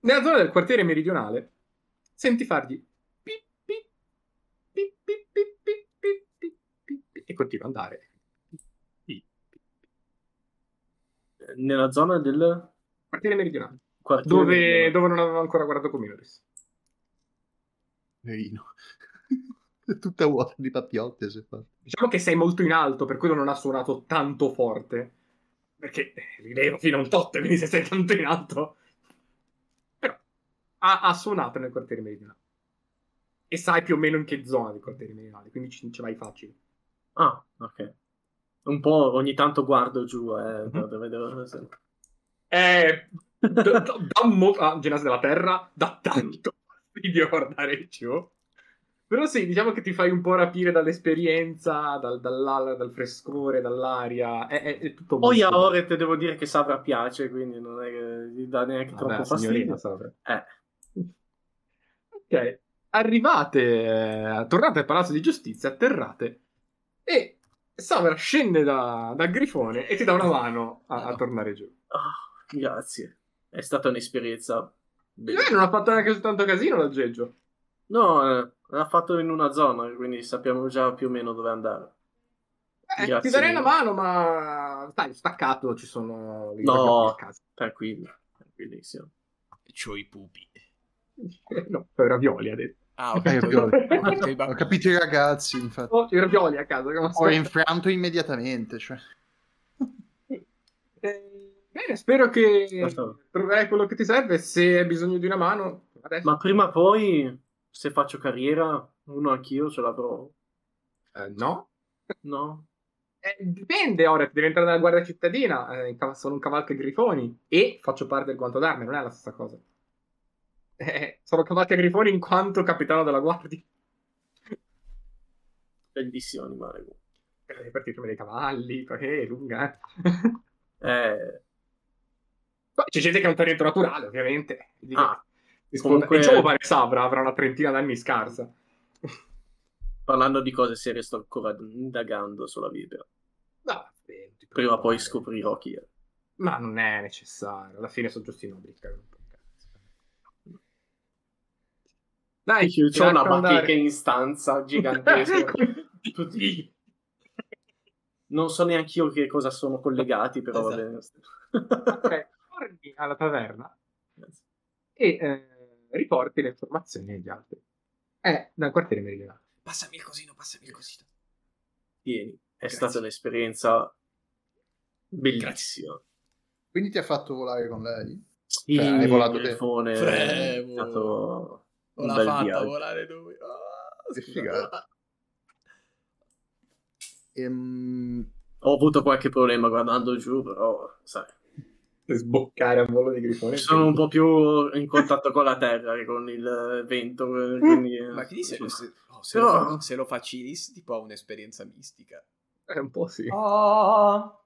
nella zona del quartiere meridionale senti fargli pip, pip, pip, pip, pip, pip, pip, pip, pip, pip, e continua ad andare. Eh, Nella zona del Quartiere meridionale, quartiere... dove, dove non avevo ancora guardato Cominoris. Verino. È tutta vuota di pappiotte se fa. Diciamo che sei molto in alto, per quello non ha suonato tanto forte. Perché eh, rilevo fino a un tot, quindi se sei tanto in alto. Però ha, ha suonato nel quartiere meridionale. E sai più o meno in che zona del quartiere meridionale, quindi ci, ci vai facile. Ah, ok. Un po' ogni tanto guardo giù, eh, Mhm. per vedere se- Eh, da, da, da mo- ah, Genasi della Terra, da tanto fastidio guardare ciò. Però sì, diciamo che ti fai un po' rapire dall'esperienza, dal, dall'al- dal frescore, dall'aria. È, è- è tutto Poi a molto- ore te devo dire che Sabra piace, quindi non è che gli dà neanche Vabbè, troppo Ah, signorina, fastidio. Sabra. Eh. Ok, arrivate, eh, tornate al palazzo di giustizia, atterrate e Savera scende da, dal grifone e ti dà una mano a, a tornare giù. Ah, grazie. È stata un'esperienza Lei bella. non ha fatto neanche soltanto casino l'aggeggio. No, eh, l'ha fatto in una zona, quindi sappiamo già più o meno dove andare. Eh, Grazie ti darei mille. una mano, ma stai staccato, ci sono le No. a casa. Tranquillo, tranquillissimo. C'ho i pupi. No, i ravioli ha detto. Ah, Eh, ho ravioli. capito. i Ho bambini. capito i ragazzi, infatti. Oh, i ravioli a casa. come Ho sta? infranto immediatamente, cioè. Eh, Bene, spero che Certo. troverai quello che ti serve. Se hai bisogno di una mano, adesso. Ma prima o poi, se faccio carriera, uno anch'io ce l'avrò, Eh, no, no? Eh, dipende, ora devi entrare nella guardia cittadina, eh, in cav- sono un cavalca e grifoni e faccio parte del guanto d'arme, non è la stessa cosa. Eh, sono cavalca e grifoni in quanto capitano della guardia. Bellissimo animale. Eh, Per tirarmi dei cavalli, perché è lunga. eh. Eh, Poi c'è gente che ha un talento naturale, ovviamente. Di- ah, di- comunque- È giovane Sabra, avrà una trentina d'anni scarsa. parlando di cose serie, sto ancora indagando sulla vita. No, beh, non ti Prima o poi preoccupare. scoprirò chi è. Ma non è necessario, alla fine sono giusti i nobili. cagano un po' il cazzo. Dai, C'è ti una lascio andare. bacheca in stanza gigantesca. Tutti- non so neanche io che cosa sono collegati, però va bene. Esatto. Ok, Cioè, torni alla taverna e eh, riporti le informazioni agli altri. Eh, dal quartiere meridionale. Passami il cosino, passami il cosino. Tieni, è Grazie. stata un'esperienza bellissima. Quindi ti ha fatto volare con lei? Sì, Cioè, hai volato te. telefone è Frevo. stato Oh, un l'ha bel fatta viaggio. volare lui. Ah, Che scusa. figata. Ehm, Ho avuto qualche problema guardando giù, però sai, Sboccare a volo di grifone. sono un po' più in contatto con la terra che con il vento. eh, Mm. Quindi, Ma chi dice se, oh, se, Però- lo fa, se lo fa Ciris, tipo ha un'esperienza mistica. È Eh, un po' sì. Oh,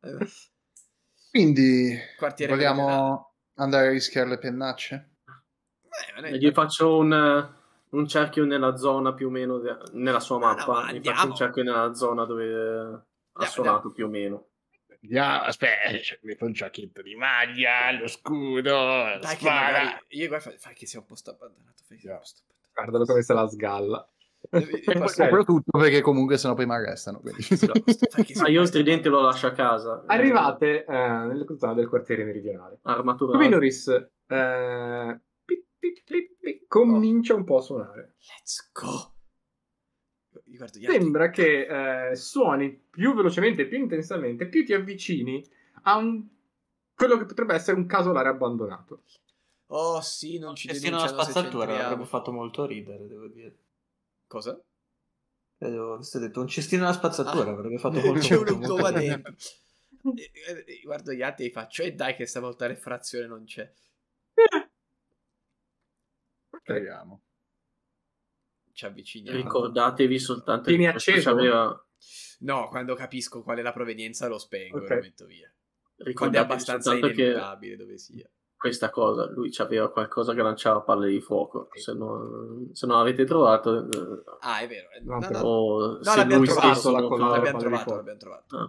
Eh, quindi Quartiere meridionale. vogliamo andare a rischiare le pennacce? Beh, Eh, non è- Gli faccio un, un cerchio nella zona più o meno, de- nella sua Ma no, mappa. Ah, ma gli andiamo. faccio un cerchio nella zona dove ha Andiamo, suonato andiamo. più o meno. Andiamo, aspetta, cioè, mi fa un giacchetto di maglia, lo scudo, Cioè, la Dai, che spada. magari. Io guarda, fai che sia un posto abbandonato. Fai che sia un Yeah. posto abbandonato. Guardalo come se la sgalla. Cioè, eh, Devi- Ok. fai- Soprattutto perché comunque sennò poi mi arrestano. quindi. fai che sia Ma io un il posto- tridente lo lascio a casa. Arrivate eh, nella zona del quartiere meridionale. Armatura. Cominoris eh, pip, pip, pip, pip, comincia un po' a suonare. Let's go. Io guardo gli altri. Sembra che eh, suoni più velocemente, più intensamente, più ti avvicini a un- quello che potrebbe essere un casolare abbandonato. Oh sì, non ci Se sì, no, denunciano la se spazzatura c'entriamo. avrebbe fatto molto ridere, devo dire. Cosa? Avevo detto un cestino alla spazzatura Ah, avrebbe fatto non molto c'è molto, un molto uovo bene. dentro. E- e- e "Eh, Guardo gli altri e faccio, e dai che stavolta l'effrazione non c'è. Speriamo. Ci avviciniamo. Ricordatevi soltanto Tieni che questo acceso? c'aveva- No, quando capisco qual è la provenienza lo spengo Ok. e lo metto via. Quando è Ricordatevi abbastanza soltanto che ineluttabile dove sia. questa cosa, lui c'aveva qualcosa che lanciava palle di fuoco. Se non, se non avete trovato, eh, Ah, è vero. No, No, no, però- no, o se l'abbiamo lui trovato, stesso la non collana. fa- l'abbiamo parli trovato, di fuoco. l'abbiamo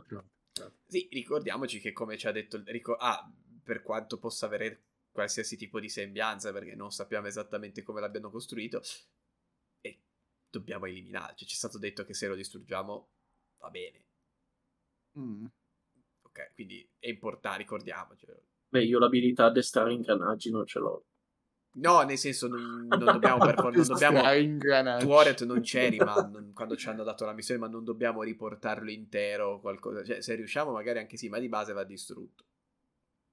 trovato. Ah. Sì, ricordiamoci che come ci ha detto... il- Rico- ah, per quanto possa avere qualsiasi tipo di sembianza, perché non sappiamo esattamente come l'abbiano costruito, e dobbiamo eliminarlo. Cioè, ci è stato detto che se lo distruggiamo va bene. Mm. Ok, quindi è ah, importante, ricordiamoci. Beh, io l'abilità a addestrare ingranaggi non ce l'ho. No, nel senso, non, non dobbiamo per forza, non dobbiamo... Stare ingranati. Tuoret non c'eri, ma non- quando ci hanno dato la missione, ma non dobbiamo riportarlo intero o qualcosa. Cioè, se riusciamo, magari anche sì, ma di base va distrutto.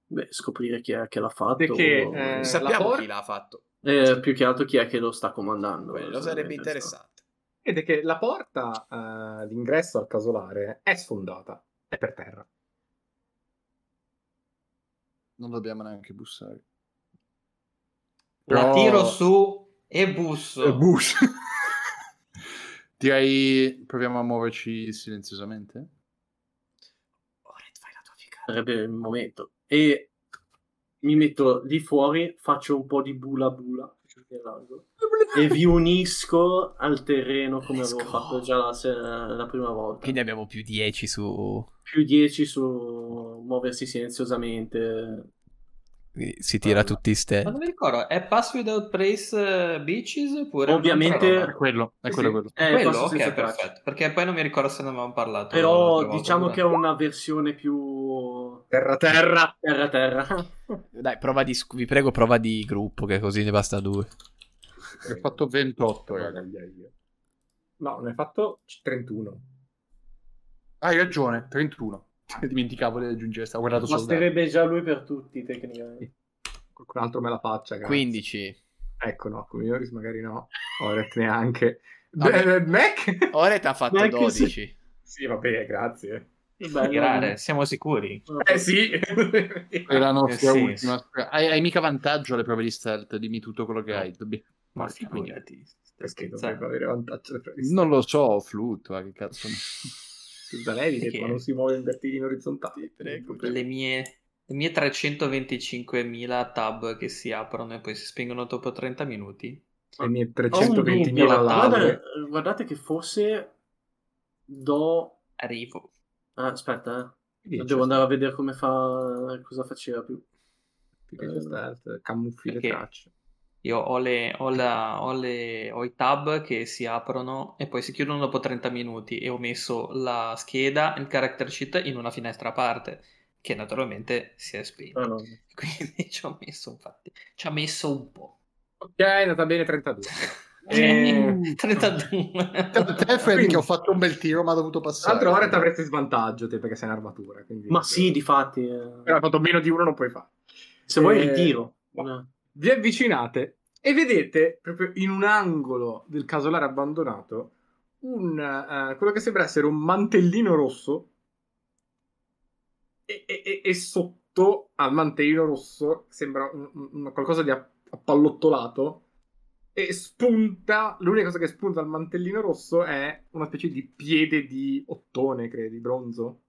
Beh, scoprire chi è che l'ha fatto. Perché, o- eh, sa- Sappiamo por- chi l'ha fatto. eh, più che altro chi è che lo sta comandando. Quello sarebbe Sta- interessante. Ed è che la porta eh, d'ingresso al casolare è sfondata, è per terra. Non dobbiamo neanche bussare. La Però- tiro su e busso. Eh, bus. Direi proviamo a muoverci silenziosamente. Oret, fai la tua figata. Sarebbe il momento. E mi metto lì fuori, faccio un po' di bula bula nell'angolo, e vi unisco al terreno come Let's avevo go. fatto già la, se- la prima volta. Quindi abbiamo più 10 su. Più 10 su muoversi silenziosamente. Quindi si tira tutti Ma ste. non mi ricordo, è Pass Without Praise eh, Beaches oppure... Ovviamente- un'altra È roba? quello, è quello, quello, sì. quello. Eh, Quello, passo senza ok, traccia. perfetto. Perché poi non mi ricordo se ne avevamo parlato. l'altra Però volta, diciamo che è però. una versione più Terra terra! terra-terra. Dai, prova di. scu- Vi prego, prova di gruppo, che così ne basta due. Ho fatto 28, raga. No, ne hai fatto 31. Hai ragione, 31. Dimenticavo di aggiungere, stavo guardando solo. il Basterebbe già lui per tutti, tecnicamente. Qualcun altro me la faccia, grazie. 15. Ecco, no, Comioris magari no. Oret neanche. Vabbè. Beh, Mac? Oret ha fatto Neanche se- 12. sì, vabbè, grazie. Bello. Grande, siamo sicuri. Eh sì. dado. È la nostra Eh, sì, ultima. Hai, hai mica vantaggio alle prove di stealth, dimmi tutto quello che hai. dobbi- Ma Sì, quindi- figurati. stai Perché scherzando. dovrebbe avere vantaggio da previsto? Non lo so, flutto, ma che cazzo. Scusa, lei dice Perché? ma non si muove in vertigini orizzontali. prego. le mie, le mie 325.000 tab che si aprono e poi si spengono dopo 30 minuti. Le mie cioè, Ho un 320.000 dubbio. lauree. Guarda- Guardate che forse do... Arrivo. ah, aspetta, eh. Dice, devo andare a vedere come fa... cosa faceva più. più che c'è stealth, Camuffi le Perché? tracce. Io ho, le, ho, la- ho le- ho i tab che si aprono e poi si chiudono dopo 30 minuti e ho messo la scheda e il character sheet in una finestra a parte che naturalmente si è spenta. Ah, no. Quindi ci ho messo infatti, ci ha messo un po'. Ok, è andata bene 32. Cioè, Eh. 32. Te, Fred, che ho fatto un bel tiro, ma ho dovuto Tra passare. l'altro Oret avresti svantaggio te perché sei in armatura. Quindi... Ma sì, difatti. eh. Però quanto meno di uno non puoi fare. Se vuoi Eh, ritiro. no. Vi avvicinate e vedete proprio in un angolo del casolare abbandonato un, eh, quello che sembra essere un mantellino rosso e, e- e- e sotto al mantellino rosso sembra un- un- un qualcosa di app- appallottolato e spunta, l'unica cosa che spunta al mantellino rosso è una specie di piede di ottone, credo, di bronzo.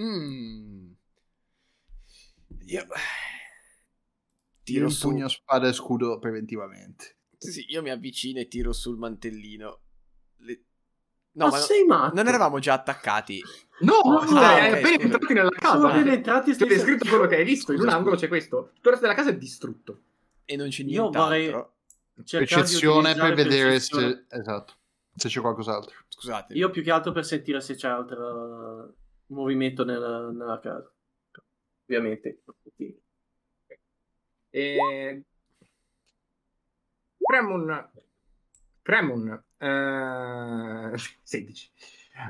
Mm. Io... Tiro Tiro su... pugno, spada e scudo preventivamente. Sì, sì, io mi avvicino e tiro sul mantellino. Le- No, No, ma, ma no- sei matto. non eravamo già attaccati. No, No, stai- no, hai ok, appena scusa. entrati nella Sono casa. appena entrati. Ti ho stai- descritto Cioè, quello che hai visto. In un Scusa, angolo scusa. c'è questo. Tutto il resto della casa è distrutto. E non c'è Io nient'altro. vorrei- cercare di Percezione per utilizzare vedere percezione. se. Esatto. Se c'è qualcos'altro. Scusate. Io più che altro per sentire se c'è altro movimento nella, nella casa. Ovviamente. Eh. E... Premon. Premon. eh, 16.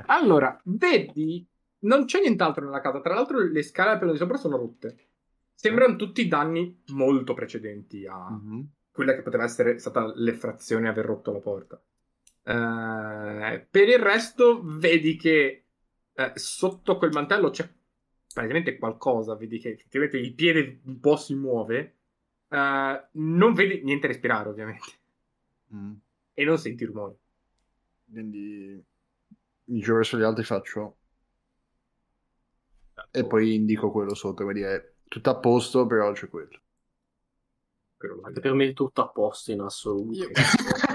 Allora, vedi, non c'è nient'altro nella casa. Tra l'altro, le scale al piano di sopra sono rotte. Sembrano tutti danni molto precedenti a Mhm. quella che poteva essere stata l'effrazione e aver rotto la porta. Eh, per il resto, vedi che eh, sotto quel mantello c'è praticamente qualcosa. Vedi che effettivamente il piede un po' si muove Eh, non vedi niente respirare, ovviamente, Mm. e non senti rumori. Quindi mi giro verso gli altri faccio. Certo. E poi indico quello sotto, come dire, tutto a posto, però c'è quello. Quello là. Anche per me è tutto a posto in assoluto.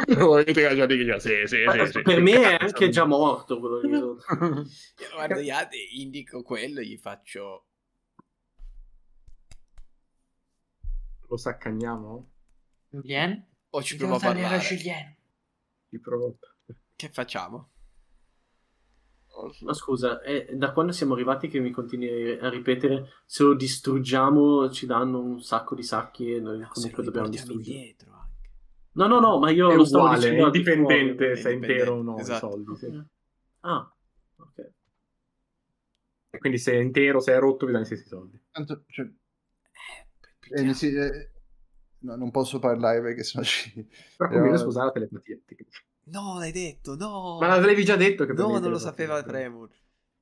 Io- Volete che già dica, sì, sì, Ma sì, sì. per me è anche già morto quello lì sotto. Io guardo Yade, indico quello e gli faccio... Lo saccagnamo? Julien? O ci provo a parlare. Julien? Ti provo. Che facciamo? Ma scusa, è da quando siamo arrivati che mi continui a ripetere se lo distruggiamo ci danno un sacco di sacchi e noi Ah, se comunque lo dobbiamo riportiamo distruggere. indietro anche. No, no, no, ma io È lo stavo uguale, dicendo è al di indipendente fuori, se è indipendente, intero o no esatto. i soldi. sì. fuori. Ah, ok. E Quindi se è intero, se è rotto, vi danno i stessi soldi. Tanto, cioè, Eh, eh, mi si- eh, no, non posso parlare perché sennò ci... Però Eh, conviene vabbè. sposare la telepatia. tecnicamente. No, l'hai detto, no! Ma l'avevi già detto che No, praticamente non lo era sapeva fatto. Tremur.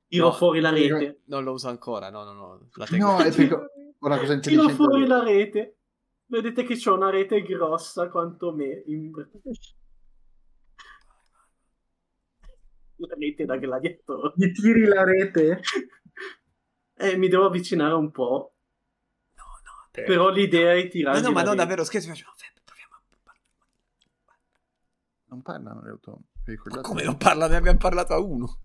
Tiro No, fuori la rete. Non lo uso ancora, no, no, no. La tengo. No, è perché una cosa Tiro intelligente... fuori la rete. Vedete che c'ho una rete grossa quanto me. in- La rete da gladiatore. Gli tiri la rete? Eh, mi devo avvicinare un po'. No, no, te- Però l'idea è No, tirare. Eh. no, ma no, davvero, scherzo. Faccio... no, Feb, proviamo a- Non parlano le autonomi. Ma come non parla? Ne abbiamo parlato a uno.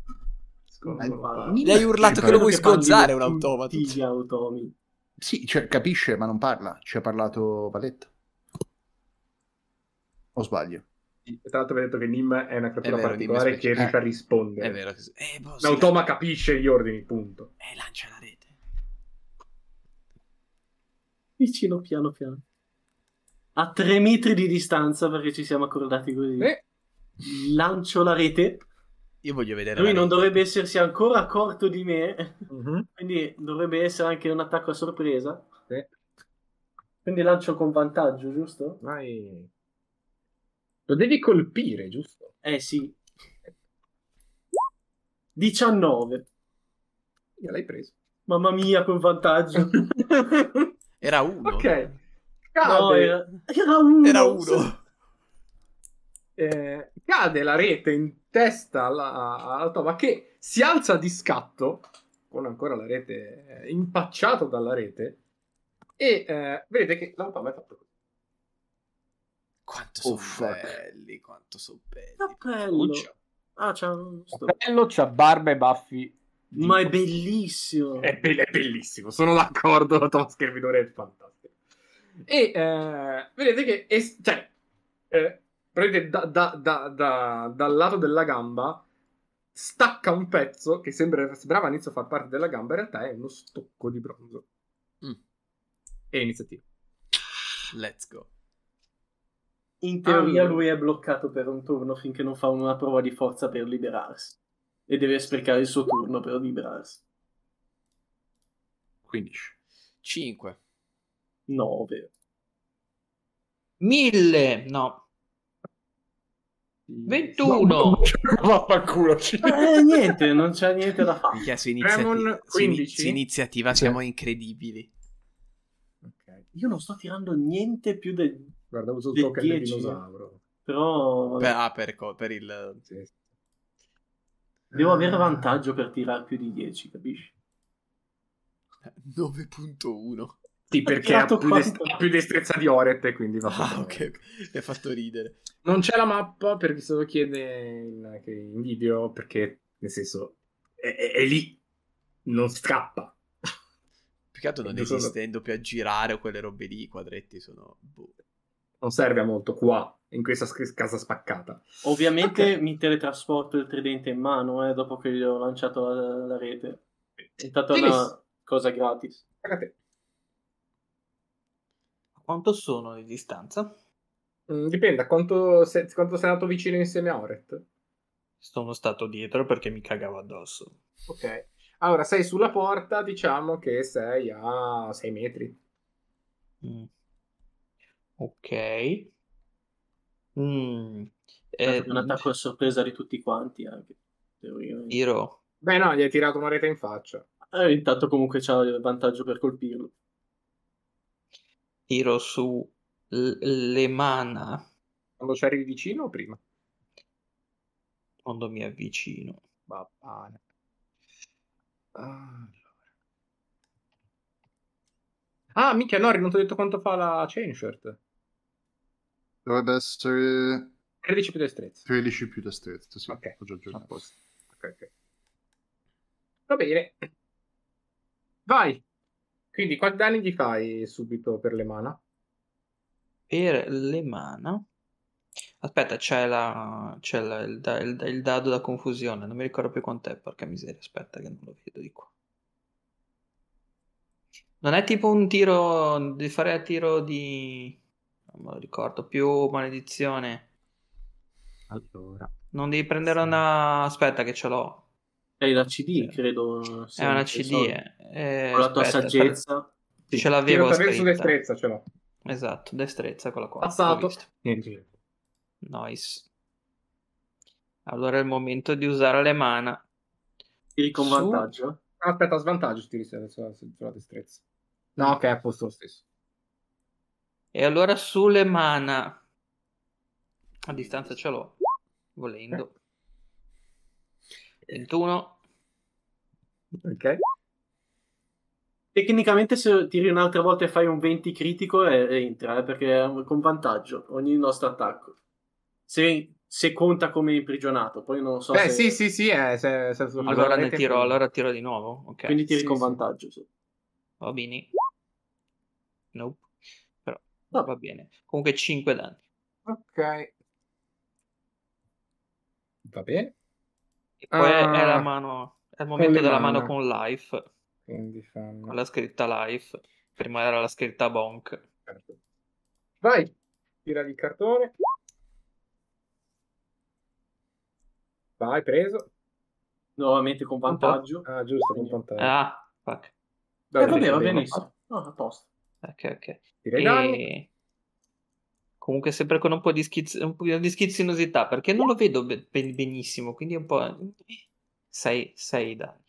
Gli Beh, hai urlato che lo vuoi Che parli sgozzare di un automato. tutti gli automi. Sì, cioè, capisce, ma non parla. Ci ha parlato Valetta. O sbaglio? Tra l'altro vi ho detto che Nim è una creatura È vero, particolare Nim è che speciale. riesce a rispondere. È vero. che- Eh, boh, sì. L'automa capisce gli ordini, punto. Eh, lancia la rete. Vicino piano piano. A tre metri di distanza perché ci siamo accordati così. Eh, Lancio la rete. Io voglio vedere. Lui la non rete. dovrebbe essersi ancora accorto di me. mhm, Quindi dovrebbe essere anche un attacco a sorpresa. sì. Quindi lancio con vantaggio, giusto? Vai. Lo devi colpire, giusto? Eh sì. 19. Io l'hai preso. Mamma mia, con vantaggio. Era uno. Ok. Cade, No, era... era uno. Era uno. eh, cade la rete in testa alla- all'automa che si alza di scatto, con ancora la rete, eh, impacciato dalla rete, e eh, vedete che l'automa è fatto così. Quanto sono Oh, fuck. belli. Quanto sono belli. Cappello. Ah, c'ha sto. Bello, c'ha barba e baffi. Ma è bellissimo. È, be- è bellissimo, sono d'accordo. La tua schermidore è fantastico. E eh, vedete che, es- cioè, eh, prendete da- da- da- da- dal lato della gamba, stacca un pezzo che sembra- sembrava inizio a far parte della gamba, in realtà è uno stocco di bronzo. Mm. E iniziativa. Let's go. In teoria Allora. lui è bloccato per un turno finché non fa una prova di forza per liberarsi. E deve sprecare il suo turno per liberarsi. 15. 5. 9. Mille, no. 21. Vaffanculo. Eh, niente, non c'è niente da fare. Minchia, su, Tremon, iniziativa, su, ini- 15? su iniziativa siamo incredibili. Io non sto tirando niente più del... Guarda, uso il Di token del 10. dinosauro. Però Per, ah, per, co- per il... Sì, sì. devo Eh, avere vantaggio per tirare più di 10, capisci? 9.1. Sì, perché ha Tirato più, dest- quanto? ha più destrezza di Oret, quindi va Ah, bene. ok. Mi ha fatto ridere. Non c'è la mappa per chi se lo chiede in, che- in video, perché nel senso è, è- è lì, non scappa. Più che altro non Giusto. esistendo più a girare o quelle robe lì, i quadretti sono... boh. Non serve a molto qua, in questa sc- casa spaccata. Ovviamente mi teletrasporto il tridente in mano eh, dopo che gli ho lanciato la, la rete. È stata Benissimo. una cosa gratis. Guarda te. Quanto sono di distanza? Mm, dipende a quanto, se- quanto sei andato vicino insieme a Oret. Sono stato dietro perché mi cagavo addosso. Ok. Allora, sei sulla porta, diciamo che sei a 6 metri. Mm. Ok. Mm. Eh, un mm, attacco a sorpresa di tutti quanti anche. Teoricamente. tiro. Beh, no, gli hai tirato una rete in faccia. Eh, intanto comunque c'ha il vantaggio per colpirlo. tiro su l- le mana Quando ci arrivi vicino o prima? quando mi avvicino. Va bene. Allora. Ah, minchia, Nori, non ti ho detto quanto fa la chain shirt. Dovrebbe essere 13 più destrezza. 13 più destrezza, sì. Ok. ho già aggiornato. A posto. Ok, ok. Va bene. Vai. Quindi quanti danni gli fai subito per le mana? Per le mana. Aspetta, c'è, la, c'è la- il, da- il- il dado da confusione. Non mi ricordo più quant'è. Porca miseria, aspetta, che non lo vedo di qua. Non è tipo un tiro. di fare a tiro di. Non me lo ricordo più. Maledizione. Allora. Non devi prendere una. Aspetta, che ce l'ho. È la Sì. CD, credo. È una CD. eh. Eh, Con la tua aspetta, saggezza. Ce l'avevo su scritta. destrezza ce l'ho. Esatto, destrezza, quella qua. Passato. l'ho vista. Niente. Nice. Allora è il momento di usare le mana. Tiri con Su. vantaggio. Aspetta, svantaggio tiri se- se- se- sulla destrezza. Mm. No, ok, a posto lo stesso. E allora sulle mana. A distanza ce l'ho. Volendo. Eh. 21. Ok. Tecnicamente, se tiri un'altra volta e fai un 20 critico, è, è entra eh, perché è con vantaggio ogni nostro attacco. Se, se conta come imprigionato, poi non so. Beh, sì, se... sì, sì, eh, se, se- se- Allora ne se- tiro, allora tiro di nuovo. Ok. Quindi tiri Sì, con sì. vantaggio. sì. Va bene. Nope. Però No. va bene. Comunque 5 danni. Ok. Va bene. E poi è- è la Ah. mano. È il le momento della mano mana. con life. Quindi fanno... Con la scritta life. Prima era la scritta bonk. Vai, tira il cartone. Vai, preso. Nuovamente con vantaggio. Ah, giusto, con vantaggio. Ah, fuck. Eh, Dai, va bene, va dai, dai, benissimo. No, a posto. Ok, ok. Tira i E- danni. Comunque sempre con un po' di, schiz- un po' di schizzinosità, perché non lo vedo be- ben- benissimo, quindi è un po'... 6 danni.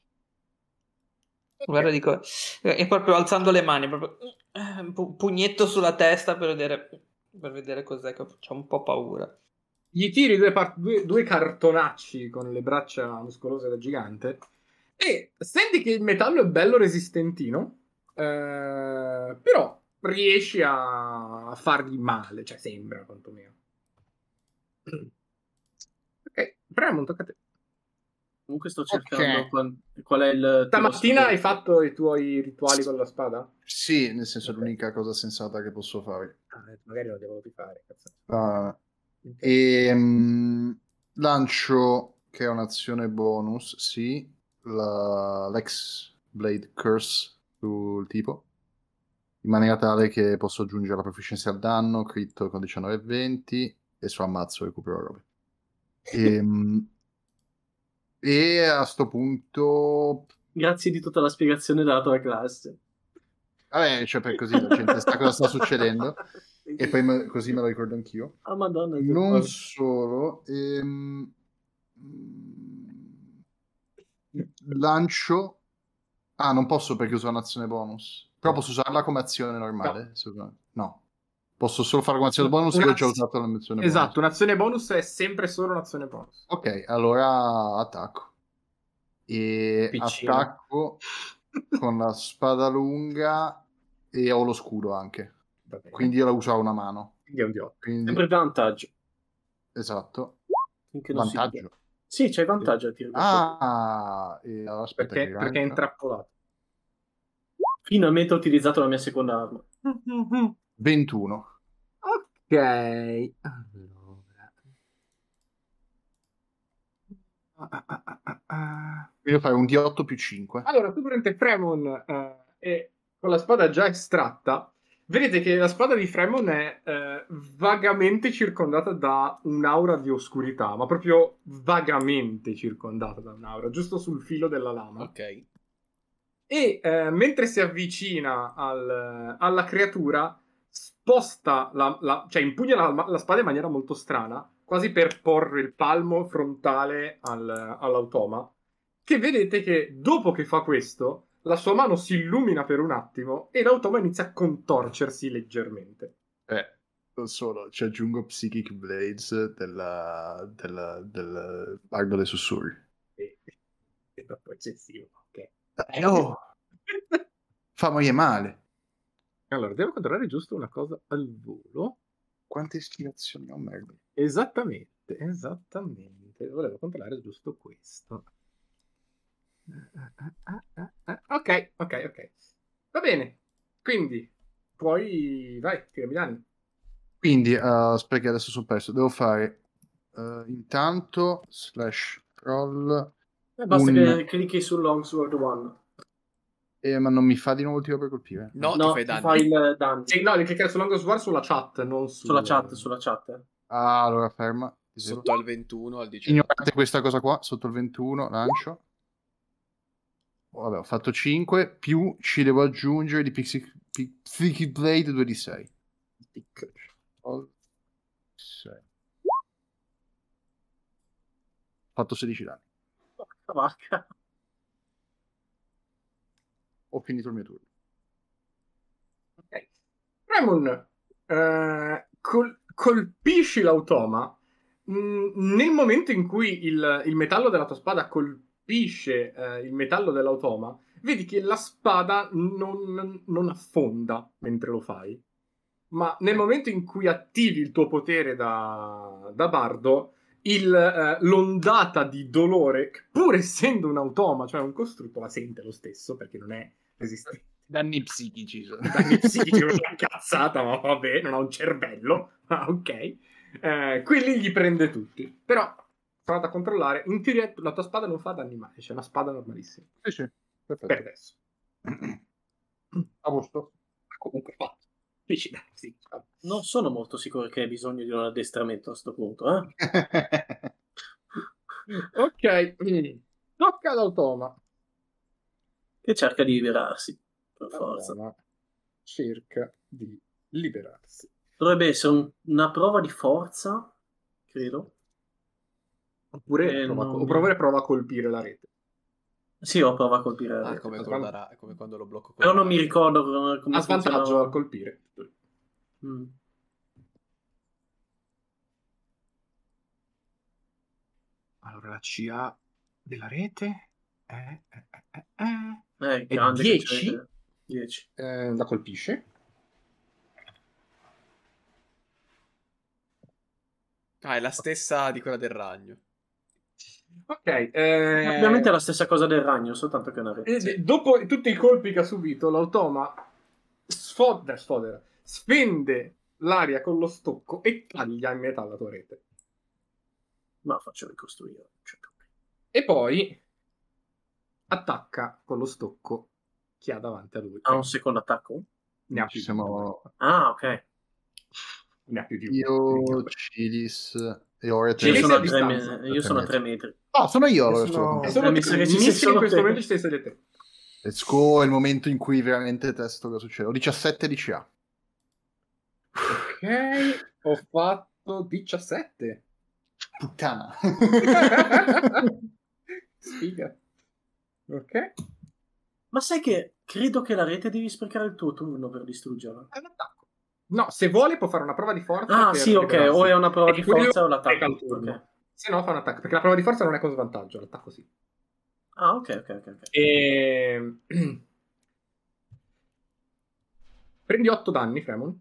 Guarda, dico... E proprio alzando le mani, proprio... eh, un pu- pugnetto sulla testa per vedere, per vedere cos'è, che ho un po' paura. Gli tiri due, par- due- due cartonacci con le braccia muscolose da gigante. E senti che il metallo è bello resistentino. eh, però riesci a a fargli male, cioè sembra quantomeno. Ok, Premon, tocca a te. Comunque sto cercando Ok. qual, qual è il. Stamattina tiro- hai fatto i tuoi rituali con la spada? Sì, nel senso è Ok. l'unica cosa sensata che posso fare. Ah, magari lo devo rifare. Cazzo. Ah, e mm, lancio, che è un'azione bonus, sì, la- l'ex Blade Curse sul tipo, in maniera tale che posso aggiungere la proficienza al danno, critto con 19 e 20, e su ammazzo recupero robe. E, mm, e a sto punto Grazie di tutta la spiegazione data alla classe. Vabbè, cioè per così la gente sa cosa sta succedendo e poi me- così me lo ricordo anch'io. Ah, madonna. che Non palle. solo, ehm, mm, lancio. Ah, non posso perché uso un'azione bonus. Però posso usarla come azione normale. se uso- No, posso solo fare come azione bonus. Io ho già Un'az- usato l'azione Esatto, un'azione bonus è sempre solo un'azione bonus. bonus. Ok, allora attacco. E Piccino. attacco con la spada lunga e ho lo scudo anche. Va bene. Quindi io la uso a una mano. Quindi è un D8. Quindi, Sempre vantaggio. esatto. Finché non si Vantaggio. dica. Sì, c'hai vantaggio a tiro. Ah, e allora aspetta Perché, che eh. perché è rilancio. intrappolato. Finalmente ho utilizzato la mia seconda arma. 21. Ok, allora. Ah, ah, ah, ah, ah. Io fai un D8 più 5. Allora, tu prende Fremon eh, e con la spada già estratta, vedete che la spada di Fremon è eh, vagamente circondata da un'aura di oscurità, ma proprio vagamente circondata da un'aura, giusto sul filo della lama. Ok. E eh, mentre si avvicina al- alla creatura, sposta, la, la- cioè impugna la, la spada in maniera molto strana, quasi per porre il palmo frontale al- all'automa. Che vedete che dopo che fa questo, la sua mano si illumina per un attimo e l'automa inizia a contorcersi leggermente. Eh, non solo, ci aggiungo Psychic Blades della, della, del Bardo dei Sussurri. E- È troppo eccessivo. Ok. Eh, oh, famogli male. Allora, devo controllare giusto una cosa al volo. Quante ispirazioni ho, merda. Esattamente, esattamente. Volevo controllare giusto questo. Ok, ok, ok. Va bene. Quindi, poi vai, tirami i danni. Quindi, eh, perché adesso sono perso, devo fare eh, intanto slash roll, E Eh, basta Un- che clicchi su Longsword 1. eh, ma non mi fa di nuovo il tiro per colpire. No, ti fai danni. il danno. Sì, no, devi cliccare su Longest War sulla chat, non su- Sulla chat, sulla chat. Ah, allora ferma. disegno. Sotto al 21, al 19. Ignorate questa cosa qua, sotto il 21, lancio. Oh, Vabbè, ho fatto 5, più ci devo aggiungere di Pixie, Pi- Psychic Blade 2 di 6. Ho fatto 16 danni. Porca vacca. Ho finito il mio turno. Ok. Remon, eh, col- colpisci l'automa. Mm, nel momento in cui il, il metallo della tua spada colpisce eh, il metallo dell'automa, vedi che la spada non, non affonda mentre lo fai. Ma nel momento in cui attivi il tuo potere da, da bardo, il, eh, l'ondata di dolore, che pur essendo un automa, cioè un costrutto, la sente lo stesso perché non è resistente Danni psichici. sono. danni psichici, una cazzata, ma vabbè, non ha un cervello, ma ok. Eh, quelli gli prende tutti. Però, sono andato a controllare, in teoria la tua spada non fa danni magici, è una spada normalissima, Sì, sì, perfetto. per adesso. A posto. Comunque fatto. Dici, dai, sì, vabbè. Non sono molto sicuro che hai bisogno di un addestramento a sto punto, eh? Ok, mm. tocca all'automa. Che cerca di liberarsi, per forza. Allora, cerca di liberarsi. Dovrebbe essere un- una prova di forza, credo. Oppure Eh, prova, non- oppure prova a colpire la rete. Sì, ho prova a colpire. la Ah, rete. come, Quando- quando... era- come quando lo blocco con Però la- non mi ricordo come come A svantaggio a funzionava. colpire. Mm. Allora, la CA della rete è... Eh, E grande che 10? c'è. 10. Eh, la colpisce. Ah, è la stessa di quella del ragno. Ok, eh, Ovviamente è la stessa cosa del ragno, soltanto che è una rete. eh, dopo tutti i colpi che ha subito, l'automa sfoda, sfodera, spende l'aria con lo stocco e taglia in metà la tua rete. Ma faccio ricostruire. Cioè, E poi attacca con lo stocco chi ha davanti a lui. ha un secondo attacco? Ne ha più Ci di uno. eh. siamo Ah, ok. Ne ha più di uno. io, Cilis e Oret. Cilis Io sono, a sei a tre, distanza, me- io sono a tre metri. No, sono io allora. Sono- solo con te. è solo Eh, te. mi sa che ci sei Missili solo in questo te. momento ci sei solo te. Let's go, è il momento in cui veramente testo cosa succede. Ho 17 di CA. Ok, ho fatto 17. Puttana. Sfiga. Ok. Ma sai che credo che la rete devi sprecare il tuo turno per distruggerla. È un attacco. No, se vuole può fare una prova di forza. Ah, per sì, ok. liberarsi. O è una prova E di quello forza o attacca l'attacco. al turno. Ok. Se no fa un attacco, perché la prova di forza non è con svantaggio, l'attacco sì. Ah, ok, ok, ok. ok. Ehm. E... Prendi 8 danni, Fremon.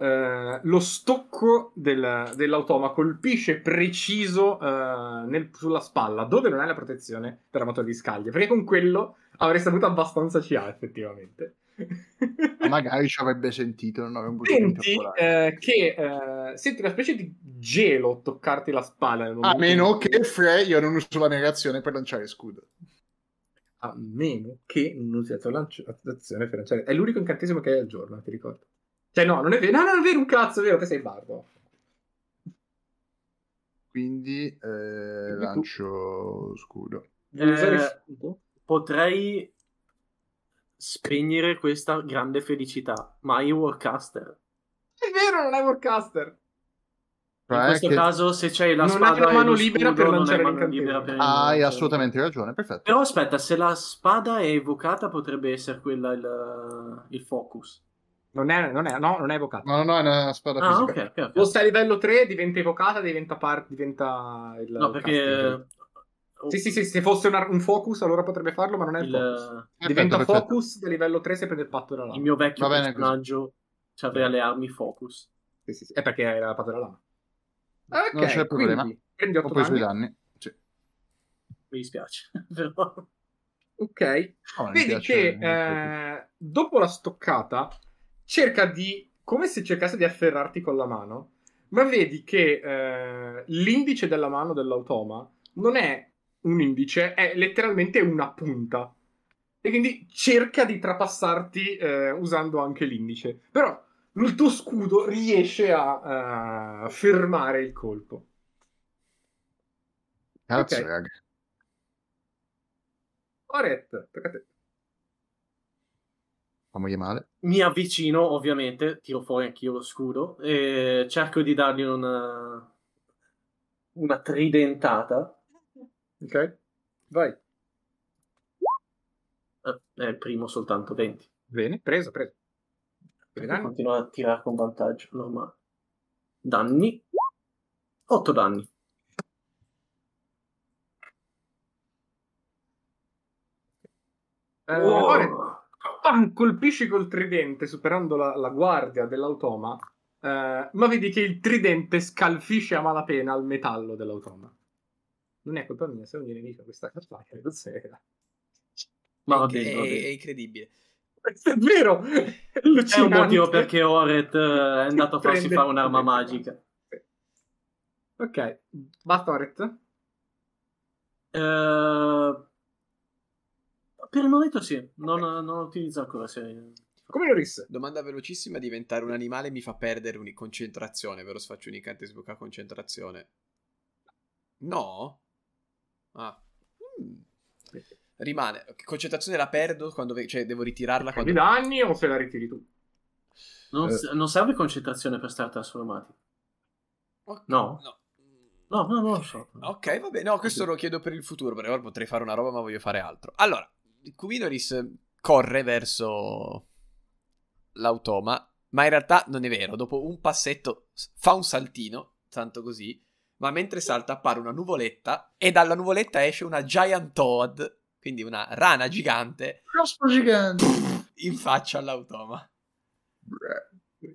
Eh, lo stocco del- dell'automa colpisce preciso eh, nel- sulla spalla, dove non hai la protezione per armatura di scaglie, perché con quello avresti avuto abbastanza CA effettivamente. Magari ci avrebbe sentito, non avremmo potuto Senti interpolare. eh, che eh, senti una specie di gelo toccarti la spalla. nel A momento meno in cui- che Frey io non uso la negazione per lanciare scudo. a meno che non usi la tua lancio- azione per lanciare. È l'unico incantesimo che hai al giorno, ti ricordo. Cioè, no, non è vero. No, no, non è vero un cazzo, è vero, te sei bardo. Quindi eh, tu. lancio scudo. Vuoi Eh, usare scudo? Potrei spegnere questa grande felicità, ma i Warcaster. È vero, non hai Warcaster. In Cioè questo che- caso, se c'è la Non spada hai la e mano lo libera scudo, per non hai lanciare mano l'incantesimo. libera per il Hai momento. Ah, assolutamente ragione, perfetto. Però aspetta, se la spada è evocata, potrebbe essere quella il, il focus. Non è, non è, no, non è evocato. No, no, no, è una spada Ah, fisica. ok, ok, ok. O stai a livello 3, diventa evocata, diventa parte, diventa il... No, casting. perché... Sì, sì, sì, se fosse una- un focus allora potrebbe farlo, ma non è il, focus. Il, eh, Perfetto, Diventa perfetto. focus da livello 3 se prende il patto della lama. il mio vecchio Va bene così. personaggio aveva le armi focus. Sì, sì, sì. È perché era la patto della lama. Ok, Non c'è problema. quindi Prendi Ho 8 preso i danni. danni. Sì. Mi dispiace, però... Ok. Oh, mi Vedi piace che molto. eh, dopo la stoccata cerca di, come se cercasse di afferrarti con la mano, ma vedi che eh, l'indice della mano dell'automa non è un indice, è letteralmente una punta. E quindi cerca di trapassarti eh, usando anche l'indice. Però il tuo scudo riesce a eh, fermare il colpo. Cazzo, ok. raga. Oret, tocca a te. Famogli male. mi avvicino, ovviamente, tiro fuori anch'io lo scudo e cerco di dargli una, una tridentata. Ok? Vai. Eh, È il primo soltanto 20. Bene, preso, preso. Due Perché danni. Continua a tirare con vantaggio, normale. Danni. 8 danni. Eh, Oh! Oret, Pam, colpisci col tridente superando la, la guardia dell'automa, eh, ma vedi che il tridente scalfisce a malapena il metallo dell'automa. Non è colpa mia, se ogni nemico questa cazzata non c'era. Ma È- va bene, è- Eh, va bene. è incredibile. Questo è vero! È C'è un allucinante. motivo perché Oret eh, è andato a farsi Prende- fare un'arma magica. Sì. Ok, basta Oret. Eh, per il momento sì, non, non utilizzo ancora se... Come lo risse? Domanda velocissima, diventare un animale mi fa perdere una concentrazione, ve lo faccio un incantesimo a concentrazione. No? Ah. Mm. Rimane. Concentrazione la perdo quando... ve- cioè devo ritirarla Prendi quando... danni o se la ritiri tu? Non, Eh. s- non serve concentrazione per stare trasformati. Ok, No. No. No, no, non lo so. Ok, va bene. No, questo lo chiedo per il futuro, perché ora potrei fare una roba ma voglio fare altro. Allora, Kuminoris corre verso l'automa, ma in realtà non è vero. Dopo un passetto s- fa un saltino, tanto così, ma mentre salta appare una nuvoletta e dalla nuvoletta esce una giant toad, quindi una rana gigante, Rospo gigante. in faccia all'automa.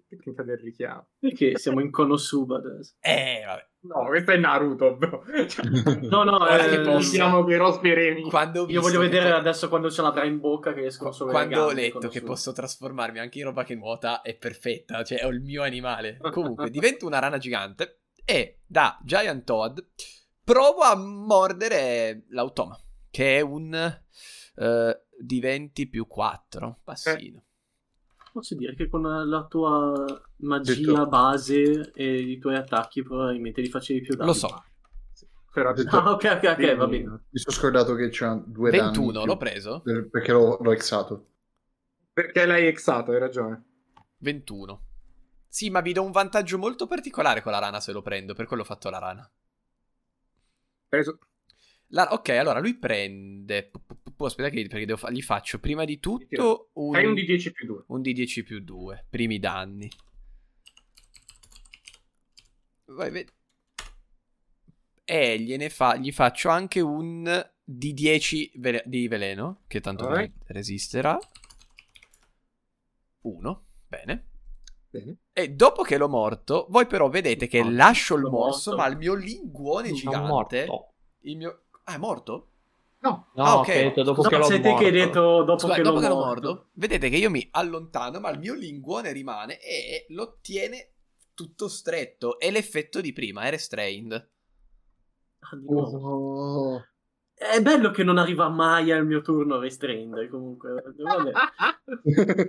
Tecnica del richiamo. Perché siamo in Konosuba adesso? Eh, vabbè. No, questo è Naruto, bro. Cioè, No, no, Guarda eh, che posso. siamo quei rospi reni. Quando ho io visto voglio che vedere poi- adesso quando ce l'avrà in bocca che escono solo le Quando ho gambe di letto che Konosuba. posso trasformarmi anche in roba che nuota è perfetta, cioè ho il mio animale. Comunque, divento una rana gigante e da Giant Toad provo a mordere l'automa, che è un eh, di 20 più 4, passino. Posso dire che con la tua magia Detto. base e i tuoi attacchi probabilmente li facevi più danni. Lo so, Però Ah, ok, ok, ok, va bene. Mi sono scordato che c'erano due danni. 21 più, l'ho preso, per- Perché l'ho, l'ho exato. Perché l'hai exato, hai ragione. 21. Sì, ma vi do un vantaggio molto particolare con la rana se lo prendo, per quello ho fatto la rana. Preso. La- ok, allora lui prende. pu- pu- pu- Aspetta, che perché devo fa- gli faccio prima di tutto un, Hai un di 10 più 2. un D10 più 2. Primi danni. Vai, vedi. E gliene fa- gli faccio anche un D10 vele- di veleno, che tanto Vai. resisterà. 1. Bene. Bene. E dopo che l'ho morto, voi però vedete che lascio il l'ho morso, morto. ma il mio linguone Non gigante. morto. Il mio... Ah, è morto? No, No, Ah, ok. ho detto dopo No, che l'ho sei te morto. che hai detto dopo Scusa, che dopo l'ho che lo morto. mordo, vedete che io mi allontano, ma il mio linguone rimane e lo tiene tutto stretto. È l'effetto di prima, è restrained. Ah, di nuovo. Oh. È bello che non arriva mai al mio turno restrained, comunque. Vabbè.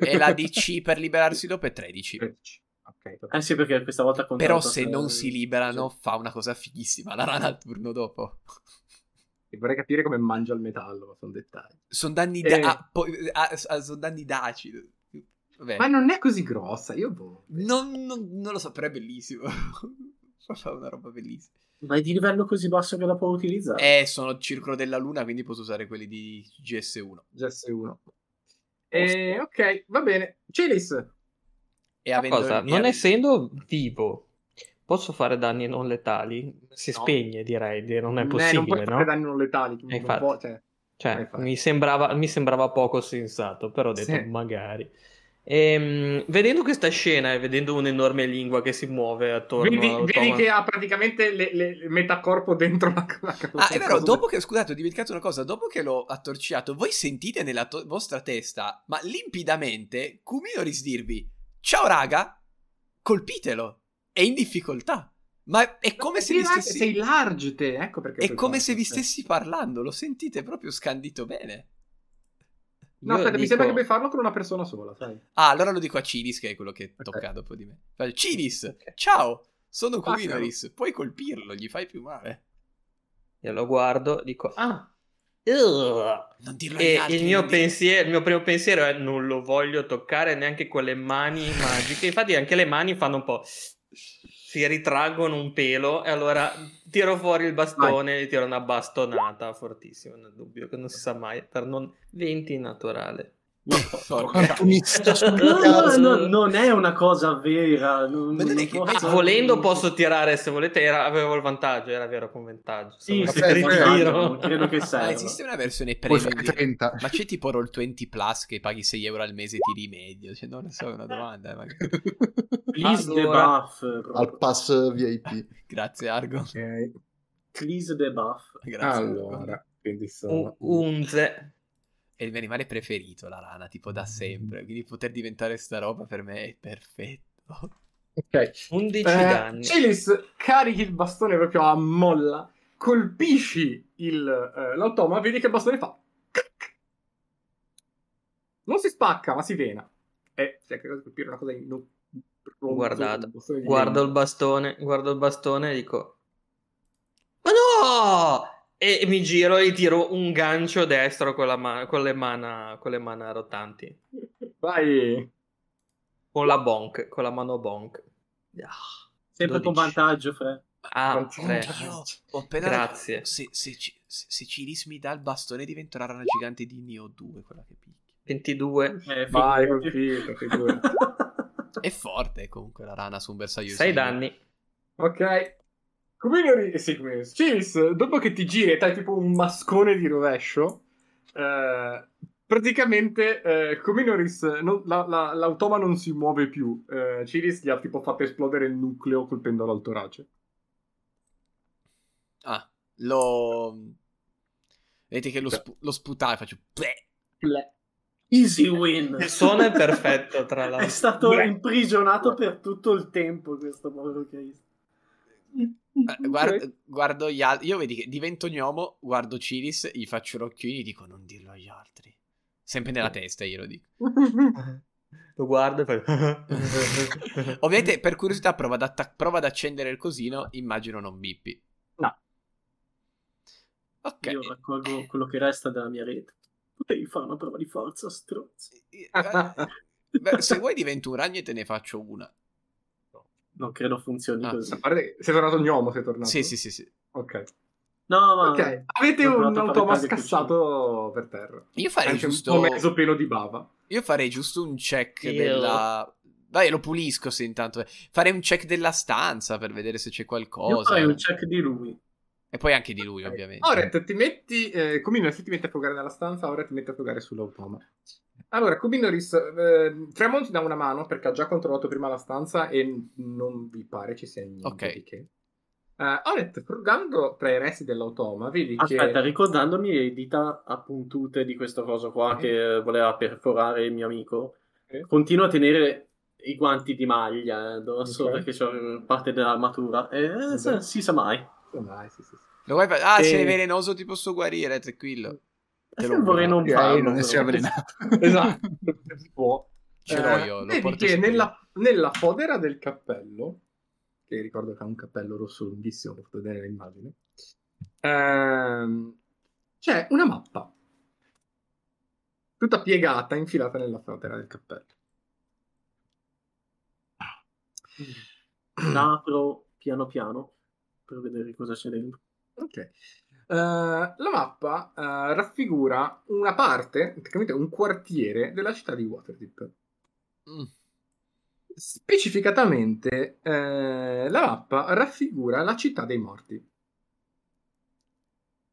E la DC per liberarsi dopo è 13. 13. Ok, tocca. Eh sì, perché questa volta conta Però la se tua- non si liberano fa una cosa fighissima, la rana al turno dopo. E vorrei capire come mangia il metallo, ma sono dettagli. Sono danni Eh. da... ah, poi- ah, ah, sono danni da acido. Vabbè. Ma non è così grossa, io boh. Non, non- non lo so, però è bellissimo. Fa una roba bellissima. Ma è di livello così basso che la può utilizzare. Eh, sono il circolo della luna, quindi posso usare quelli di GS1. GS1. Eh, ok, va bene. Celis, E Ma avendo cosa? il- Non essendo vivo, posso fare danni non letali? Si No. spegne, direi, di- non Eh, è non possibile, puoi no? fare danni non letali. quindi non Eh, infatti. può- cioè, Cioè, Eh, fa- mi, sembrava, mi sembrava poco sensato, però ho detto Sì. magari. Ehm, vedendo questa scena e vedendo un'enorme lingua che si muove attorno Vedi, al vedi Thomas- che ha praticamente le, le- il metacorpo dentro la, la Ah, è vero, dopo che, scusate, ho dimenticato una cosa, dopo che l'ho attorciato, voi sentite nella to- vostra testa, ma limpidamente, Kuminoris dirvi, ciao raga, colpitelo, è in difficoltà. Ma è come se vi sei, stessi... Eh, sei large te, ecco perché. È puoi come se farlo, vi sì. stessi parlando, lo sentite proprio scandito bene. No, Io aspetta, mi dico- sembra che puoi farlo con una persona sola, sai. Ah, allora lo dico a Cilis, che è quello che tocca dopo di me. Faccio, Cilis, ciao, sono Baccalo. Kuminoris, puoi colpirlo, gli fai più male. Io lo guardo, dico, ah, ugh." Non dirlo agli E altri. il mio, non dirlo. pensiero, il mio primo pensiero è non lo voglio toccare neanche con le mani magiche. Infatti anche le mani fanno un po'... Si ritraggono un pelo e allora tiro fuori il bastone e gli tiro una bastonata fortissima, non ho dubbio, che non si sa mai, per non 20 naturale. Porca- No, no, no, non è una cosa vera. Non, Ma non è che- può Ah, essere- Volendo posso tirare se volete, era- avevo il vantaggio, era vero con vantaggio. Se Sì, volete sì, Vabbè, sì, ma- sì, ritiro. non credo che Ma serva. esiste una versione Puoi premium? fare di- 30. Ma c'è tipo Roll20 Plus che paghi 6 euro al mese e ti rimedio? Cioè, non lo so, è una domanda. eh, ma- Please Allora- debuff. proprio. Al pass VIP. Grazie, Argo. Ok. Please debuff. Grazie. Argo. Allora, quindi sono Un- Unze. È il mio animale preferito, la rana, tipo da sempre. Quindi poter diventare sta roba per me è perfetto. Ok. 11 Eh, danni. Celis, carichi il bastone proprio a molla, colpisci il, eh, l'automa, vedi che il bastone fa. clic. Non si spacca, ma si vena. Eh, cioè, che cosa colpire una cosa in un bronzo, Guardate, un bastone di Guardo legno. il bastone, guardo il bastone e dico: Ma no! E e mi giro e gli tiro un gancio destro con, la ma- con le, mana- con le mana rotanti. Vai. Con la bonk, con la mano bonk. Ah, Sempre con 12. vantaggio, Fred. Ah, tre. Oddio, ho appena- Grazie. Se, se, ci- se, se Ciris mi dà il bastone divento la rana gigante di Neo 2, quella che picchia. 22. Eh, Vai, figurati. colpito, figurati. È forte comunque la rana su un bersaglio. 6 solido. danni. Ok. Cuminoris, eh, sì, Cuminoris. Chiris, dopo che ti giri e dai tipo un mascone di rovescio, eh, praticamente eh, Cuminoris, non- la- la- l'automa non si muove più. Eh, Ciris gli ha tipo fatto esplodere il nucleo colpendolo al torace. Ah, lo... Vedete che lo, spu- lo sputare faccio... "Bleh". Easy win. Il suono è perfetto, tra È l'altro. stato Beh. imprigionato per tutto il tempo questo povero Cristo. Eh, Guardo, guardo gli altri... Io vedi che divento gnomo, guardo Ciris, gli faccio l'occhiolino e dico non dirlo agli altri. Sempre nella testa glielo dico. Lo guardo e Eh, fai. Ovviamente, per curiosità, prova ad, atta- prova ad accendere il cosino. Immagino non bippi. No. Ok. Io raccolgo quello che resta della mia rete. Potevi fare una prova di forza, strozzi. Eh, beh, se vuoi divento un ragno e te ne faccio una. Non credo funzioni Ah, così. A parte che sei tornato gnomo, sei tornato. Sì, sì, sì, sì. Ok. No, ma Ok, Avete Ah. Sono un tornato a automa fare tagli scassato per terra. Io farei Anche giusto... un po' mezzo pieno di bava. Io farei giusto un check Io. della... Dai, lo pulisco se intanto... eh. Farei un check della stanza per vedere se c'è io qualcosa. farei un check di lui. E poi anche di lui, ovviamente. Oret, ti metti, eh, Comino, se ti metti a frugare nella stanza, Oret ti metti a frugare sull'automa. Allora, Cominoris, eh, Fremont dà una mano perché ha già controllato prima la stanza e non vi pare ci sia niente Ok. di che. Eh, Oret, frugando tra i resti dell'automa, vedi Aspetta, che... ricordandomi le dita appuntute di questo coso qua che eh, voleva perforare il mio amico, Ok. continuo a tenere i guanti di maglia eh, addosso Ok. perché c'ho eh, parte dell'armatura. E eh, se- Vabbè. si sa mai. Dai, sì, sì, sì. Lo vuoi fa- Ah, E- se è velenoso ti posso guarire, tranquillo. Te lo vorrei non Direi farlo. non essere però. avvelenato. Esatto, si può. Ce l'ho Eh, io, lo vedi porto che su qui. nella, nella fodera del cappello, che ricordo che ha un cappello rosso lunghissimo, potete vedere l'immagine, ehm, c'è una mappa, tutta piegata, infilata nella fodera del cappello. L'apro, piano piano per vedere cosa c'è dentro. Ok. Eh, la mappa eh, raffigura una parte, praticamente un quartiere della città di Waterdeep. Mm. Specificatamente, eh, la mappa raffigura la città dei morti.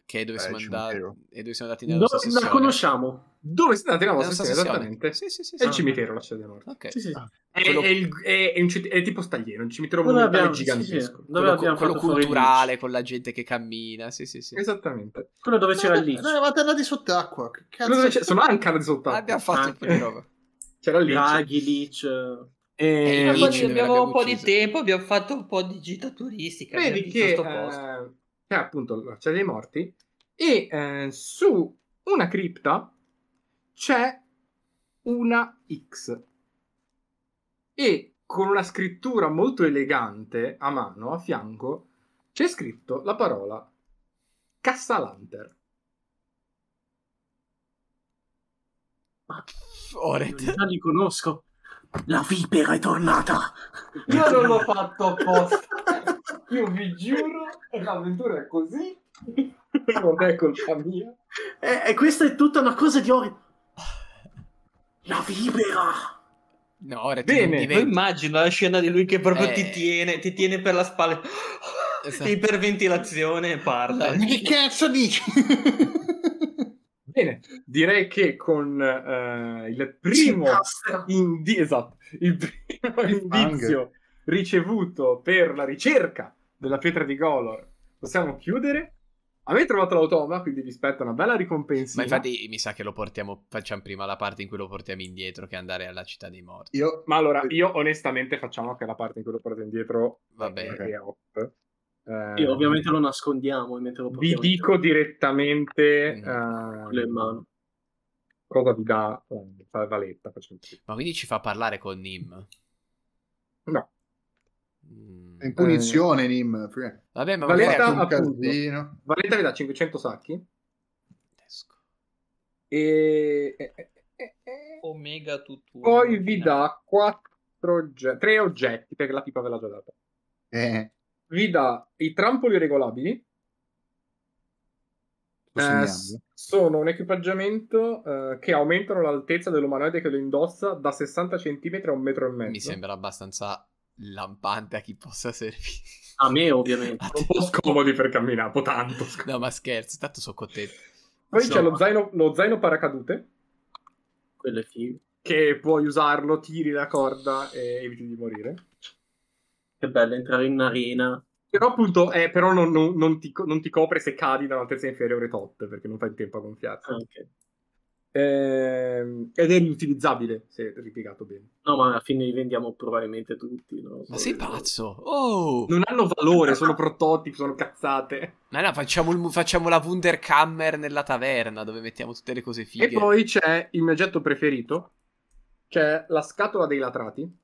Che è dove Eh, siamo andati. cimitero. E dove siamo andati nella No, nostra la sessione. conosciamo. Dove siete andati la Nella vostra nostra sera, sessione. esattamente? Eh, Sì, sì, sì. È il sì. cimitero la città dei morti. Ok. Sì, sì. È, Quello- è il- è- è un cit- è tipo stagliere, un cimitero Dove monumentale abbiamo- sì, gigantesco. sì. Quello, Dove abbiamo quello fatto fuori culturale con la gente che cammina. Sì, sì, sì. Esatto. Esattamente. Quello dove c'era No, lì. no, eravate andati sott'acqua. Che Quello dove cazzo? c'è- Sono anche andati sott'acqua. Abbiamo fatto un po' di roba. C'era lì. Draghi, Leech. eh, E... Eh, Poi Amici, noi abbiamo un po' l'abbiamo di ucciso. tempo, abbiamo fatto un po' di gita turistica. Vedi che abbiamo visto sto posto. eh, c'è appunto la città dei morti e eh, su una cripta c'è una X e con una scrittura molto elegante a mano a fianco c'è scritto la parola Cassalanter. Oret. Già li conosco. La vipera è tornata. Io non l'ho fatto apposta. Io vi giuro, l'avventura è così. Non è colpa mia. E, e questa è tutta una cosa di Ori. La vipera. No, Oret Bene, non Io diventa. immagino la scena di lui che proprio Eh. ti tiene, ti tiene per la spalla, Esatto. iperventilazione e parla. Ma che cazzo dici? Bene, direi che con eh, il primo Cincastra. indi- esatto, il primo indizio ricevuto per la ricerca della pietra di Golor possiamo chiudere. Avete trovato l'automa, quindi vi aspetta una bella ricompensa. Ma infatti mi sa che lo portiamo. Facciamo prima la parte in cui lo portiamo indietro che andare alla città dei morti. Io Ma allora, io onestamente facciamo anche la parte in cui lo portate indietro. Va bene. che è off. Eh, E ovviamente lo nascondiamo. e mentre lo Vi portiamo dico direttamente Mm. eh, Quello in mano. cosa vi dà eh, fa- Valetta. Facciamo così. Ma quindi ci fa parlare con Nim. No. Mm. in punizione, Nim. frega. Vabbè, ma magari Valetta, è un appunto. casino. Valetta vi dà 500 sacchi. contesco. E... e- e- e- e- Omega tutto. Poi Eh. vi dà 4 oggetti, 3 oggetti, perché la pipa ve l'ha già data. Eh, Vi dà i trampoli regolabili. sto eh, segnando. s- sono un equipaggiamento eh, che aumentano l'altezza dell'umanoide che lo indossa da 60 cm a un metro e mezzo. Mi sembra abbastanza lampante a chi possa servire. A me, ovviamente. A te. Sono un po' scomodi per camminare, un po' tanto. scomodi. No, ma scherzo, tanto sono contento. Poi no. c'è lo zaino, lo zaino paracadute, Quello è figo. che puoi usarlo, tiri la corda e eviti di morire. Che bello entrare in un'arena. Però appunto, eh, però non, non- non ti, co- non ti copre se cadi da un'altezza inferiore tot, perché non fai in tempo a gonfiarti. Ah, ok. Ehm, ed è riutilizzabile se ripiegato bene. No, ma alla fine li vendiamo probabilmente tutti. no? Ma sei pazzo? Oh! Non hanno valore, sono prototipi, sono cazzate. Ma no, facciamo, il mu- facciamo la Wunderkammer nella taverna dove mettiamo tutte le cose fighe. E poi c'è il mio oggetto preferito, c'è la scatola dei latrati.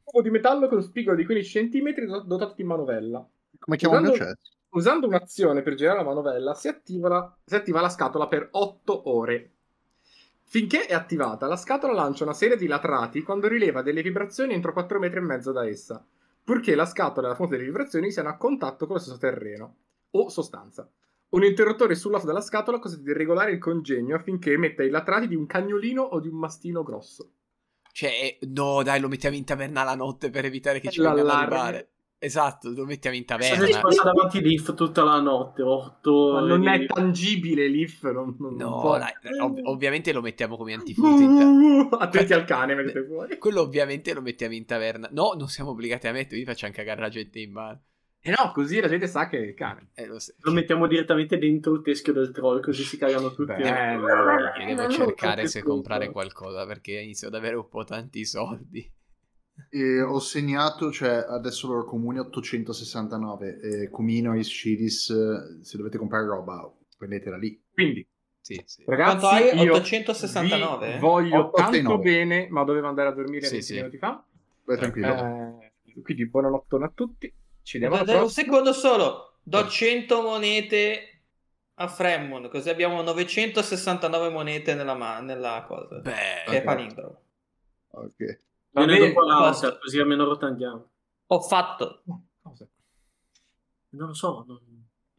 Un po' di metallo con spigolo di 15 cm do- dotato di manovella. Come chiamo il mio Usando- chat? Usando un'azione per girare la manovella si attiva la, si attiva la scatola per 8 ore. Finché è attivata, la scatola lancia una serie di latrati quando rileva delle vibrazioni entro 4 metri e mezzo da essa, purché la scatola e la fonte delle vibrazioni siano a contatto con lo stesso terreno o sostanza. Un interruttore sull'off della scatola consente di regolare il congegno affinché emetta i latrati di un cagnolino o di un mastino grosso. Cioè, eh, no, dai, lo mettiamo in taverna la notte per evitare che ci L'allarme. vengano a rubare. Esatto, lo mettiamo in Cosa ci taverna. passa davanti l'IF tutta la notte? 8 Ma non è tangibile, Leaf. Non, non- non Oh, No, può- dai, eh, ov- ovviamente lo mettiamo come antifoto in taverna. Uh, attenti al cane mentre vuoi. Quello ovviamente lo mettiamo in taverna. No, non siamo obbligati a metterlo, quindi facciamo cagare la gente in mano. E no, così la gente sa che è il cane. Eh, lo, so. Lo mettiamo direttamente dentro il teschio del troll, così si cagano tutti. Bello. Eh, Io devo cercare se comprare qualcosa perché inizio ad avere un po' tanti soldi. E Eh, ho segnato, cioè adesso loro comuni 869, eh, Cumino, Iscidis, eh, se dovete comprare roba prendetela lì. Quindi, Sì, sì. ragazzi, Quanto hai? io 869? vi voglio 869. tanto bene, ma dovevo andare a dormire Sì, 20 sì. minuti fa. Vai tranquillo. Eh, quindi buonanottona a tutti. Ci vediamo alla Un prossima. secondo solo, do 100 monete a Fremon, così abbiamo 969 monete nella, ma- nella cosa. Beh, Che è palindromo. Ok. Va Viene bene, dopo l'altra, posso. così almeno rotandiamo. Ho fatto. Cosa? Non lo so. non-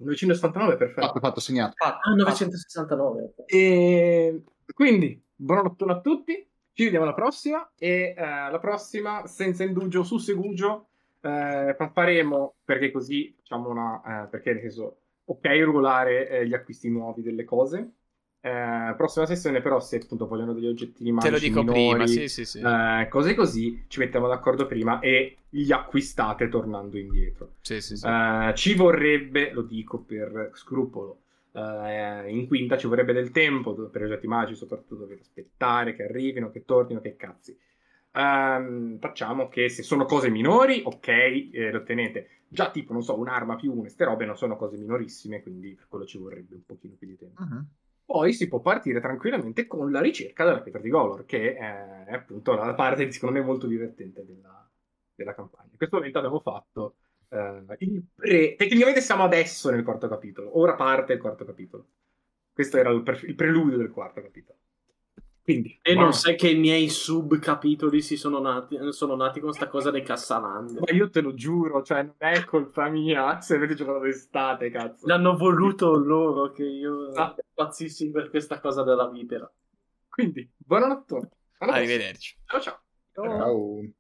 969, perfetto. Fatto, fatto, segnato. fatto. Ah, 969. E quindi, buonanotte a tutti. Ci vediamo alla prossima. E eh, la prossima, senza indugio, su Segugio, eh, fa- faremo perché così facciamo una. eh, perché nel senso, ok, regolare eh, gli acquisti nuovi delle cose. Eh, prossima sessione, però, se appunto vogliono degli oggettini magici, Te lo dico minori, prima, sì, sì, sì. eh, cose così, ci mettiamo d'accordo prima e li acquistate tornando indietro. Sì, sì, sì. Eh, ci vorrebbe, lo dico per scrupolo, eh, in quinta ci vorrebbe del tempo do- per gli oggetti magici, soprattutto dovete aspettare che arrivino, che tornino, che cazzi. Ehm, facciamo che se sono cose minori, ok, eh, lo tenete. Già tipo, non so, un'arma più una, ste robe non sono cose minorissime, quindi per quello ci vorrebbe un pochino più di tempo. Mhm. Poi si può partire tranquillamente con la ricerca della pietra di Golor, che eh, è appunto la parte secondo me molto divertente della, della campagna. In questo momento abbiamo fatto eh, il pre... Tecnicamente siamo adesso nel quarto capitolo, ora parte il quarto capitolo. Questo era il, pre- il preludio del quarto capitolo. Quindi, E buona- non sai che i miei subcapitoli si sono nati, sono nati con sta cosa dei Cassalande. Ma io te lo giuro, cioè non è colpa mia se avete giocato d'estate, cazzo. L'hanno voluto loro che io Ah. pazzissi per questa cosa della vipera. Quindi, buonanotte. Alla prossima. Arrivederci. Ciao ciao. Ciao.